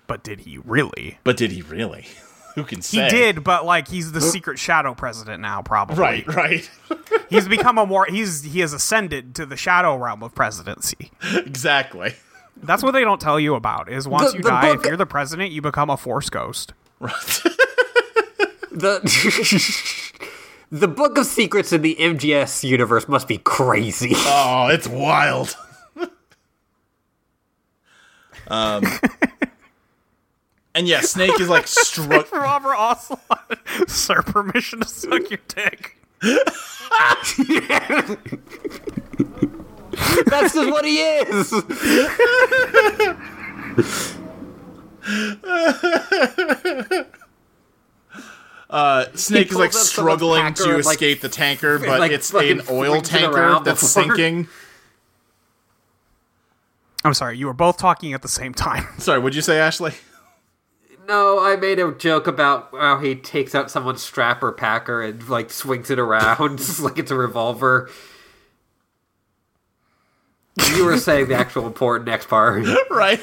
But did he really?
But did he really? Who can
He
say?
did, but like he's the secret shadow president now, probably.
Right, right.
He's become a more he's he has ascended to the shadow realm of presidency.
exactly.
That's what they don't tell you about, is once
The-
you
the
die,
book-
if you're the president, you become a force ghost.
The the Book of Secrets in the MGS universe must be crazy.
Oh, it's wild. um, and yeah, Snake is like struck.
Robert Ocelot, sir, permission to suck your dick.
That's just what he is.
Snake
He
is like
pulls up someone's
struggling
packer
to
and, like,
escape the tanker, but
like,
it's
fucking
an oil
flings it
tanker
around
that's
before-
sinking.
I'm sorry, you were both talking at the same time.
Sorry, what'd you say, Ashley?
No, I made a joke about how he takes out someone's strap or packer and like swings it around like it's a revolver. You were saying the actual important next part.
right.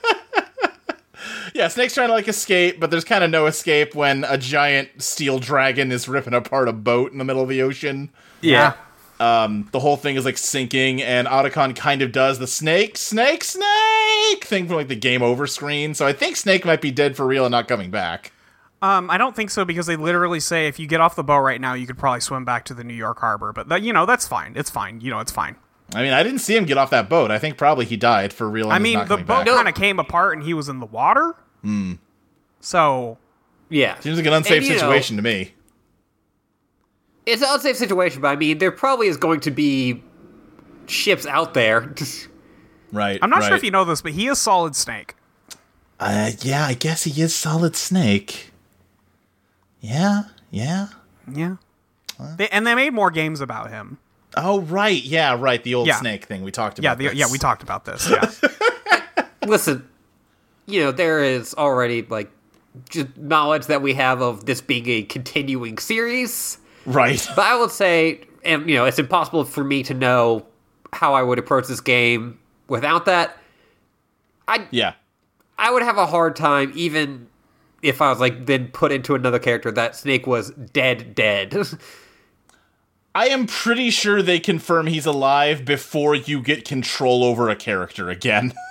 yeah, Snake's trying to like escape, but there's kind of no escape when a giant steel dragon is ripping apart a boat in the middle of the ocean.
Yeah.
Um, the whole thing is like sinking, and Otacon kind of does the snake, snake, snake thing from like the game over screen. So I think Snake might be dead for real and not coming back.
Um, I don't think so because they literally say if you get off the boat right now, you could probably swim back to the New York harbor. But that, you know, that's fine. It's fine. You know, it's fine.
I mean, I didn't see him get off that boat. I think probably he died for real. And
I
is
mean,
not
the
coming
boat
Back. Hmm.
kind of came apart and he was in the water. So
Yeah.
Seems like an unsafe
uh,
And, you know,
situation to me.
it's an unsafe situation, but I mean, there probably is going to be ships out there.
Right.
I'm not sure if you know this, but he is Solid Snake.
Uh, yeah, I guess he is Solid Snake. Yeah, yeah.
Yeah. They, and they made more games about him.
Oh, right. Yeah, right. The old
Yeah.
snake thing we talked
Yeah,
about.
the,
this.
yeah, we talked about this. Yeah.
Listen, you know, there is already, like, just knowledge that we have of this being a continuing series.
Right.
But I would say, and you know, it's impossible for me to know how I would approach this game without that. I
yeah.
I would have a hard time even if I was like then put into another character that Snake was dead dead.
I am pretty sure they confirm he's alive before you get control over a character again.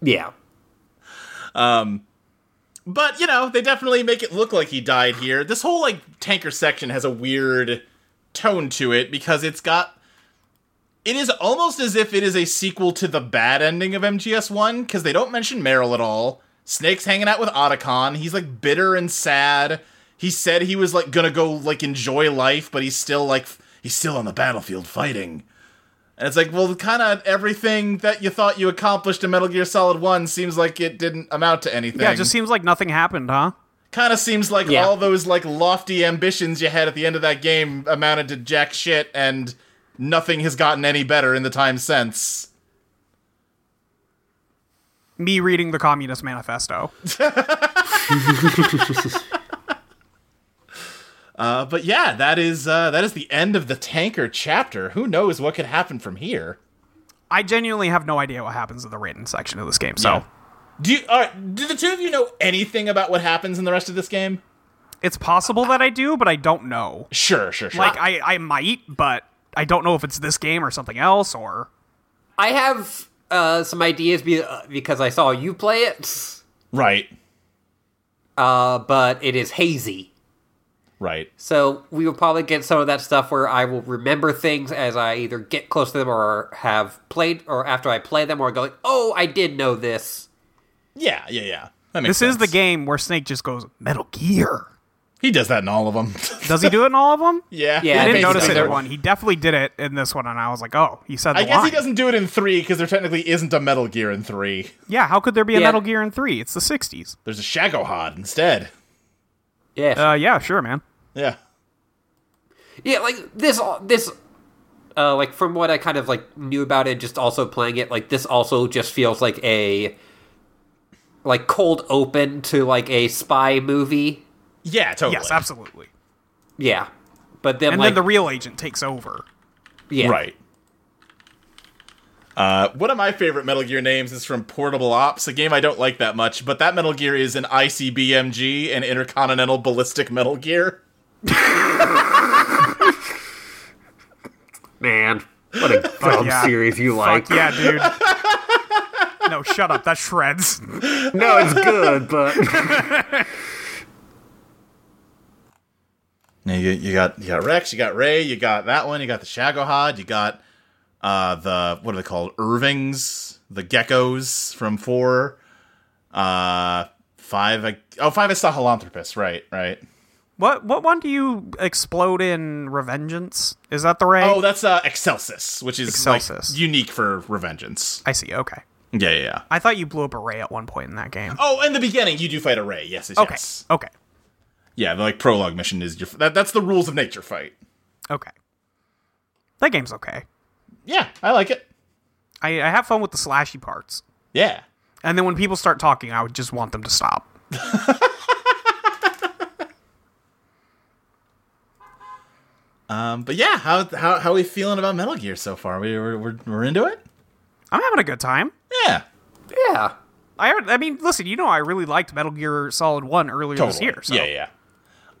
yeah.
But you know, they definitely make it look like he died here. This whole like tanker section has a weird tone to it because it's got it is almost as if it is a sequel to the bad ending of MGS1 cuz they don't mention Meryl at all. Snake's hanging out with Otacon. He's like bitter and sad. He said he was like going to go like enjoy life, but he's still like f- he's still on the battlefield fighting. And it's like, well, kind of everything that you thought you accomplished in Metal Gear Solid 1 seems like it didn't amount to anything
yeah, it just seems like nothing happened, huh?
kind of seems like
Yeah.
all those like lofty ambitions you had at the end of that game amounted to jack shit and nothing has gotten any better in the time since
Me reading the Communist Manifesto.
uh, but yeah that is uh, that is the end of the tanker chapter who knows what could happen from here
I genuinely have no idea what happens in the written section of this game. So
Yeah. do you all right, do the two of you know anything about what happens in the rest of this game
it's possible that I do, but I don't know.
sure sure sure
Like I, I might, but I don't know if it's this game or something else or
I have uh, some ideas be- uh, because I saw you play it,
right
uh, but it is hazy.
right
So we will probably get some of that stuff where I will remember things as I either get close to them or have played, or after I play them, or go like, "Oh, I did know this."
yeah yeah yeah that makes
this is the
sense.
game where Snake just goes Metal Gear.
he does that in all of them
Does he do it in all of them?
yeah
Yeah,
I didn't
think
notice
so.
it
There-
in one. He definitely did it in this one, and I was like, oh, he said the
i guess he
line.
doesn't do it in three because there technically isn't a metal gear in three
Yeah, how could there be a
Yeah.
Metal Gear in three? It's the '60s.
There's a Shagohod instead.
Yes.
Uh, yeah, sure, man.
Yeah.
Yeah, like this. This, uh, like from what I kind of like knew about it, just also playing it, like this also just feels like a, like cold open to like a spy movie.
Yeah, totally.
Yes, absolutely.
Yeah, but then
And
like
then the real agent takes over.
yeah,
Right. Uh, one of my favorite Metal Gear names is from Portable Ops, a game I don't like that much, but that Metal Gear is an ICBMG, an Intercontinental Ballistic Metal Gear.
man. What a dumb
yeah.
series you like.
Fuck yeah, dude. no, shut up. That shreds.
No, it's good, but
Yeah, you, you got you got Rex, you got Ray, you got that one, you got the Shagohod, you got uh, the what are they called? Irvings, the geckos from four, uh, five. I, oh, five is Sahelanthropus, right? Right.
What what one do you explode in? Revengeance? Is that the ray?
Oh, that's uh, Excelsis, which is
Excelsis.
Like, unique for Revengeance.
I see. Okay.
Yeah, yeah, yeah.
I thought you blew up a ray at one point in that game.
Oh, in the beginning, you do fight a Ray. Yes, yes,
okay.
yes.
Okay.
Yeah, the like prologue mission is your that, that's the rules of nature fight.
Okay. That game's okay.
Yeah, I like it.
I, I have fun with the slashy parts.
Yeah,
And then when people start talking, I would just want them to stop.
um, but yeah, how how how are we feeling about Metal Gear so far? We we're we're, we're into it.
I'm having a good time.
Yeah,
yeah.
I I mean, listen, you know, I really liked Metal Gear Solid One earlier this
Totally.
year. So.
Yeah, yeah.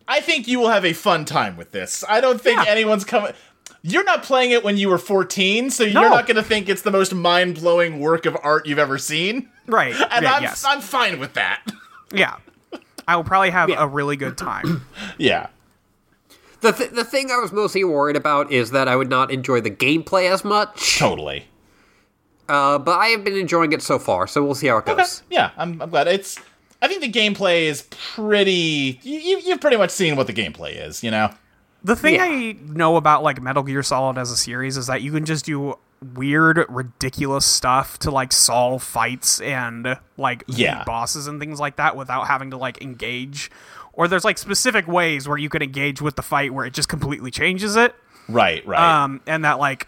I think you will have a fun time with this. I don't think
Yeah.
anyone's coming. You're not playing it when you were 14, so
No.
you're not going to think it's the most mind blowing work of art you've ever seen.
Right.
And
yeah,
I'm
yes.
I'm fine with that.
yeah. I will probably have
Yeah.
a really good time.
Yeah.
The th- the thing I was mostly worried about is that I would not enjoy the gameplay as much.
Totally.
Uh, but I have been enjoying it so far, so we'll see how it goes.
Yeah, I'm, I'm glad. It's. I think the gameplay is pretty. You, you- you've pretty much seen what the gameplay is, you know?
The thing
Yeah.
I know about like Metal Gear Solid as a series is that you can just do weird, ridiculous stuff to like solve fights and like beat
Yeah.
bosses and things like that without having to like engage. Or there's like specific ways where you can engage with the fight where it just completely changes it.
Right, right.
Um, and that like,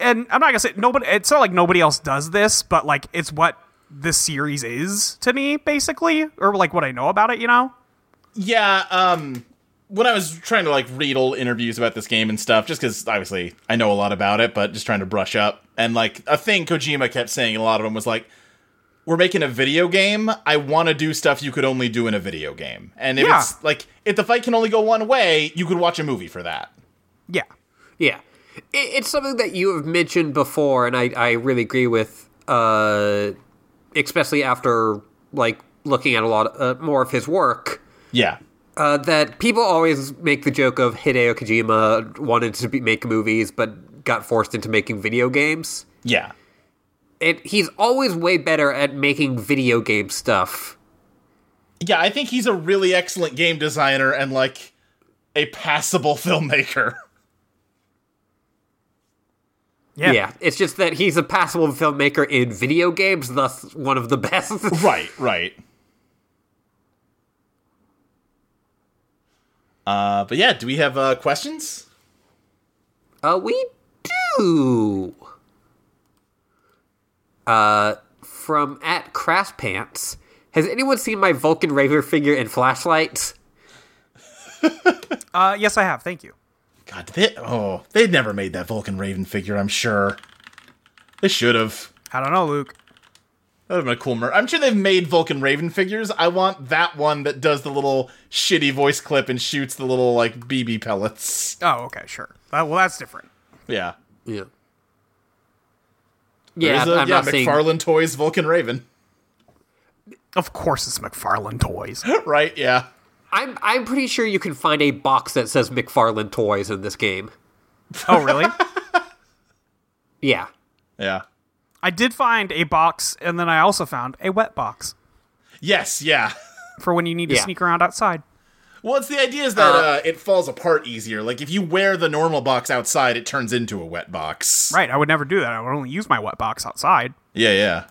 and I'm not gonna say nobody. It's not like nobody else does this, but like it's what this series is to me, basically, or like what I know about it. You know?
yeah, um when I was trying to like read old interviews about this game and stuff, just because obviously I know a lot about it, but just trying to brush up. And like a thing Kojima kept saying in a lot of them was like, we're making a video game. I want to do stuff you could only do in a video game. And if
Yeah.
it's like, if the fight can only go one way, you could watch a movie for that.
Yeah.
Yeah, it, it's something that you have mentioned before, and I, I really agree with, uh, especially after like looking at a lot uh, more of his work.
Yeah.
Uh, that people always make the joke of Hideo Kojima wanted to be, make movies but got forced into making video games.
Yeah.
It, he's always way better at making video game stuff.
Yeah, I think he's a really excellent game designer and like a passable filmmaker.
Yeah.
it's just that he's a passable filmmaker in video games, thus one of the best.
right, right. Uh, but yeah, do we have uh, questions?
Uh, we do. Uh, from at Crass Pants. Has anyone seen my Vulcan Raver figure in flashlights?
Uh, yes, I have. Thank you.
God, they, oh, they never made that Vulcan Raven figure. I'm sure they should have.
I don't know, Luke.
That would have been a cool mer- I'm sure they've made Vulcan Raven figures. I want that one that does the little shitty voice clip and shoots the little like BB pellets.
Oh, okay, sure. Uh, well, that's different.
Yeah,
Yeah. Yeah,
There's a-
i I'm
yeah.
not seeing.
McFarlane Toys Vulcan Raven.
Of course, it's McFarlane toys.
right? Yeah.
I'm I'm pretty sure you can find a box that says McFarlane Toys in this game.
oh, really?
Yeah.
Yeah.
I did find a box, and then I also found a wet box
Yes. Yeah.
for when you need to
Yeah.
sneak around outside.
Well, it's the idea is that uh, it falls apart easier. Like if you wear the normal box outside, it turns into a wet box.
Right. I would never do that. I would only use my wet box outside.
Yeah. Yeah.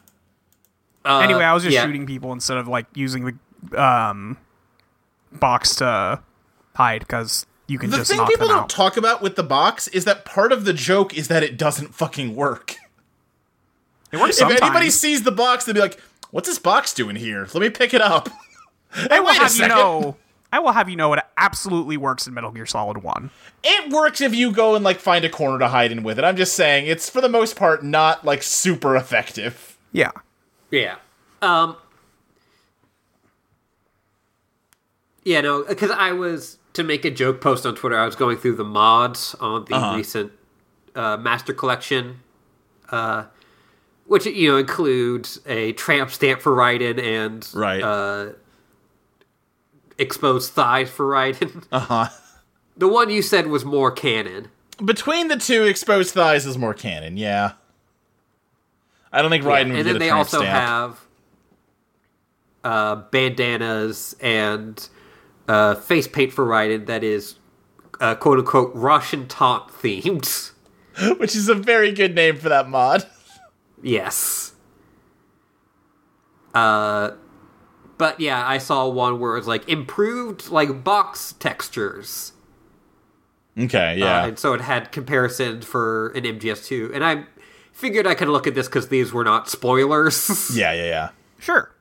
Uh,
anyway, I was just
yeah.
shooting people instead of like using the um box to hide because you can
The
just
thing
knock
people
them
don't
out.
talk about with the box is that part of the joke is that it doesn't fucking work.
it works
If anybody
sometimes.
sees the box, they'll be like, "What's this box doing here? Let me pick it up."
I will
wait a
have you
second.
know. I will have you know it absolutely works in Metal Gear Solid One.
It works if you go and like find a corner to hide in with it. I'm just saying it's for the most part not like super effective.
Yeah.
Yeah. Um. Yeah, no, because I was to make a joke post on Twitter. I was going through the mods on the recent uh, Master Collection, uh, which you know includes a tramp stamp for Raiden and
Right.
uh, exposed thighs for Raiden.
Uh huh.
the one you said was more canon.
Between the two, exposed thighs is more canon. Yeah. I don't think Ryden
and
would get
then
a
they
tramp
also
stamp.
have uh, bandanas and uh, face paint for Raiden that is uh, quote unquote Russian top themed.
which is a very good name for that mod.
yes. Uh, but yeah, I saw one where it was like improved like box textures,
Okay, yeah.
uh, and so it had comparison for an MGS2, and I figured I could look at this because these were not spoilers.
yeah, yeah, yeah.
Sure.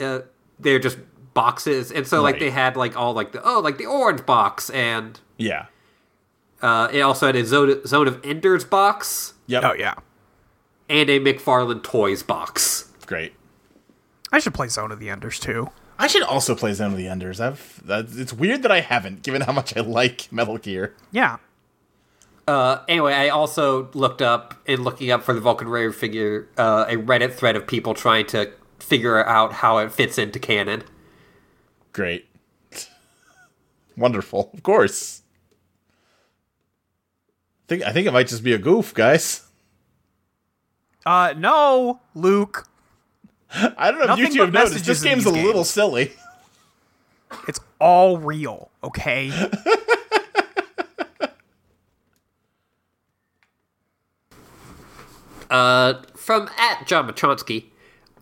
uh, they're just boxes and so like
Right.
they had like all like the oh like the orange box and
Yeah.
uh, it also had a zone, zone of enders box
Yep.
Oh yeah.
and a mcfarlane toys box
Great.
I should play Zone of the Enders too.
I should also play Zone of the Enders. I've that, it's weird that I haven't, given how much I like Metal Gear.
Yeah.
uh, anyway i also looked up in looking up for the vulcan rare figure uh, a reddit thread of people trying to figure out how it fits into canon
Great. Wonderful. Of course. I think I think it might just be a goof, guys.
Uh no, Luke.
I don't know
Nothing
if you two have
but
noticed.
messages
This
in
game's a
these
little
games.
silly.
It's all real, okay?
Uh, from at John Matronsky,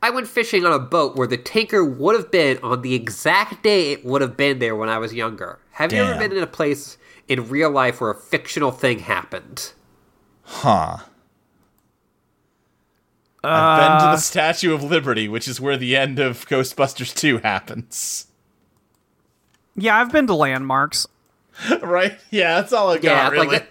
I went fishing on a boat where the tanker would have been on the exact day it would have been there when I was younger. Have you ever
Damn.
been in a place in real life where a fictional thing happened?
Huh. I've been
Uh,
to the Statue of Liberty, which is where the end of Ghostbusters 2 happens.
yeah, I've been to landmarks.
right? Yeah, that's all I got, really.
like that-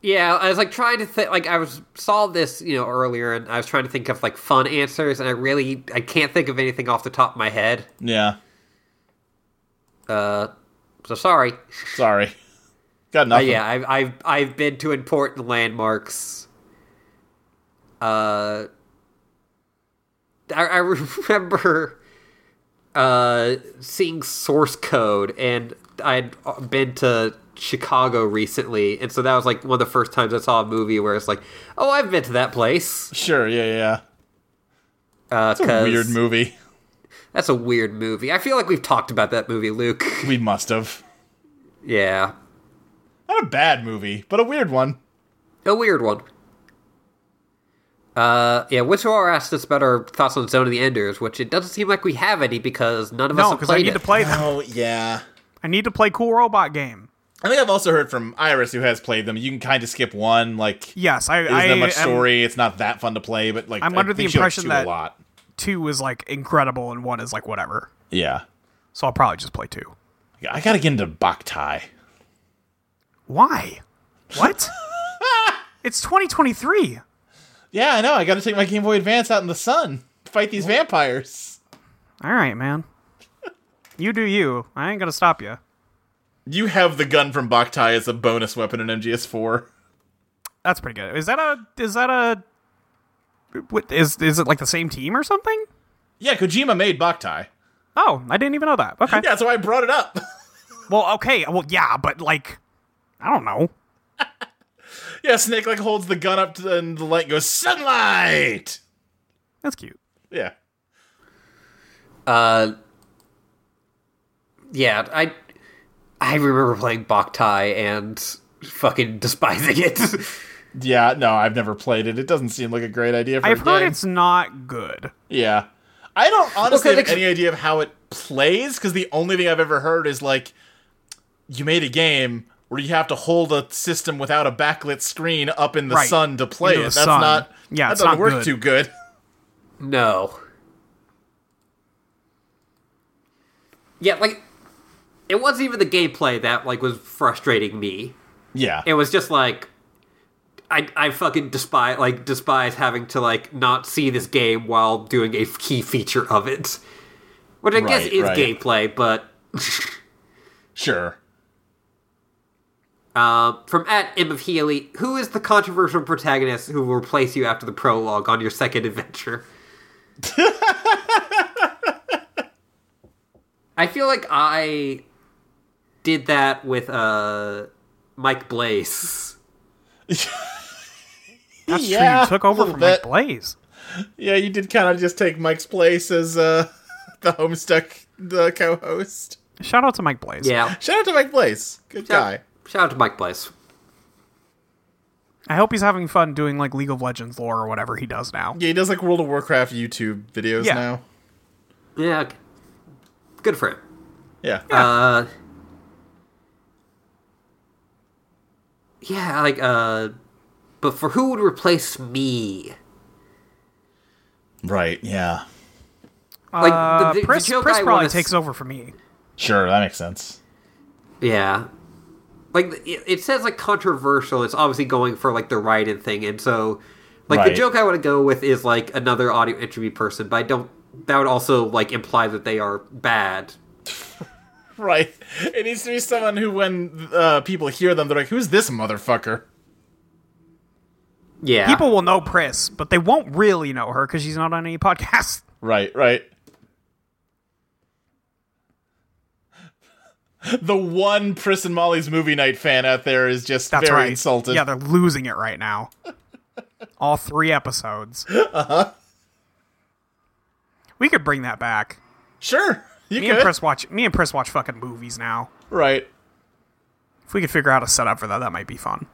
yeah, I was like trying to think. Like I was saw this, you know, earlier, and I was trying to think of like fun answers, and I really I can't think of anything off the top of my head.
yeah,
So sorry.
sorry. Got
Uh,
nothing.
yeah, I've I've I've been to important landmarks. Uh, I, I remember uh seeing source code, and I'd been to Chicago recently, and so that was like one of the first times I saw a movie where it's like, oh, I've been to that place.
Sure, yeah, yeah.
Uh,
yeah.
'cause
Weird movie.
That's a weird movie. I feel like we've talked about that movie, Luke.
We must have.
yeah,
Not a bad movie, but a weird one.
a weird one. Uh, yeah, Witcher asked us about our thoughts on Zone of the Enders, which it doesn't seem like we have any because none of us
No,
have
because I
played
need
it.
to play them.
Oh, yeah.
I need to play Cool Robot Game.
I think I've also heard from Iris, who has played them. You can kind of skip one. Like,
Yes, I.
isn't
I
that much
am-
story. It's not that fun to play, but like,
I'm
I
under the
think she likes
impression
two
that-
a lot.
two is like incredible and one is like whatever.
Yeah,
So I'll probably just play two.
I gotta get into Boktai.
Why? What? it's 2023.
Yeah, I know. I gotta take my Game Boy Advance out in the sun, to fight these vampires.
All right, man. You do you. I ain't gonna stop you.
You have the gun from Boktai as a bonus weapon in MGS4.
That's pretty good. Is that a? Is that a? What is is it like the same team or something?
Yeah, Kojima made Boktai.
Oh, I didn't even know that. Okay.
Yeah, so I brought it up.
Well, okay. Well, yeah, but like, I don't know.
yeah, Snake like holds the gun up to the, and the light goes sunlight.
That's cute.
Yeah.
Uh, yeah, I I remember playing Boktai and fucking despising it.
Yeah, no, I've never played it. It doesn't seem like a great idea for
I've
a
heard
game.
it's not good.
Yeah. I don't honestly
'cause
have
it-
any idea of how it plays because the only thing I've ever heard is like you made a game where you have to hold a system without a backlit screen up in the
Right.
sun to play
Into
it.
the
That's
sun.
not
Yeah,
that
it's
doesn't
not
work
good.
too good.
no. Yeah, like it wasn't even the gameplay that like was frustrating me.
Yeah.
it was just like I, I fucking despise like despise having to like not see this game while doing a key feature of it, which I guess
Right,
is
right.
gameplay. But
sure.
um, from at M of Healy, who is the controversial protagonist who will replace you after the prologue on your second adventure? I feel like I did that with uh, Mike Blaze.
That's
Yeah,
true. You took over
a little
from Mike
bit.
Blaze.
Yeah, you did kind of just take Mike's place as uh the Homestuck the co-host.
Shout out to Mike Blaze.
Yeah,
Shout out to Mike Blaze. Good guy.
Shout out to Mike Blaze.
I hope he's having fun doing like League of Legends lore or whatever he does now.
Yeah, he does like World of Warcraft YouTube videos
Yeah.
now.
Yeah, okay. good for him.
Yeah.
Uh, yeah, like uh, but for who would replace me?
right, yeah.
Like
Uh,
the, the,
Pris,
the joke
Pris
I
probably
wanna
takes
s-
over for me.
Sure, that makes sense.
Yeah, like the- it, it says like controversial. It's obviously going for like the write-in thing, and so like the
Right.
joke I want to go with is like another audio entry person, but I don't. That would also like imply that they are bad.
Right. It needs to be someone who, when uh, people hear them, they're like, "Who's this motherfucker?"
Yeah,
People will know Pris, but they won't really know her because she's not on any podcast.
Right. Right. The one Pris and Molly's movie night fan out there is just
That's
very
right.
insulted.
Yeah, they're losing it right now. All three
Uh-huh.
episodes. Uh huh. We could bring that back.
sure. You
me
could.
and Pris watch me and Pris watch fucking movies now.
right.
If we could figure out a setup for that, that might be fun.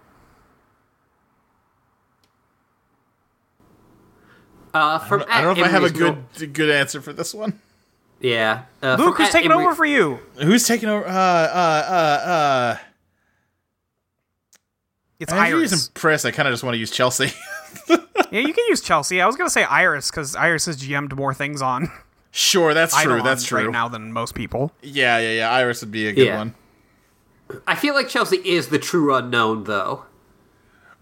Uh, from
I don't know if I
at
have a
Emery's Nor-
good good answer for this one.
Yeah. Uh,
Luke,
from
who's
at
taking
Emery-
over for you?
Who's taking over? Uh, uh, uh, uh.
It's
I
Iris.
use Press. I kind of just want to use Chelsea.
yeah, you can use Chelsea. I was gonna say Iris because Iris has GM'd more things on
sure, that's true.
Eidolon
That's true.
right now than most people.
Yeah, yeah, yeah. Iris would be a good
Yeah.
one.
I feel like Chelsea is the true unknown, though.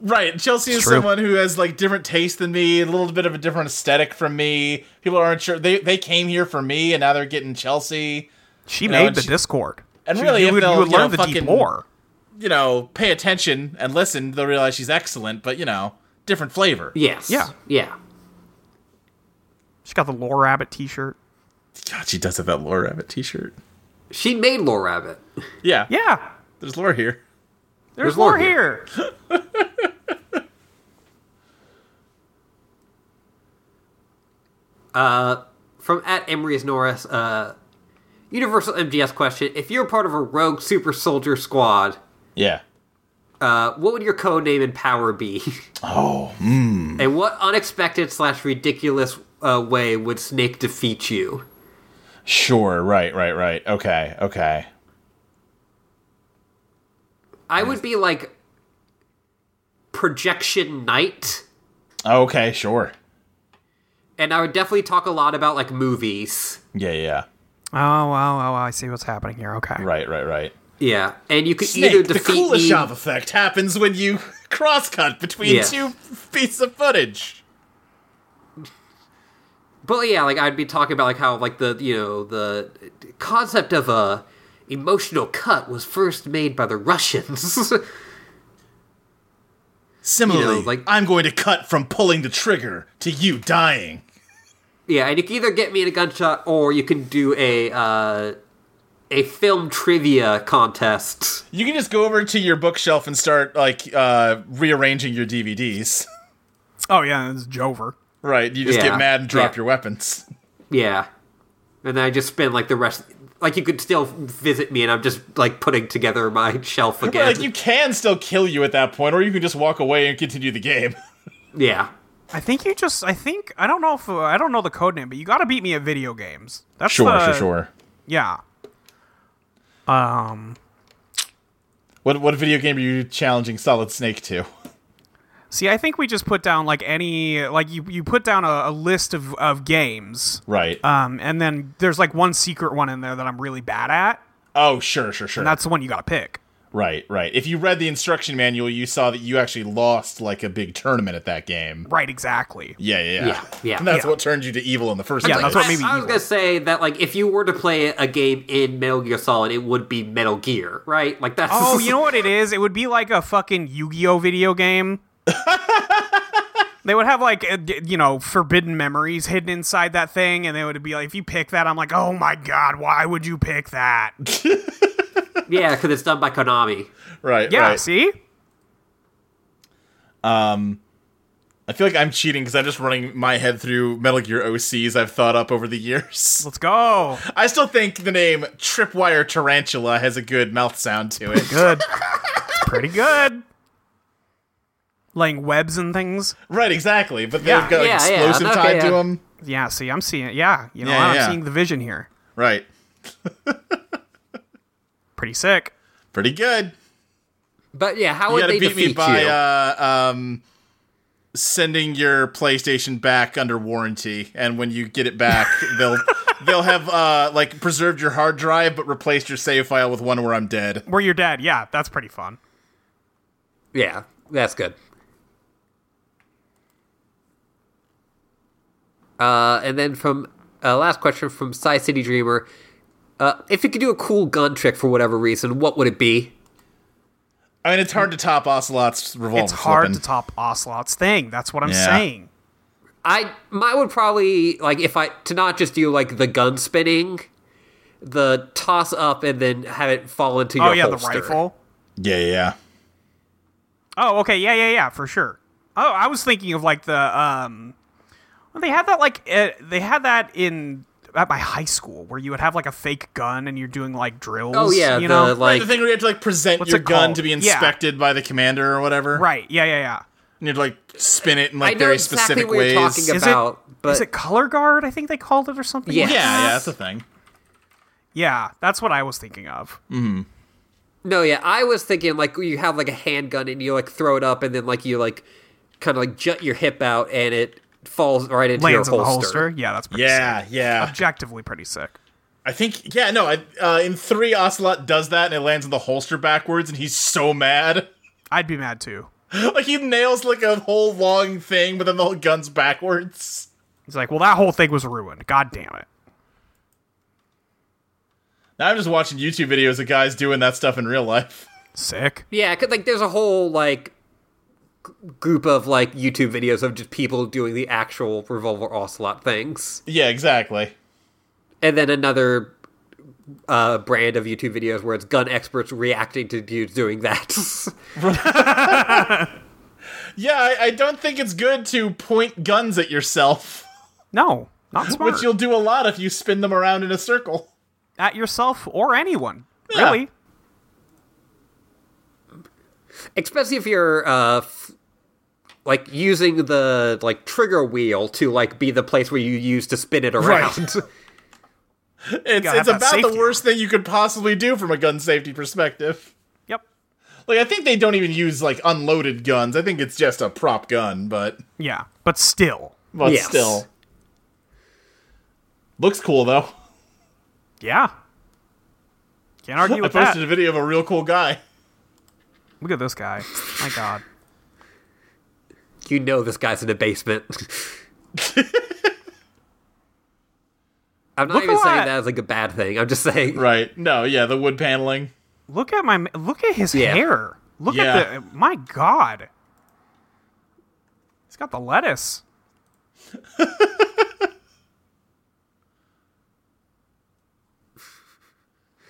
Right. Chelsea is
true.
someone who has like different taste than me, a little bit of a different aesthetic from me. People aren't sure they they came here for me, and now they're getting Chelsea.
She
know,
made
and
the
she-
Discord.
and
She-
really,
you
if
would, you
they'll,
would
you know,
learn the deep
fucking-
lore.
You know, pay attention and listen. They'll realize she's excellent, but you know, different flavor.
Yes.
Yeah.
Yeah.
She got the lore rabbit T-shirt.
God, she does have that Lore Rabbit T-shirt.
She made Lore Rabbit.
Yeah,
Yeah,
There's lore here.
there's,
There's lore
lore here.
From at Emery's Norris, uh, Universal MGS question: If you're part of a rogue super soldier squad,
Yeah.
uh, what would your code name and power be?
Oh,
and what unexpected slash ridiculous uh, way would Snake defeat you?
sure. Right, right, right. Okay, okay.
I would be like projection knight,
Okay, sure.
and I would definitely talk a lot about like movies.
Yeah, yeah.
Oh wow, wow, wow! I see what's happening here. Okay,
Right, right, right.
Yeah, and you could either
Snake, the
defeat E- me.
Kuleshov effect happens when you crosscut between
Yeah.
two pieces of footage.
But yeah, like I'd be talking about like how like the you know the concept of a emotional cut was first made by the Russians.
Similarly,
You know, like-
I'm going to cut from pulling the trigger to you dying.
yeah, and you can either get me in a gunshot or you can do a uh, a film trivia contest.
You can just go over to your bookshelf and start like uh, rearranging your DVDs.
Oh yeah, it's Jover.
right, you just
Yeah.
get mad and drop
Yeah.
your weapons.
Yeah, and then I just spend like the rest. Like you could still visit me, and I'm just like putting together my shelf
But,
again.
like you can still kill you at that point, or you can just walk away and continue the game.
yeah,
I think you just. I think I don't know if uh, I don't know the code name, but you got to beat me at video games. That's the-
sure.
Yeah. Um.
What what video game are you challenging Solid Snake to?
See, I think we just put down like any like you you put down a, a list of of games.
Right.
Um, and then there's like one secret one in there that I'm really bad at.
oh, sure, sure, sure.
That's the one you gotta pick.
Right, right. If you read the instruction manual, you saw that you actually lost like a big tournament at that game.
Right, exactly.
Yeah, yeah, yeah.
Yeah, yeah.
And that's
Yeah.
what turned you to evil in the first
Yeah,
place.
that's what
I-
made me
I, was
evil.
gonna say that like if you were to play a game in Metal Gear Solid, it would be Metal Gear, right? Like that's
Oh, you know what it is? It would be like a fucking Yu-Gi-Oh video game. they would have like uh, d- you know forbidden memories hidden inside that thing, and they would be like, if you pick that, I'm like, oh my god, why would you pick that?
yeah, because it's done by Konami.
Right,
Yeah,
right.
see,
I feel like I'm cheating because I'm just running my head through Metal Gear OCs I've thought up over the years.
let's go.
I still think the name Tripwire Tarantula has a good mouth sound to it.
Good, It's pretty good. Laying webs and things.
right, exactly. But they've
Yeah,
got like,
yeah, yeah.
explosive
Okay,
time to 'em. to
yeah.
them.
Yeah, see, I'm seeing it. Yeah, you know,
Yeah,
I'm
yeah.
seeing the vision here.
Right.
Pretty sick.
Pretty good.
But yeah, how
You
would
gotta
they
beat
defeat
me by
you?
uh, um, sending your PlayStation back under warranty, and when you get it back, they'll they'll have uh, like preserved your hard drive but replaced your save file with one where I'm dead.
Where you're dead. Yeah, that's pretty fun.
yeah, that's good. Uh, and then from uh, last question from Sci City Dreamer: uh, If you could do a cool gun trick for whatever reason, what would it be?
I mean, it's hard to top Ocelot's revolver.
It's hard
flipping.
to top Ocelot's thing. That's what I'm
Yeah.
saying.
I mine would probably like if I to not just do like the gun spinning, the toss up and then have it fall into your
oh yeah,
holster.
the rifle.
Yeah, yeah, yeah.
Oh okay, yeah, yeah, yeah, for sure. Oh, I was thinking of like the um, well, they had eh, that like uh, they had that in at my high school where you would have like a fake gun and you're doing like drills.
Oh yeah,
you
the,
know,
Right,
like
the thing where you have to like present
What's
your
it
gun
called?
to be
Yeah.
inspected by the commander or whatever.
right? Yeah, yeah, yeah.
And you'd like spin it in
I
like
know
very
exactly
specific
what
ways.
you're talking
Is
about,
it,
but
is it color guard? I think they called it or something.
Yeah.
like
Yeah,
that.
yeah, that's a thing.
yeah. That's what I was thinking of.
no, yeah, I was thinking like you have like a handgun and you like throw it up and then like you like kind of like jut your hip out and it falls right into
Lands in
your
the
holster.
holster. Yeah, that's pretty sick.
Yeah, yeah.
Objectively pretty sick.
I think yeah, no. I, uh, in three, Ocelot does that, and it lands in the holster backwards, and he's so mad.
I'd be mad too.
like he nails like a whole long thing, but then the whole gun's backwards.
He's like, well, that whole thing was ruined. God damn it.
Now I'm just watching YouTube videos of guys doing that stuff in real life.
Sick.
Yeah, 'cause, like there's a whole like g- group of like YouTube videos of just people doing the actual revolver ocelot things,
yeah, exactly.
and then another uh, brand of YouTube videos where it's gun experts reacting to dudes doing that.
Yeah, I, I don't think it's good to point guns at yourself,
No, not smart.
which you'll do a lot if you spin them around in a circle.
At yourself or anyone.
Yeah.
Really?
Especially if you're uh, f- like using the like trigger wheel to like be the place where you use to spin it around.
It's,
gotta have
it's
that
about the
safety.
worst thing you could possibly do from a gun safety perspective.
Yep.
Like, I think they don't even use, like, unloaded guns. I think it's just a prop gun, but,
Yeah. But still.
but
Yes.
still. Looks cool, though.
Yeah. Can't argue
I
with
posted
that.
a video of a real cool guy.
Look at this guy. My God.
you know this guy's in the basement. I'm not
Look
even saying
alive.
that as like a bad thing. I'm just saying
Right. No, yeah, the wood paneling.
Look at my. ma- Look at his
Yeah.
hair. Look
Yeah.
at the. My God. He's got the lettuce.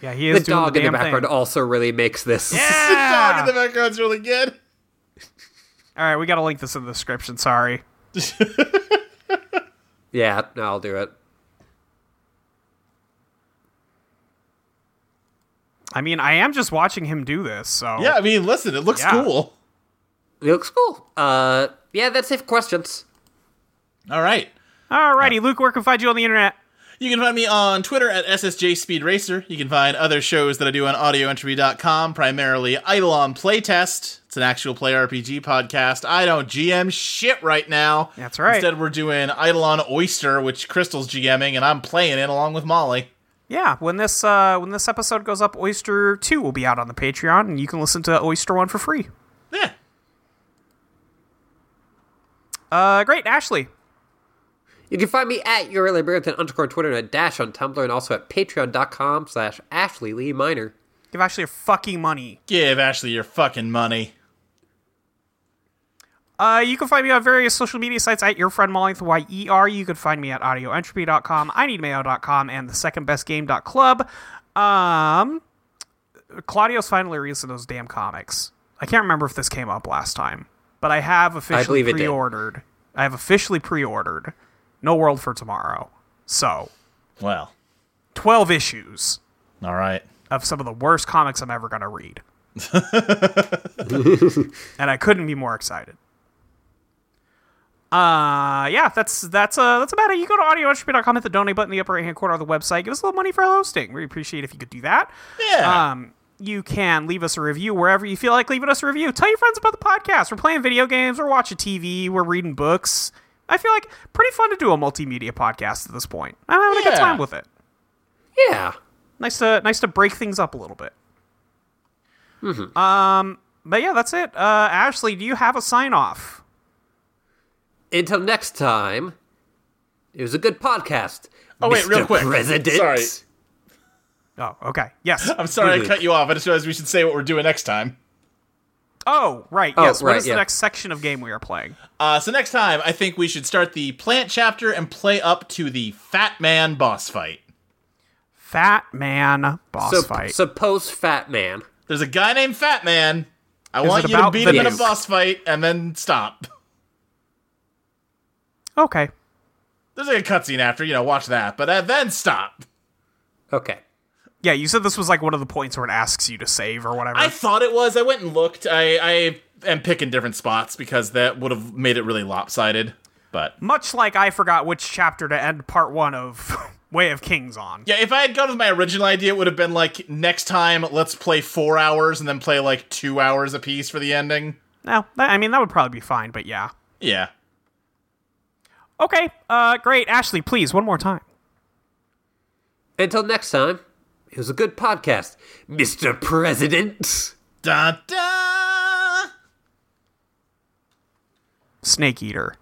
yeah, he
the
is doing
dog
the
in the
damn
background
thing.
also really makes this.
Dog in
Yeah.
the background's really good.
All right, we got to link this in the description. Sorry.
Yeah, no, I'll do it.
I mean, I am just watching him do this, so
Yeah, I mean, listen, it looks
Yeah.
cool.
It looks cool. Uh, yeah, that's it for questions.
All right.
Alrighty, Luke, where can we find you on the internet?
You can find me on Twitter at SSJ Speed Racer. You can find other shows that I do on audioentropy.com, primarily Idle on Playtest. It's an actual play RPG podcast. I don't GM shit right now.
That's right.
Instead, we're doing Idle on Oyster, which Crystal's GMing, and I'm playing it along with Molly.
Yeah, when this uh, when this episode goes up, Oyster Two will be out on the Patreon, and you can listen to Oyster One for free.
Yeah.
Uh, great, Ashley.
You can find me at your Librianton underscore Twitter and a dash on Tumblr and also at patreon.com slash Ashley Lee Minor.
Give Ashley your fucking money.
Give Ashley your fucking money.
Uh, you can find me on various social media sites at your friend Molly with a Y-E-R. You can find me at audioentropy.com, ineedmail.com, and the secondbestgame.club. Um, Claudio's finally releasing those damn comics. I can't remember if this came up last time, but I have officially
believe it did.
pre-ordered. I have officially pre-ordered No World for Tomorrow. So,
Well,
12 issues
all right.
of some of the worst comics I'm ever going to read. and I couldn't be more excited. Uh, yeah, that's that's uh that's about it. You go to audioentropy.com, hit the donate button in the upper right hand corner of the website. Give us a little money for our hosting. We appreciate if you could do that.
Yeah.
Um, you can leave us a review wherever you feel like leaving us a review. Tell your friends about the podcast. We're playing video games. We're watching TV. We're reading books. I feel like pretty fun to do a multimedia podcast at this point. I'm having a good
Yeah.
time with it
Yeah.
nice to nice to break things up a little bit.
Mm-hmm.
Um, but yeah, that's it. Uh, Ashley, do you have a sign off?
Until next time, it was a good podcast.
Oh, wait, real
Mr.
quick.
President.
Sorry.
Oh, okay. Yes.
I'm sorry I
Luke.
cut you off. I just realized we should say what we're doing next time.
Oh, right.
Oh,
yes.
right,
what is
yeah.
the next section of game we are playing?
Uh, so next time, I think we should start the plant chapter and play up to the Fat Man boss fight.
Fat man boss
So,
fight.
Suppose Fat Man.
There's a guy named Fat Man. I want
it
you to
about
beat him
video?
in a boss fight and then stop.
okay.
There's like a cutscene after, you know, watch that, but uh, then stop.
Okay.
Yeah, you said this was like one of the points where it asks you to save or whatever.
I thought it was. I went and looked. I, I am picking different spots because that would have made it really lopsided. But
Much like I forgot which chapter to end part one of Way of Kings on.
yeah, if I had gone with my original idea, it would have been like next time, let's play four hours and then play like two hours apiece for the ending.
No, that, I mean, that would probably be fine, but yeah.
Yeah.
Okay, uh, great. Ashley, please, one more time.
Until next time, it was a good podcast, Mr. President.
Da da.
Snake Eater.